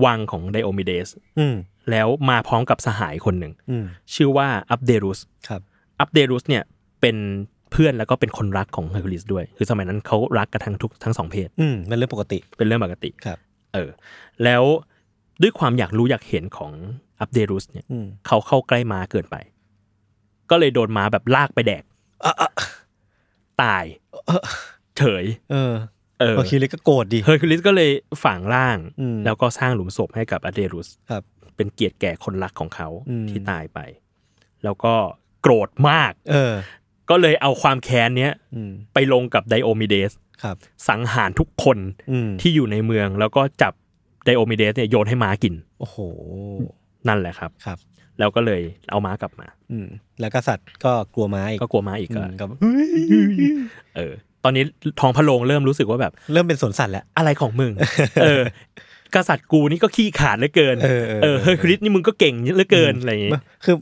[SPEAKER 2] วังของไดโอมิเดส
[SPEAKER 3] อืม
[SPEAKER 2] แล้วมาพร้อมกับสหายคนหนึ่ง
[SPEAKER 3] อืม
[SPEAKER 2] ชื่อว่าอัปเดรุส
[SPEAKER 3] ครับ
[SPEAKER 2] อัปเดรุสเนี่ยเป็นเพื่อนแล้วก็เป็นคนรักของเฮอร์คิวลิสด้วย คือสมัยนั้นเขารักกันทั้งทุกทั้งสองเพศ
[SPEAKER 3] อืมเป็นเรื่องปกติ
[SPEAKER 2] เป็นเรื่องปกติ
[SPEAKER 3] ครับ
[SPEAKER 2] เออ แล้วด้วยความอยากรู้อยากเห็นของอัปเดรุสเนี่ย
[SPEAKER 3] อืม
[SPEAKER 2] เขาเข้าใกล้ม้าเกินไป ก็เลยโดนม้าแบบลากไปแดก
[SPEAKER 3] อ่ะอ่ะ
[SPEAKER 2] ตาย เฉย
[SPEAKER 3] เออ
[SPEAKER 2] เออ
[SPEAKER 3] พอคิวเลยก็โกรธดิ
[SPEAKER 2] เฮอร์คิวลิสก็เลยฝังร่าง
[SPEAKER 3] อืม
[SPEAKER 2] แล้วก็สร้างหลุมศพให้กับอัปเดรุส
[SPEAKER 3] ครับ
[SPEAKER 2] เป็นเกียรติแก่คนรักของเขา
[SPEAKER 3] อืม
[SPEAKER 2] ที่ตายไป แล้วก็โกรธมาก
[SPEAKER 3] เออ
[SPEAKER 2] ก็เลยเอาความแค้นเนี้ย
[SPEAKER 3] อืม
[SPEAKER 2] ไปลงกับไดโอมิเดส
[SPEAKER 3] ครับ
[SPEAKER 2] สังหารทุกคน
[SPEAKER 3] อืม
[SPEAKER 2] ที่อยู่ในเมือง แล้วก็จับไดโอมิเดสเนี่ยโยนให้ม้ากิน
[SPEAKER 3] โอ้โห
[SPEAKER 2] นั่นแหละครับ
[SPEAKER 3] ครับ
[SPEAKER 2] แล้วก็เลยเอาม้ากลับมา
[SPEAKER 3] อืมแล้วกษัตริย์ก็กลัวไม้อีก
[SPEAKER 2] ก็กลัวม้าอีก
[SPEAKER 3] อื
[SPEAKER 2] ก็
[SPEAKER 3] มก็
[SPEAKER 2] เออ ตอนนี้ทองพระโรงเริ่มรู้สึกว่าแบบ
[SPEAKER 3] เริ่มเป็นสวนสัตว์แล้ว
[SPEAKER 2] อะไรของมึง เออ กษัตริย์กูนี่ก็ขี้ขลาดเหลือเกิน
[SPEAKER 3] เออเออ
[SPEAKER 2] เออเฮอร์คิวลิสนี่มึงก็เก่งเหลือเกินอะไรอย่างงี้
[SPEAKER 3] คือ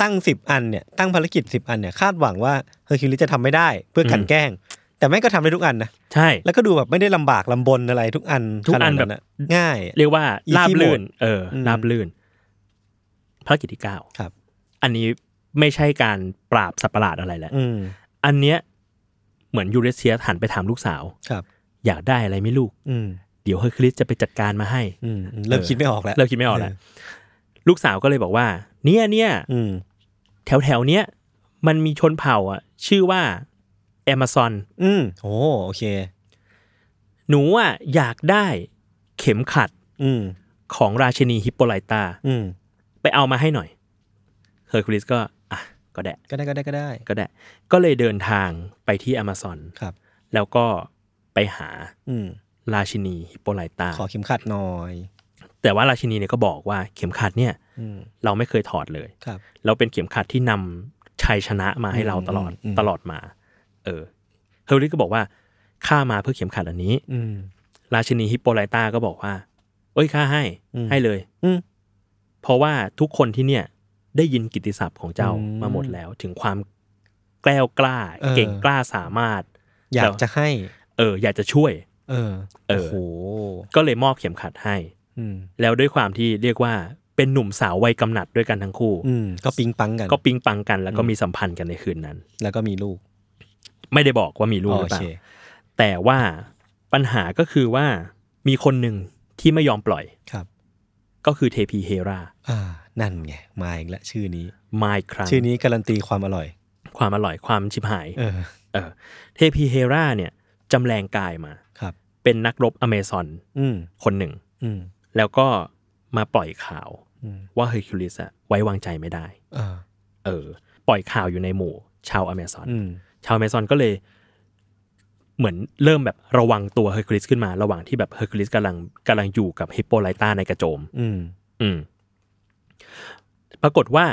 [SPEAKER 3] ตั้งสิบอันเนี่ยตั้งภารกิจสิบอันเนี่ยคาดหวังว่าเฮอร์คิวลิสจะทำไม่ได้เพื่อกลันแกล้ง แต่แม่งก็ทำได้ทุกอันนะ
[SPEAKER 2] ใช่
[SPEAKER 3] แล้วก็ดูแบบไม่ได้ลำบากลำบนอะไรทุกอัน
[SPEAKER 2] ทุกอัน
[SPEAKER 3] ขาดะง่าย
[SPEAKER 2] เรียกว่า
[SPEAKER 3] Easy
[SPEAKER 2] ลาบลื่น
[SPEAKER 3] mode
[SPEAKER 2] เอออ
[SPEAKER 3] ม
[SPEAKER 2] ลาบลื่นภารกิจที่เก้า
[SPEAKER 3] ครับ
[SPEAKER 2] อันนี้ไม่ใช่การปราบสัตว์ประหลาดอะไรแล้ว
[SPEAKER 3] อืม
[SPEAKER 2] อันเนี้ยเหมือนยูเรเซียสหันไปถามลูกสาว
[SPEAKER 3] ครับ
[SPEAKER 2] อยากได้อะไรไหม่ลูก
[SPEAKER 3] อืม
[SPEAKER 2] เดี๋ยวเฮอร์คิวลิสจะไปจัดการมาให้
[SPEAKER 3] อืมอืมเริ่ม
[SPEAKER 2] เออ
[SPEAKER 3] คิดไม่ออกแล้ว
[SPEAKER 2] เริ่มคิดไม่ออกแล้ว ลูกสาวก็เลยบอกว่า เนี่ยเนี่ย
[SPEAKER 3] อืม
[SPEAKER 2] แถวแถวๆเนี้ยมันมีชนเผ่าอ่ะ ชื่อว่าแอมซอน
[SPEAKER 3] อืมโอ้โอเค
[SPEAKER 2] หนูอ่ะอยากได้เข็มขัด
[SPEAKER 3] อืม
[SPEAKER 2] ของราชินีฮิปโปไลตา
[SPEAKER 3] อืม
[SPEAKER 2] ไปเอามาให้หน่อยเฮอร์คิวลิสก็อ่ะก็ได้
[SPEAKER 3] ก็ได้ก็ได้ก็ได้
[SPEAKER 2] ก็ได้ ก็เลยเดินทางไปที่แอมซอน
[SPEAKER 3] ครับ
[SPEAKER 2] แล้วก็ไปหา
[SPEAKER 3] อืม
[SPEAKER 2] ราชินีฮิปโปไลตา
[SPEAKER 3] ขอเข็มขัดหน่อย
[SPEAKER 2] แต่ว่าราชินีเนี่ยก็บอกว่าเข็มขัดเนี่ย
[SPEAKER 3] อืม
[SPEAKER 2] เราไม่เคยถอดเลย
[SPEAKER 3] ครับ
[SPEAKER 2] เราเป็นเข็มขัดที่นำชัยชนะมาให้เราตลอด
[SPEAKER 3] อืมอืม
[SPEAKER 2] ตลอดมา เออเฮอร์ริสก็บอกว่าข้ามาเพื่อเข็มขัดอันนี้
[SPEAKER 3] อืม
[SPEAKER 2] ราชินีฮิปโปไลตาก็บอกว่าเอ้ยข้าให้
[SPEAKER 3] อืม
[SPEAKER 2] ให้เลย
[SPEAKER 3] อืม
[SPEAKER 2] เพราะว่าทุกคนที่เนี่ยได้ยินกิตติศัพท์ของเจ้า
[SPEAKER 3] อืม
[SPEAKER 2] มาหมดแล้ว ถึงความแกล้วกล้า
[SPEAKER 3] เออ
[SPEAKER 2] เก่งกล้าสามารถ
[SPEAKER 3] อยาก
[SPEAKER 2] แล้ว
[SPEAKER 3] จะให้
[SPEAKER 2] เออ อยากจะช่วย
[SPEAKER 3] เออ
[SPEAKER 2] เอ
[SPEAKER 3] โอ้
[SPEAKER 2] อ
[SPEAKER 3] โห
[SPEAKER 2] ก็เลยมอบเข็มขัดให้
[SPEAKER 3] อืม
[SPEAKER 2] แล้วด้วยความที่เรียกว่าเป็นหนุ่มสาววัยกำหนัดด้วยกันทั้งคู่
[SPEAKER 3] อืมก็ปิ๊งปังกัน
[SPEAKER 2] ก็ปิ๊งปังกันแล้วก็มีสัมพันธ์กันในคืนนั้น
[SPEAKER 3] แล้วก็มีลูก
[SPEAKER 2] ไม่ได้บอกว่ามีลูกหรือเปล่า แต่ว่าปัญหาก็คือว่ามีคนหนึ่งที่ไม่ยอมปล่อย
[SPEAKER 3] ครับ
[SPEAKER 2] ก็คือเทพีเฮรา
[SPEAKER 3] อ่า นั่นไง มาอีกแล้วชื่อนี้
[SPEAKER 2] มาอีกครั้ง
[SPEAKER 3] ชื่อนี้การันตีความอร่อย
[SPEAKER 2] ความอร่อยความชิบหาย
[SPEAKER 3] เออ
[SPEAKER 2] เออเทพีเฮราเนี่ยจำแรงกายมา
[SPEAKER 3] ครับ
[SPEAKER 2] เป็นนักรบอเมซอน
[SPEAKER 3] อืม
[SPEAKER 2] คนหนึ่ง
[SPEAKER 3] อืม
[SPEAKER 2] แล้วก็มาปล่อยข่าว
[SPEAKER 3] อืม
[SPEAKER 2] ว่าเฮอร์คิวลิสอะไว้วางใจไม่ได้
[SPEAKER 3] อ่า
[SPEAKER 2] เออปล่อยข่าวอยู่ในหมู่ชาวอเมซอน
[SPEAKER 3] อืม
[SPEAKER 2] ชาวอเมซอนก็เลย เหมือนเริ่มแบบระวังตัวเฮอร์คิวลิสขึ้นมาระหว่างที่แบบเฮอร์คิวลิสกำลังกำลังอยู่กับฮิปโปไลตาในกระโจม
[SPEAKER 3] อืม
[SPEAKER 2] อืม ปรากฏว่า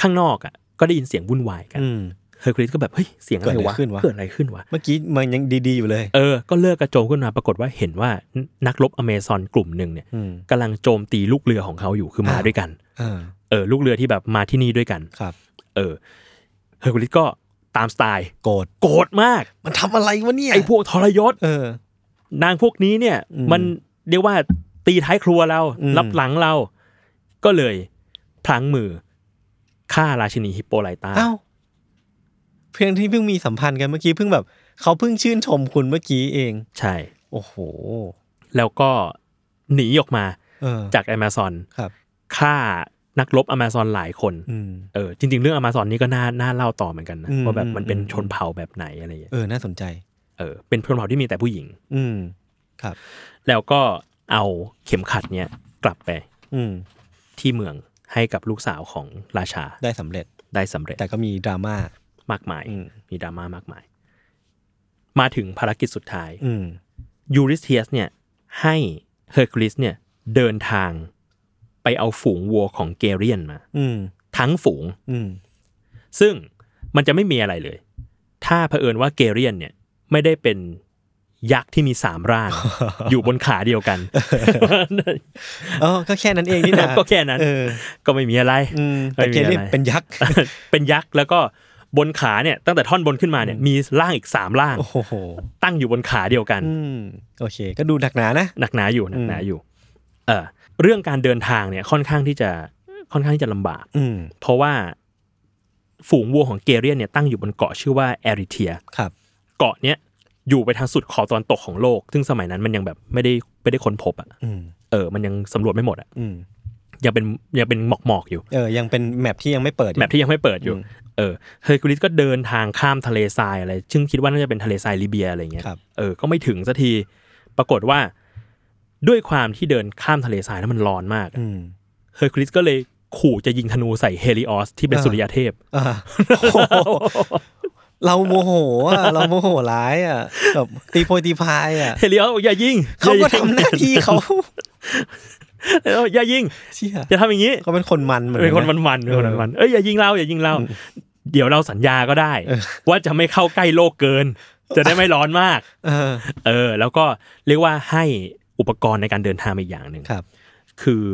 [SPEAKER 2] ข้างนอกอ่ะ ก็ได้ยินเสียงวุ่นวายกัน
[SPEAKER 3] อืม
[SPEAKER 2] เฮอร์คิวลิสก็แบบเฮ้ยเสียงอะไร
[SPEAKER 3] เกิดอะไร
[SPEAKER 2] วะ
[SPEAKER 3] ขึ้นวะ
[SPEAKER 2] เกิดอะไรขึ้นวะ
[SPEAKER 3] เมื่อกี้มันยังดีๆอยู่เลย
[SPEAKER 2] เออก็เลิกกระโจมขึ้นมา ปรากฏว่าเห็นว่านักรบอเมซอนกลุ่มหนึ่งเนี่ย
[SPEAKER 3] อืม
[SPEAKER 2] กำลังโจมตีลูกเรือของเขาอยู่คือมา
[SPEAKER 3] อ้าว
[SPEAKER 2] ด้วยกัน
[SPEAKER 3] อ่า
[SPEAKER 2] เออ ลูกเรือที่แบบมาที่นี่ด้วยกัน
[SPEAKER 3] ครับ
[SPEAKER 2] เออเฮอร์คิวลิสก็ตามสไตล์
[SPEAKER 3] โกรธ
[SPEAKER 2] โกรธมาก
[SPEAKER 3] มันทำอะไรวะเนี่ย
[SPEAKER 2] ไอ้พวกทรยศ
[SPEAKER 3] เออ
[SPEAKER 2] นางพวกนี้เนี่ย
[SPEAKER 3] อืม
[SPEAKER 2] มันเรียกว่าตีท้ายครัวเรา
[SPEAKER 3] อืม
[SPEAKER 2] รับหลังเรา ก็เลยพลั้งมือฆ่าราชินีฮิปโปไลตา
[SPEAKER 3] อ้าวเพียงที่เพิ่งมีสัมพันธ์กันเมื่อกี้เพิ่งแบบเขาเพิ่งชื่นชมคุณเมื่อกี้เอง
[SPEAKER 2] ใช่
[SPEAKER 3] โอ้โห
[SPEAKER 2] แล้วก็หนีออกมา
[SPEAKER 3] เออ
[SPEAKER 2] จากแอมซอน
[SPEAKER 3] ครับ
[SPEAKER 2] ฆ่านักรบอเมซอนหลายคน
[SPEAKER 3] อืม
[SPEAKER 2] เออจริง ๆ เรื่องอเมซอนนี่ก็น่าน่าเล่าต่อเหมือนกันนะ
[SPEAKER 3] อืม
[SPEAKER 2] ว่าแบบมันเป็น
[SPEAKER 3] อืม
[SPEAKER 2] ชนเผ่าแบบไหนอะไรอย่างเงี้ย
[SPEAKER 3] เออ น่าสนใจ
[SPEAKER 2] เออเป็นชนเผ่าที่มีแต่ผู้หญิง
[SPEAKER 3] อืม ครับ
[SPEAKER 2] แล้วก็เอาเข็มขัดเนี่ยกลับไป
[SPEAKER 3] อืม
[SPEAKER 2] ที่เมืองให้กับลูกสาวของราชา
[SPEAKER 3] ได้สำเร็จ
[SPEAKER 2] ได้สำเร็จ
[SPEAKER 3] แต่ก็มีดราม่าม
[SPEAKER 2] ากมาย
[SPEAKER 3] อืม
[SPEAKER 2] มีดราม่ามากมาย มาถึงภารกิจสุดท้าย
[SPEAKER 3] อืม
[SPEAKER 2] ยูริสเทียสเนี่ยให้เฮอร์คิวลิสเนี่ยเดินทางไปเอาฝูงวัวของเกเรียนมา
[SPEAKER 3] อืม
[SPEAKER 2] ทั้งฝูง
[SPEAKER 3] อืม
[SPEAKER 2] ซึ่งมันจะไม่มีอะไรเลย ถ้าเผอิญว่าเกเรียนเนี่ยไม่ได้เป็นยักษ์ที่มีสามร่าง อยู่บนขาเดียวกัน *laughs*
[SPEAKER 3] เออก็แค่นั้นเองนี่นะ
[SPEAKER 2] ก็แค่นั้น
[SPEAKER 3] เออ
[SPEAKER 2] ก็ไม่มีอะไร *laughs*
[SPEAKER 3] อืมแต่เกเร
[SPEAKER 2] ไม่มีอะไร
[SPEAKER 3] เป็นยักษ์
[SPEAKER 2] เป็นยักษ์แล้วก็บนขาเนี่ยตั้งแต่ท่อนบนขึ้นมาเนี่ยมีร่างอีกสามร่าง
[SPEAKER 3] โอ้โห
[SPEAKER 2] ตั้งอยู่บนขาเดียวกัน
[SPEAKER 3] อืม โอเค ก็ดูหนักหนานะ
[SPEAKER 2] หนักหนาอยู่หนักหนาอยู่ เออ เรื่องการเดินทางเนี่ยค่อนข้างที่จะค่อนข้างที่จะลำบาก
[SPEAKER 3] อืม
[SPEAKER 2] เพราะว่าฝูงวัวของเกเรียนเนี่ยตั้งอยู่บนเกาะชื่อว่าแอริเทีย
[SPEAKER 3] ครับ
[SPEAKER 2] เกาะเนี้ยอยู่ไปทางสุดขอบตอนตกของโลก ซึ่งสมัยนั้นมันยังแบบไม่ได้ไม่ได้ค้นพบอ่ะ
[SPEAKER 3] อืม
[SPEAKER 2] เออมันยังสำรวจไม่หมดอ่ะ
[SPEAKER 3] อืม
[SPEAKER 2] ยังเป็นยังเป็นหมอกหมอกๆอยู่
[SPEAKER 3] เออยังเป็นแมปที่ยังไม่เปิดอยู่
[SPEAKER 2] แมปที่ยังไม่เปิดอยู่
[SPEAKER 3] อืม
[SPEAKER 2] เออ เฮอร์คิวลิสก็เดินทางข้ามทะเลทรายอะไร ซึ่งคิดว่าน่าจะเป็นทะเลทรายลิเบียอะไรเงี้ย
[SPEAKER 3] ครับ
[SPEAKER 2] เออ ก็ไม่ถึงสักที ปรากฏว่า ด้วยความที่เดินข้ามทะเลทรายแล้วมันร้อนมาก
[SPEAKER 3] อืม
[SPEAKER 2] เฮอร์คิวลิสก็เลยขู่จะยิงธนูใส่เฮลิออสที่เป็นสุริยเทพ
[SPEAKER 3] อ่า *laughs* โอ้โหเราโมโหอ่ะเราโมโหร้ายอ่ะแบบตีโพยตีพายอ่ะ
[SPEAKER 2] เฮลิออสอย่ายิง
[SPEAKER 3] เขาก็
[SPEAKER 2] อย่ยิง
[SPEAKER 3] ทำหน้าที่
[SPEAKER 2] *laughs*
[SPEAKER 3] เขา
[SPEAKER 2] เฮลิออสอย่ายิง
[SPEAKER 3] เชี่ย
[SPEAKER 2] อย่าทำอย่างนี้
[SPEAKER 3] เขาเป็นคนมันเหมือนกั
[SPEAKER 2] เป็นคนมั
[SPEAKER 3] ะ
[SPEAKER 2] นมันๆเป็นคนมันๆเอ้ยอย่ายิงเราอย่ายิงเรา เดี๋ยวเราสัญญาก็ได้
[SPEAKER 3] เออ
[SPEAKER 2] ว่าจะไม่เข้าใกล้โลกเกิน จะได้ไม่ร้อนมาก
[SPEAKER 3] เออ
[SPEAKER 2] เออแล้วก็เรียกว่าให้อุปกรณ์ในการเดินทางอีกอย่างหนึ่ง
[SPEAKER 3] ครับ
[SPEAKER 2] คือ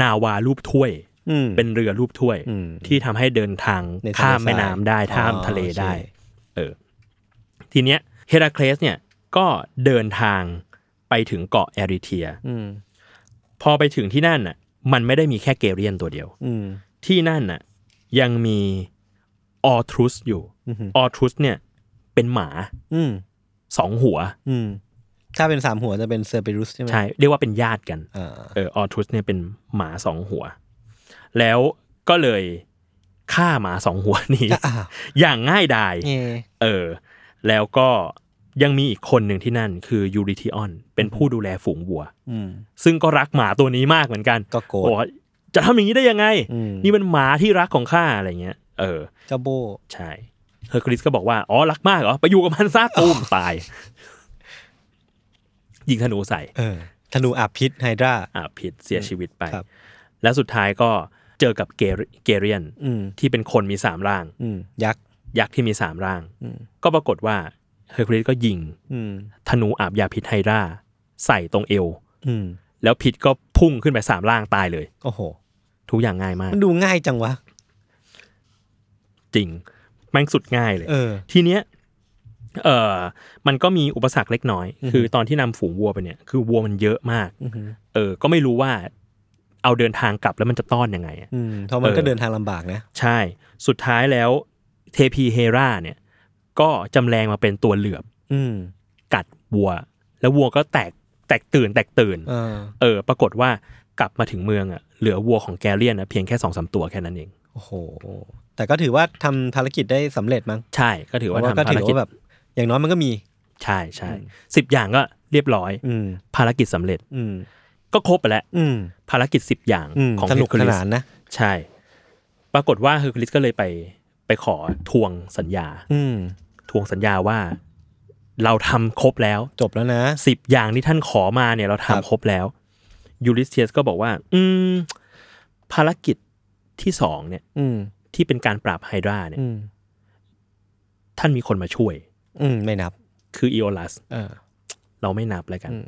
[SPEAKER 2] นาวารูปถ้วย
[SPEAKER 3] อืม
[SPEAKER 2] เป็นเรือรูปถ้วย
[SPEAKER 3] อืม
[SPEAKER 2] ที่ทำให้เดินทาง
[SPEAKER 3] ในทะเล
[SPEAKER 2] ข้ามแม่น้ำได้
[SPEAKER 3] ทราย
[SPEAKER 2] ข้าม
[SPEAKER 3] อ๋อ
[SPEAKER 2] ทะเลได้
[SPEAKER 3] โอเค
[SPEAKER 2] เออ ทีเนี้ยเฮราเคลสเนี่ยก็เดินทางไปถึงเกาะแอริเทีย
[SPEAKER 3] อืม
[SPEAKER 2] พอไปถึงที่นั่นน่ะ มันไม่ได้มีแค่เกเรียนตัวเดียว
[SPEAKER 3] อืม
[SPEAKER 2] ที่นั่นน่ะยังมีออทรุสอยู่
[SPEAKER 3] อือหือ
[SPEAKER 2] ออทรุสเนี่ยเป็นหมา
[SPEAKER 3] อืม
[SPEAKER 2] สองหัว
[SPEAKER 3] อืมถ้าเป็นสามหัวจะเป็นเซอร์เปรุสใช่ไหม
[SPEAKER 2] ใช่เรียกว่าเป็นญาติกัน
[SPEAKER 3] อ่า
[SPEAKER 2] เออออทูสเนี่ยเป็นหมาสองหัว แล้วก็เลยฆ่าหมาสองหัว
[SPEAKER 3] *laughs*
[SPEAKER 2] นี้
[SPEAKER 3] อ่า
[SPEAKER 2] อย่างง่ายดาย
[SPEAKER 3] เง
[SPEAKER 2] เออ แล้วก็ยังมีอีกคนหนึ่งที่นั่นคือยูริทิออน เป็นผู้ดูแลฝูงวัว
[SPEAKER 3] อืม
[SPEAKER 2] ซึ่งก็รักหมาตัวนี้มากเหมือนกัน
[SPEAKER 3] ก็โกรธ
[SPEAKER 2] บอกว่าจะทำอย่างนี้ได้ยังไง
[SPEAKER 3] อืม
[SPEAKER 2] นี่มันหมาที่รักของข้าอะไรเงี้ย เออ
[SPEAKER 3] กระโบ
[SPEAKER 2] ใช่เฮอร์คิวลิสก็บอกว่า อ๋อ รักมากเหรอ ไปอยู่กับมัน
[SPEAKER 3] *laughs*
[SPEAKER 2] ซะตูมตาย ยิงธนูใส่
[SPEAKER 3] เออธนูอาบพิษไฮดรา
[SPEAKER 2] อาผิดเสียชีวิตไป
[SPEAKER 3] ครับ
[SPEAKER 2] แล้วสุดท้ายก็เจอกับเกเรเกเรียน
[SPEAKER 3] อืม
[SPEAKER 2] ที่เป็นคนมีสามร่าง
[SPEAKER 3] อืม ยักษ์
[SPEAKER 2] ยักษ์ที่มีสามร่าง
[SPEAKER 3] อืม
[SPEAKER 2] ก็ปรากฏว่าเฮอร์คิวลิสก็ยิง
[SPEAKER 3] อืม
[SPEAKER 2] ธนูอาบยาพิษไฮดราใส่ตรงเอว
[SPEAKER 3] อืม
[SPEAKER 2] แล้วพิษก็พุ่งขึ้นไปสามร่างตายเลย
[SPEAKER 3] โอ้โห
[SPEAKER 2] ทุกอย่างง่ายมาก
[SPEAKER 3] มันดูง่ายจังวะ
[SPEAKER 2] จริง แม่งสุดง่ายเลย
[SPEAKER 3] เออ
[SPEAKER 2] ทีเนี้ยเออมันก็มีอุปสรรคเล็กน้อย
[SPEAKER 3] อือฮึ
[SPEAKER 2] คือตอนที่นำฝูงวัวไปเนี่ย คือวัวมันเยอะมาก
[SPEAKER 3] อือหือ
[SPEAKER 2] เออ ก็ไม่รู้ว่าเอาเดินทางกลับแล้วมันจะต้อนยังไงอะ
[SPEAKER 3] อืมเพราะมัน
[SPEAKER 2] เออ
[SPEAKER 3] ก็เดินทางลำบากนะ
[SPEAKER 2] ใช่ สุดท้ายแล้วเทพีเฮราเนี่ย ก็จำแรงมาเป็นตัวเหลือบ
[SPEAKER 3] อืม
[SPEAKER 2] กัดวัว แล้ววัวก็แตกแตกตื่นแตกตื่น
[SPEAKER 3] เออ
[SPEAKER 2] เออ ปรากฏว่ากลับมาถึงเมืองอ่ะเหลือวัวของแกเลียนนะเพียงแค่สองสามตัวแค่นั้นเอง
[SPEAKER 3] โอ้โห แต่ก็ถือว่าทำภารกิจได้สำเร็จมั้ง
[SPEAKER 2] ใช่ก็ถือว่า
[SPEAKER 3] เพระ
[SPEAKER 2] ทำภารกิจ
[SPEAKER 3] ว่แบบ อย่างน้อยมันก็มี
[SPEAKER 2] ใช่ใช่สิบอย่างก็เรียบร้อย
[SPEAKER 3] อืม
[SPEAKER 2] ภารกิจสำเร็จ
[SPEAKER 3] อืม
[SPEAKER 2] ก็ครบไปแล้ว
[SPEAKER 3] อืม
[SPEAKER 2] ภารกิจสิบอย่าง
[SPEAKER 3] อืม
[SPEAKER 2] ของ
[SPEAKER 3] ส
[SPEAKER 2] เฮอ
[SPEAKER 3] นุ
[SPEAKER 2] ก ร์คิว
[SPEAKER 3] ข
[SPEAKER 2] ลิส
[SPEAKER 3] นานนะ
[SPEAKER 2] ใช่ ปรากฏว่าเฮอร์คิวลิสก็เลยไปไปขอทวงสัญญา
[SPEAKER 3] อืม
[SPEAKER 2] ทวงสัญญาว่า เราทำครบแล้ว
[SPEAKER 3] จบแล้วนะ
[SPEAKER 2] สิบอย่างที่ท่านขอมาเนี่ยเรา
[SPEAKER 3] ครับ
[SPEAKER 2] ทำครบแล้วยูริสเทียสก็บอกว่า อืม ภารกิจที่สองเนี่ย
[SPEAKER 3] อืม
[SPEAKER 2] ที่เป็นการปราบไฮดราเนี่ย
[SPEAKER 3] อืม
[SPEAKER 2] ท่านมีคนมาช่วย
[SPEAKER 3] อืม ไม่นับ
[SPEAKER 2] คืออีโอลัส
[SPEAKER 3] เออ
[SPEAKER 2] เราไม่นับแล้วกัน
[SPEAKER 3] อืม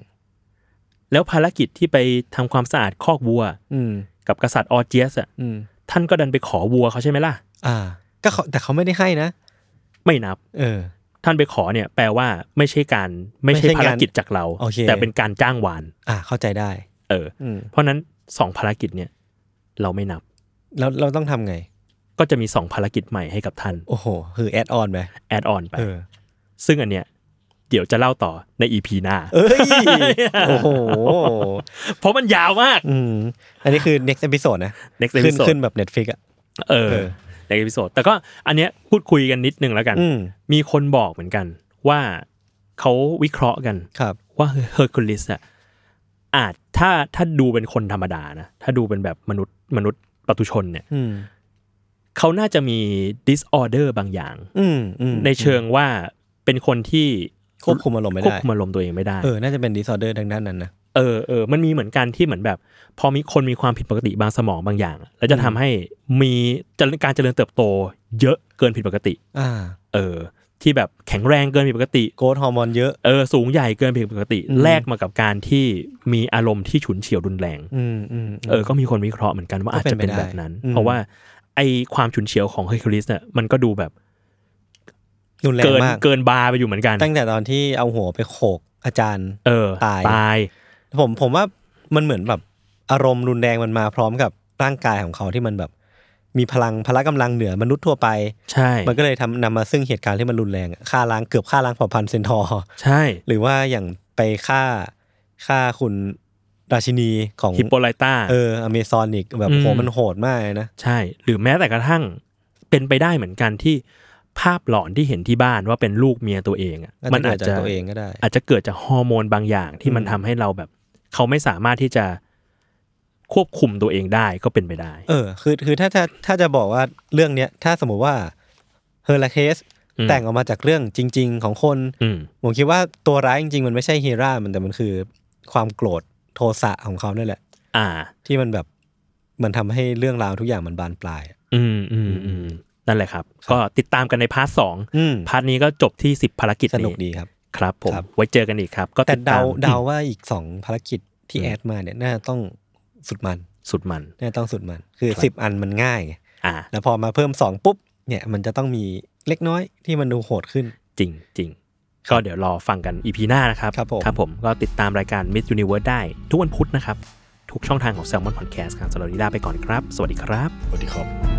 [SPEAKER 2] แล้วภารกิจที่ไปทำความสะอาดคอกวัว
[SPEAKER 3] อืม
[SPEAKER 2] กับกษัตริย์ออร์เจียสอ่ะ
[SPEAKER 3] อืม
[SPEAKER 2] ท่านก็ดันไปขอวัวเขาใช่ไหมล่ะ
[SPEAKER 3] อ่า ก็เขาแต่เขาไม่ได้ให้นะ
[SPEAKER 2] ไม่นับ
[SPEAKER 3] เออ
[SPEAKER 2] ท่านไปขอเนี่ย แปลว่าไม่ใช่การไม่ใช่
[SPEAKER 3] ไม่ใช่งาน
[SPEAKER 2] ภารกิจจากเรา
[SPEAKER 3] โอเค
[SPEAKER 2] แต่เป็นการจ้างวาน
[SPEAKER 3] อ่า เข้าใจได้
[SPEAKER 2] เออ
[SPEAKER 3] อืม
[SPEAKER 2] เพราะฉะนั้นสองภารกิจเนี่ย เราไม่นับ
[SPEAKER 3] แล้วเราต้องทำไง
[SPEAKER 2] ก็จะมีสองภารกิจใหม่ให้กับท่าน
[SPEAKER 3] โอ้โห คือแอดออนไหม
[SPEAKER 2] แอดออนไป
[SPEAKER 3] เออ
[SPEAKER 2] ซึ่งอันเนี้ยเดี๋ยวจะเล่าต่อในอีพีหน้า *laughs*
[SPEAKER 3] เอ้ย โอ้โห
[SPEAKER 2] เพราะมันยาวมาก
[SPEAKER 3] อืม อันนี้คือ next episode นะ
[SPEAKER 2] next
[SPEAKER 3] ขึ้น
[SPEAKER 2] episode
[SPEAKER 3] ขึ้นแบบ Netflix อ่ะ
[SPEAKER 2] เออ
[SPEAKER 3] เออ
[SPEAKER 2] ในอีพีโซดแต่ก็อันเนี้ยพูดคุยกันนิดนึงแล้วกัน
[SPEAKER 3] อืม
[SPEAKER 2] มีคนบอกเหมือนกัน ว่าเขาวิเคราะห์กัน
[SPEAKER 3] ครับ
[SPEAKER 2] ว่าเฮอร์คิวลิสอะอาจถ้าถ้าดูเป็นคนธรรมดานะ ถ้าดูเป็นแบบมนุษย์มนุษย์ปตุชนเนี่ย
[SPEAKER 3] อืม
[SPEAKER 2] เขาน่าจะมี disorder บางอย่าง
[SPEAKER 3] อืมอืม
[SPEAKER 2] ในเชิงว่าเป็นคนที่
[SPEAKER 3] ควบคุมอารมณ์ไม่
[SPEAKER 2] ควบ
[SPEAKER 3] ได้
[SPEAKER 2] คุมอารมณ์ตัวเองไม่ได้
[SPEAKER 3] เออ น่าจะเป็น disorder ทางด้านนั้นนะ
[SPEAKER 2] เออเออ มันมีเหมือนกันที่เหมือนแบบ พอมีคนมีความผิดปกติบางสมองบางอย่างอะแล้วจะทำให้มีเจริญการเจริญเติบโต เยอะเกินผิดปกติ
[SPEAKER 3] อ่า
[SPEAKER 2] เออ ที่แบบแข็งแรงเกินผิดปกติ
[SPEAKER 3] โกรทฮอร์โมนเยอะ
[SPEAKER 2] เออ สูงใหญ่เกินผิดปกติ แลกมากับการที่มีอารมณ์ที่ฉุนเฉียวรุนแรง
[SPEAKER 3] อืมอืมม
[SPEAKER 2] เออ ก็มีคนวิเคราะห์เหมือนกันว่า
[SPEAKER 3] ก็
[SPEAKER 2] อาจจะ
[SPEAKER 3] เป็น
[SPEAKER 2] เป็น
[SPEAKER 3] ไปได้
[SPEAKER 2] แบบนั้น
[SPEAKER 3] อืม
[SPEAKER 2] เพราะว่าไอความฉุนเฉียวของเฮอร์คิวลิสเนี่ยมันก็ดูแบบ
[SPEAKER 3] รุนแรง
[SPEAKER 2] เกิน
[SPEAKER 3] มาก
[SPEAKER 2] เกินบาร์ไปอยู่เหมือนกัน
[SPEAKER 3] ตั้งแต่ตอนที่เอาหัวไปโขกอาจารย์
[SPEAKER 2] เออ
[SPEAKER 3] ตาย
[SPEAKER 2] ตาย
[SPEAKER 3] ผมผมว่ามันเหมือนแบบ อารมณ์รุนแรงมันมาพร้อมกับร่างกายของเขาที่มันแบบ มีพลังพละกำลังเหนือมนุษย์ทั่วไป
[SPEAKER 2] ใช่
[SPEAKER 3] มันก็เลยทำนำมาซึ่งเหตุการณ์ที่มันรุนแรงอะฆ่าล้างเกือบฆ่าล้างเผ่าพันธุ์เซนทอร์
[SPEAKER 2] ใช่
[SPEAKER 3] หรือว่าอย่างไปฆ่าฆ่าคุณราชินีของ
[SPEAKER 2] ฮิปโปไลต้า
[SPEAKER 3] เอออเมซอนอีกแบบ
[SPEAKER 2] อืม
[SPEAKER 3] โหมันโหดมากเลยนะ
[SPEAKER 2] ใช่ หรือแม้แต่กระทั่งเป็นไปได้เหมือนกันที่ภาพหลอนที่เห็นที่บ้านว่าเป็นลูกเมียตัวเองอะ
[SPEAKER 3] มั
[SPEAKER 2] มัน น
[SPEAKER 3] อา
[SPEAKER 2] อา
[SPEAKER 3] จ
[SPEAKER 2] จ
[SPEAKER 3] จะ
[SPEAKER 2] จะ
[SPEAKER 3] ตัวเองก็ได้
[SPEAKER 2] อาจจะเกิดจากฮอร์โมนบางอย่างที่มัน
[SPEAKER 3] อืม
[SPEAKER 2] ทำให้เราแบบ เขาไม่สามารถที่จะควบคุมตัวเองได้ก็เป็นไปได้
[SPEAKER 3] เออ คือคือถ้าถ้าถ้าจะบอกว่าเรื่องเนี้ย ถ้าสมมุติว่าเฮอร์ลาเคส
[SPEAKER 2] อืม
[SPEAKER 3] แต่งออกมาจากเรื่องจริง ๆ ของคน
[SPEAKER 2] อืม
[SPEAKER 3] ผมคิดว่าตัวร้ายจริง ๆ มันไม่ใช่เฮรามันแต่มันคือความโกรธโทสะของเขาเนี่ยแหละ
[SPEAKER 2] อ่า
[SPEAKER 3] ที่มันแบบมันทำให้เรื่องราวทุกอย่างมันบานปลาย
[SPEAKER 2] อืมอืมอืมนั่นแหละครับ ก็ติดตามกันในพาร์ทสอง
[SPEAKER 3] อืม
[SPEAKER 2] พาร์ทนี้ก็จบที่สิบภารกิจ
[SPEAKER 3] ส
[SPEAKER 2] นี้
[SPEAKER 3] นุกดีครับ
[SPEAKER 2] ครับผม
[SPEAKER 3] ครับ
[SPEAKER 2] ไว้เจอกันอีกครับ ก็
[SPEAKER 3] แต่
[SPEAKER 2] ติ
[SPEAKER 3] เดา
[SPEAKER 2] ตม
[SPEAKER 3] เดาว่าอีกสองภารกิจที่แอดมาเนี่ยน่าต้องสุดมัน
[SPEAKER 2] สุดมัน
[SPEAKER 3] น่าต้องสุดมัน คือ
[SPEAKER 2] ครับ
[SPEAKER 3] สิบอันมันง่ายไง
[SPEAKER 2] อ่า
[SPEAKER 3] แล้วพอมาเพิ่มสองปุ๊บเนี่ยมันจะต้องมีเล็กน้อยที่มันดูโหดขึ้น
[SPEAKER 2] จริงจริงก็เดี๋ยวรอฟังกันอีพีหน้านะครับ
[SPEAKER 3] ครับผม
[SPEAKER 2] ครับผมก็ติดตามรายการ Miss Universe ได้ ทุกวันพุธนะครับ ทุกช่องทางของ Salmon Podcast ครับสำหรับวันนี้ลาไปก่อนครับ สวัสดีครับ
[SPEAKER 3] สวัสดีครับ
[SPEAKER 4] Podcast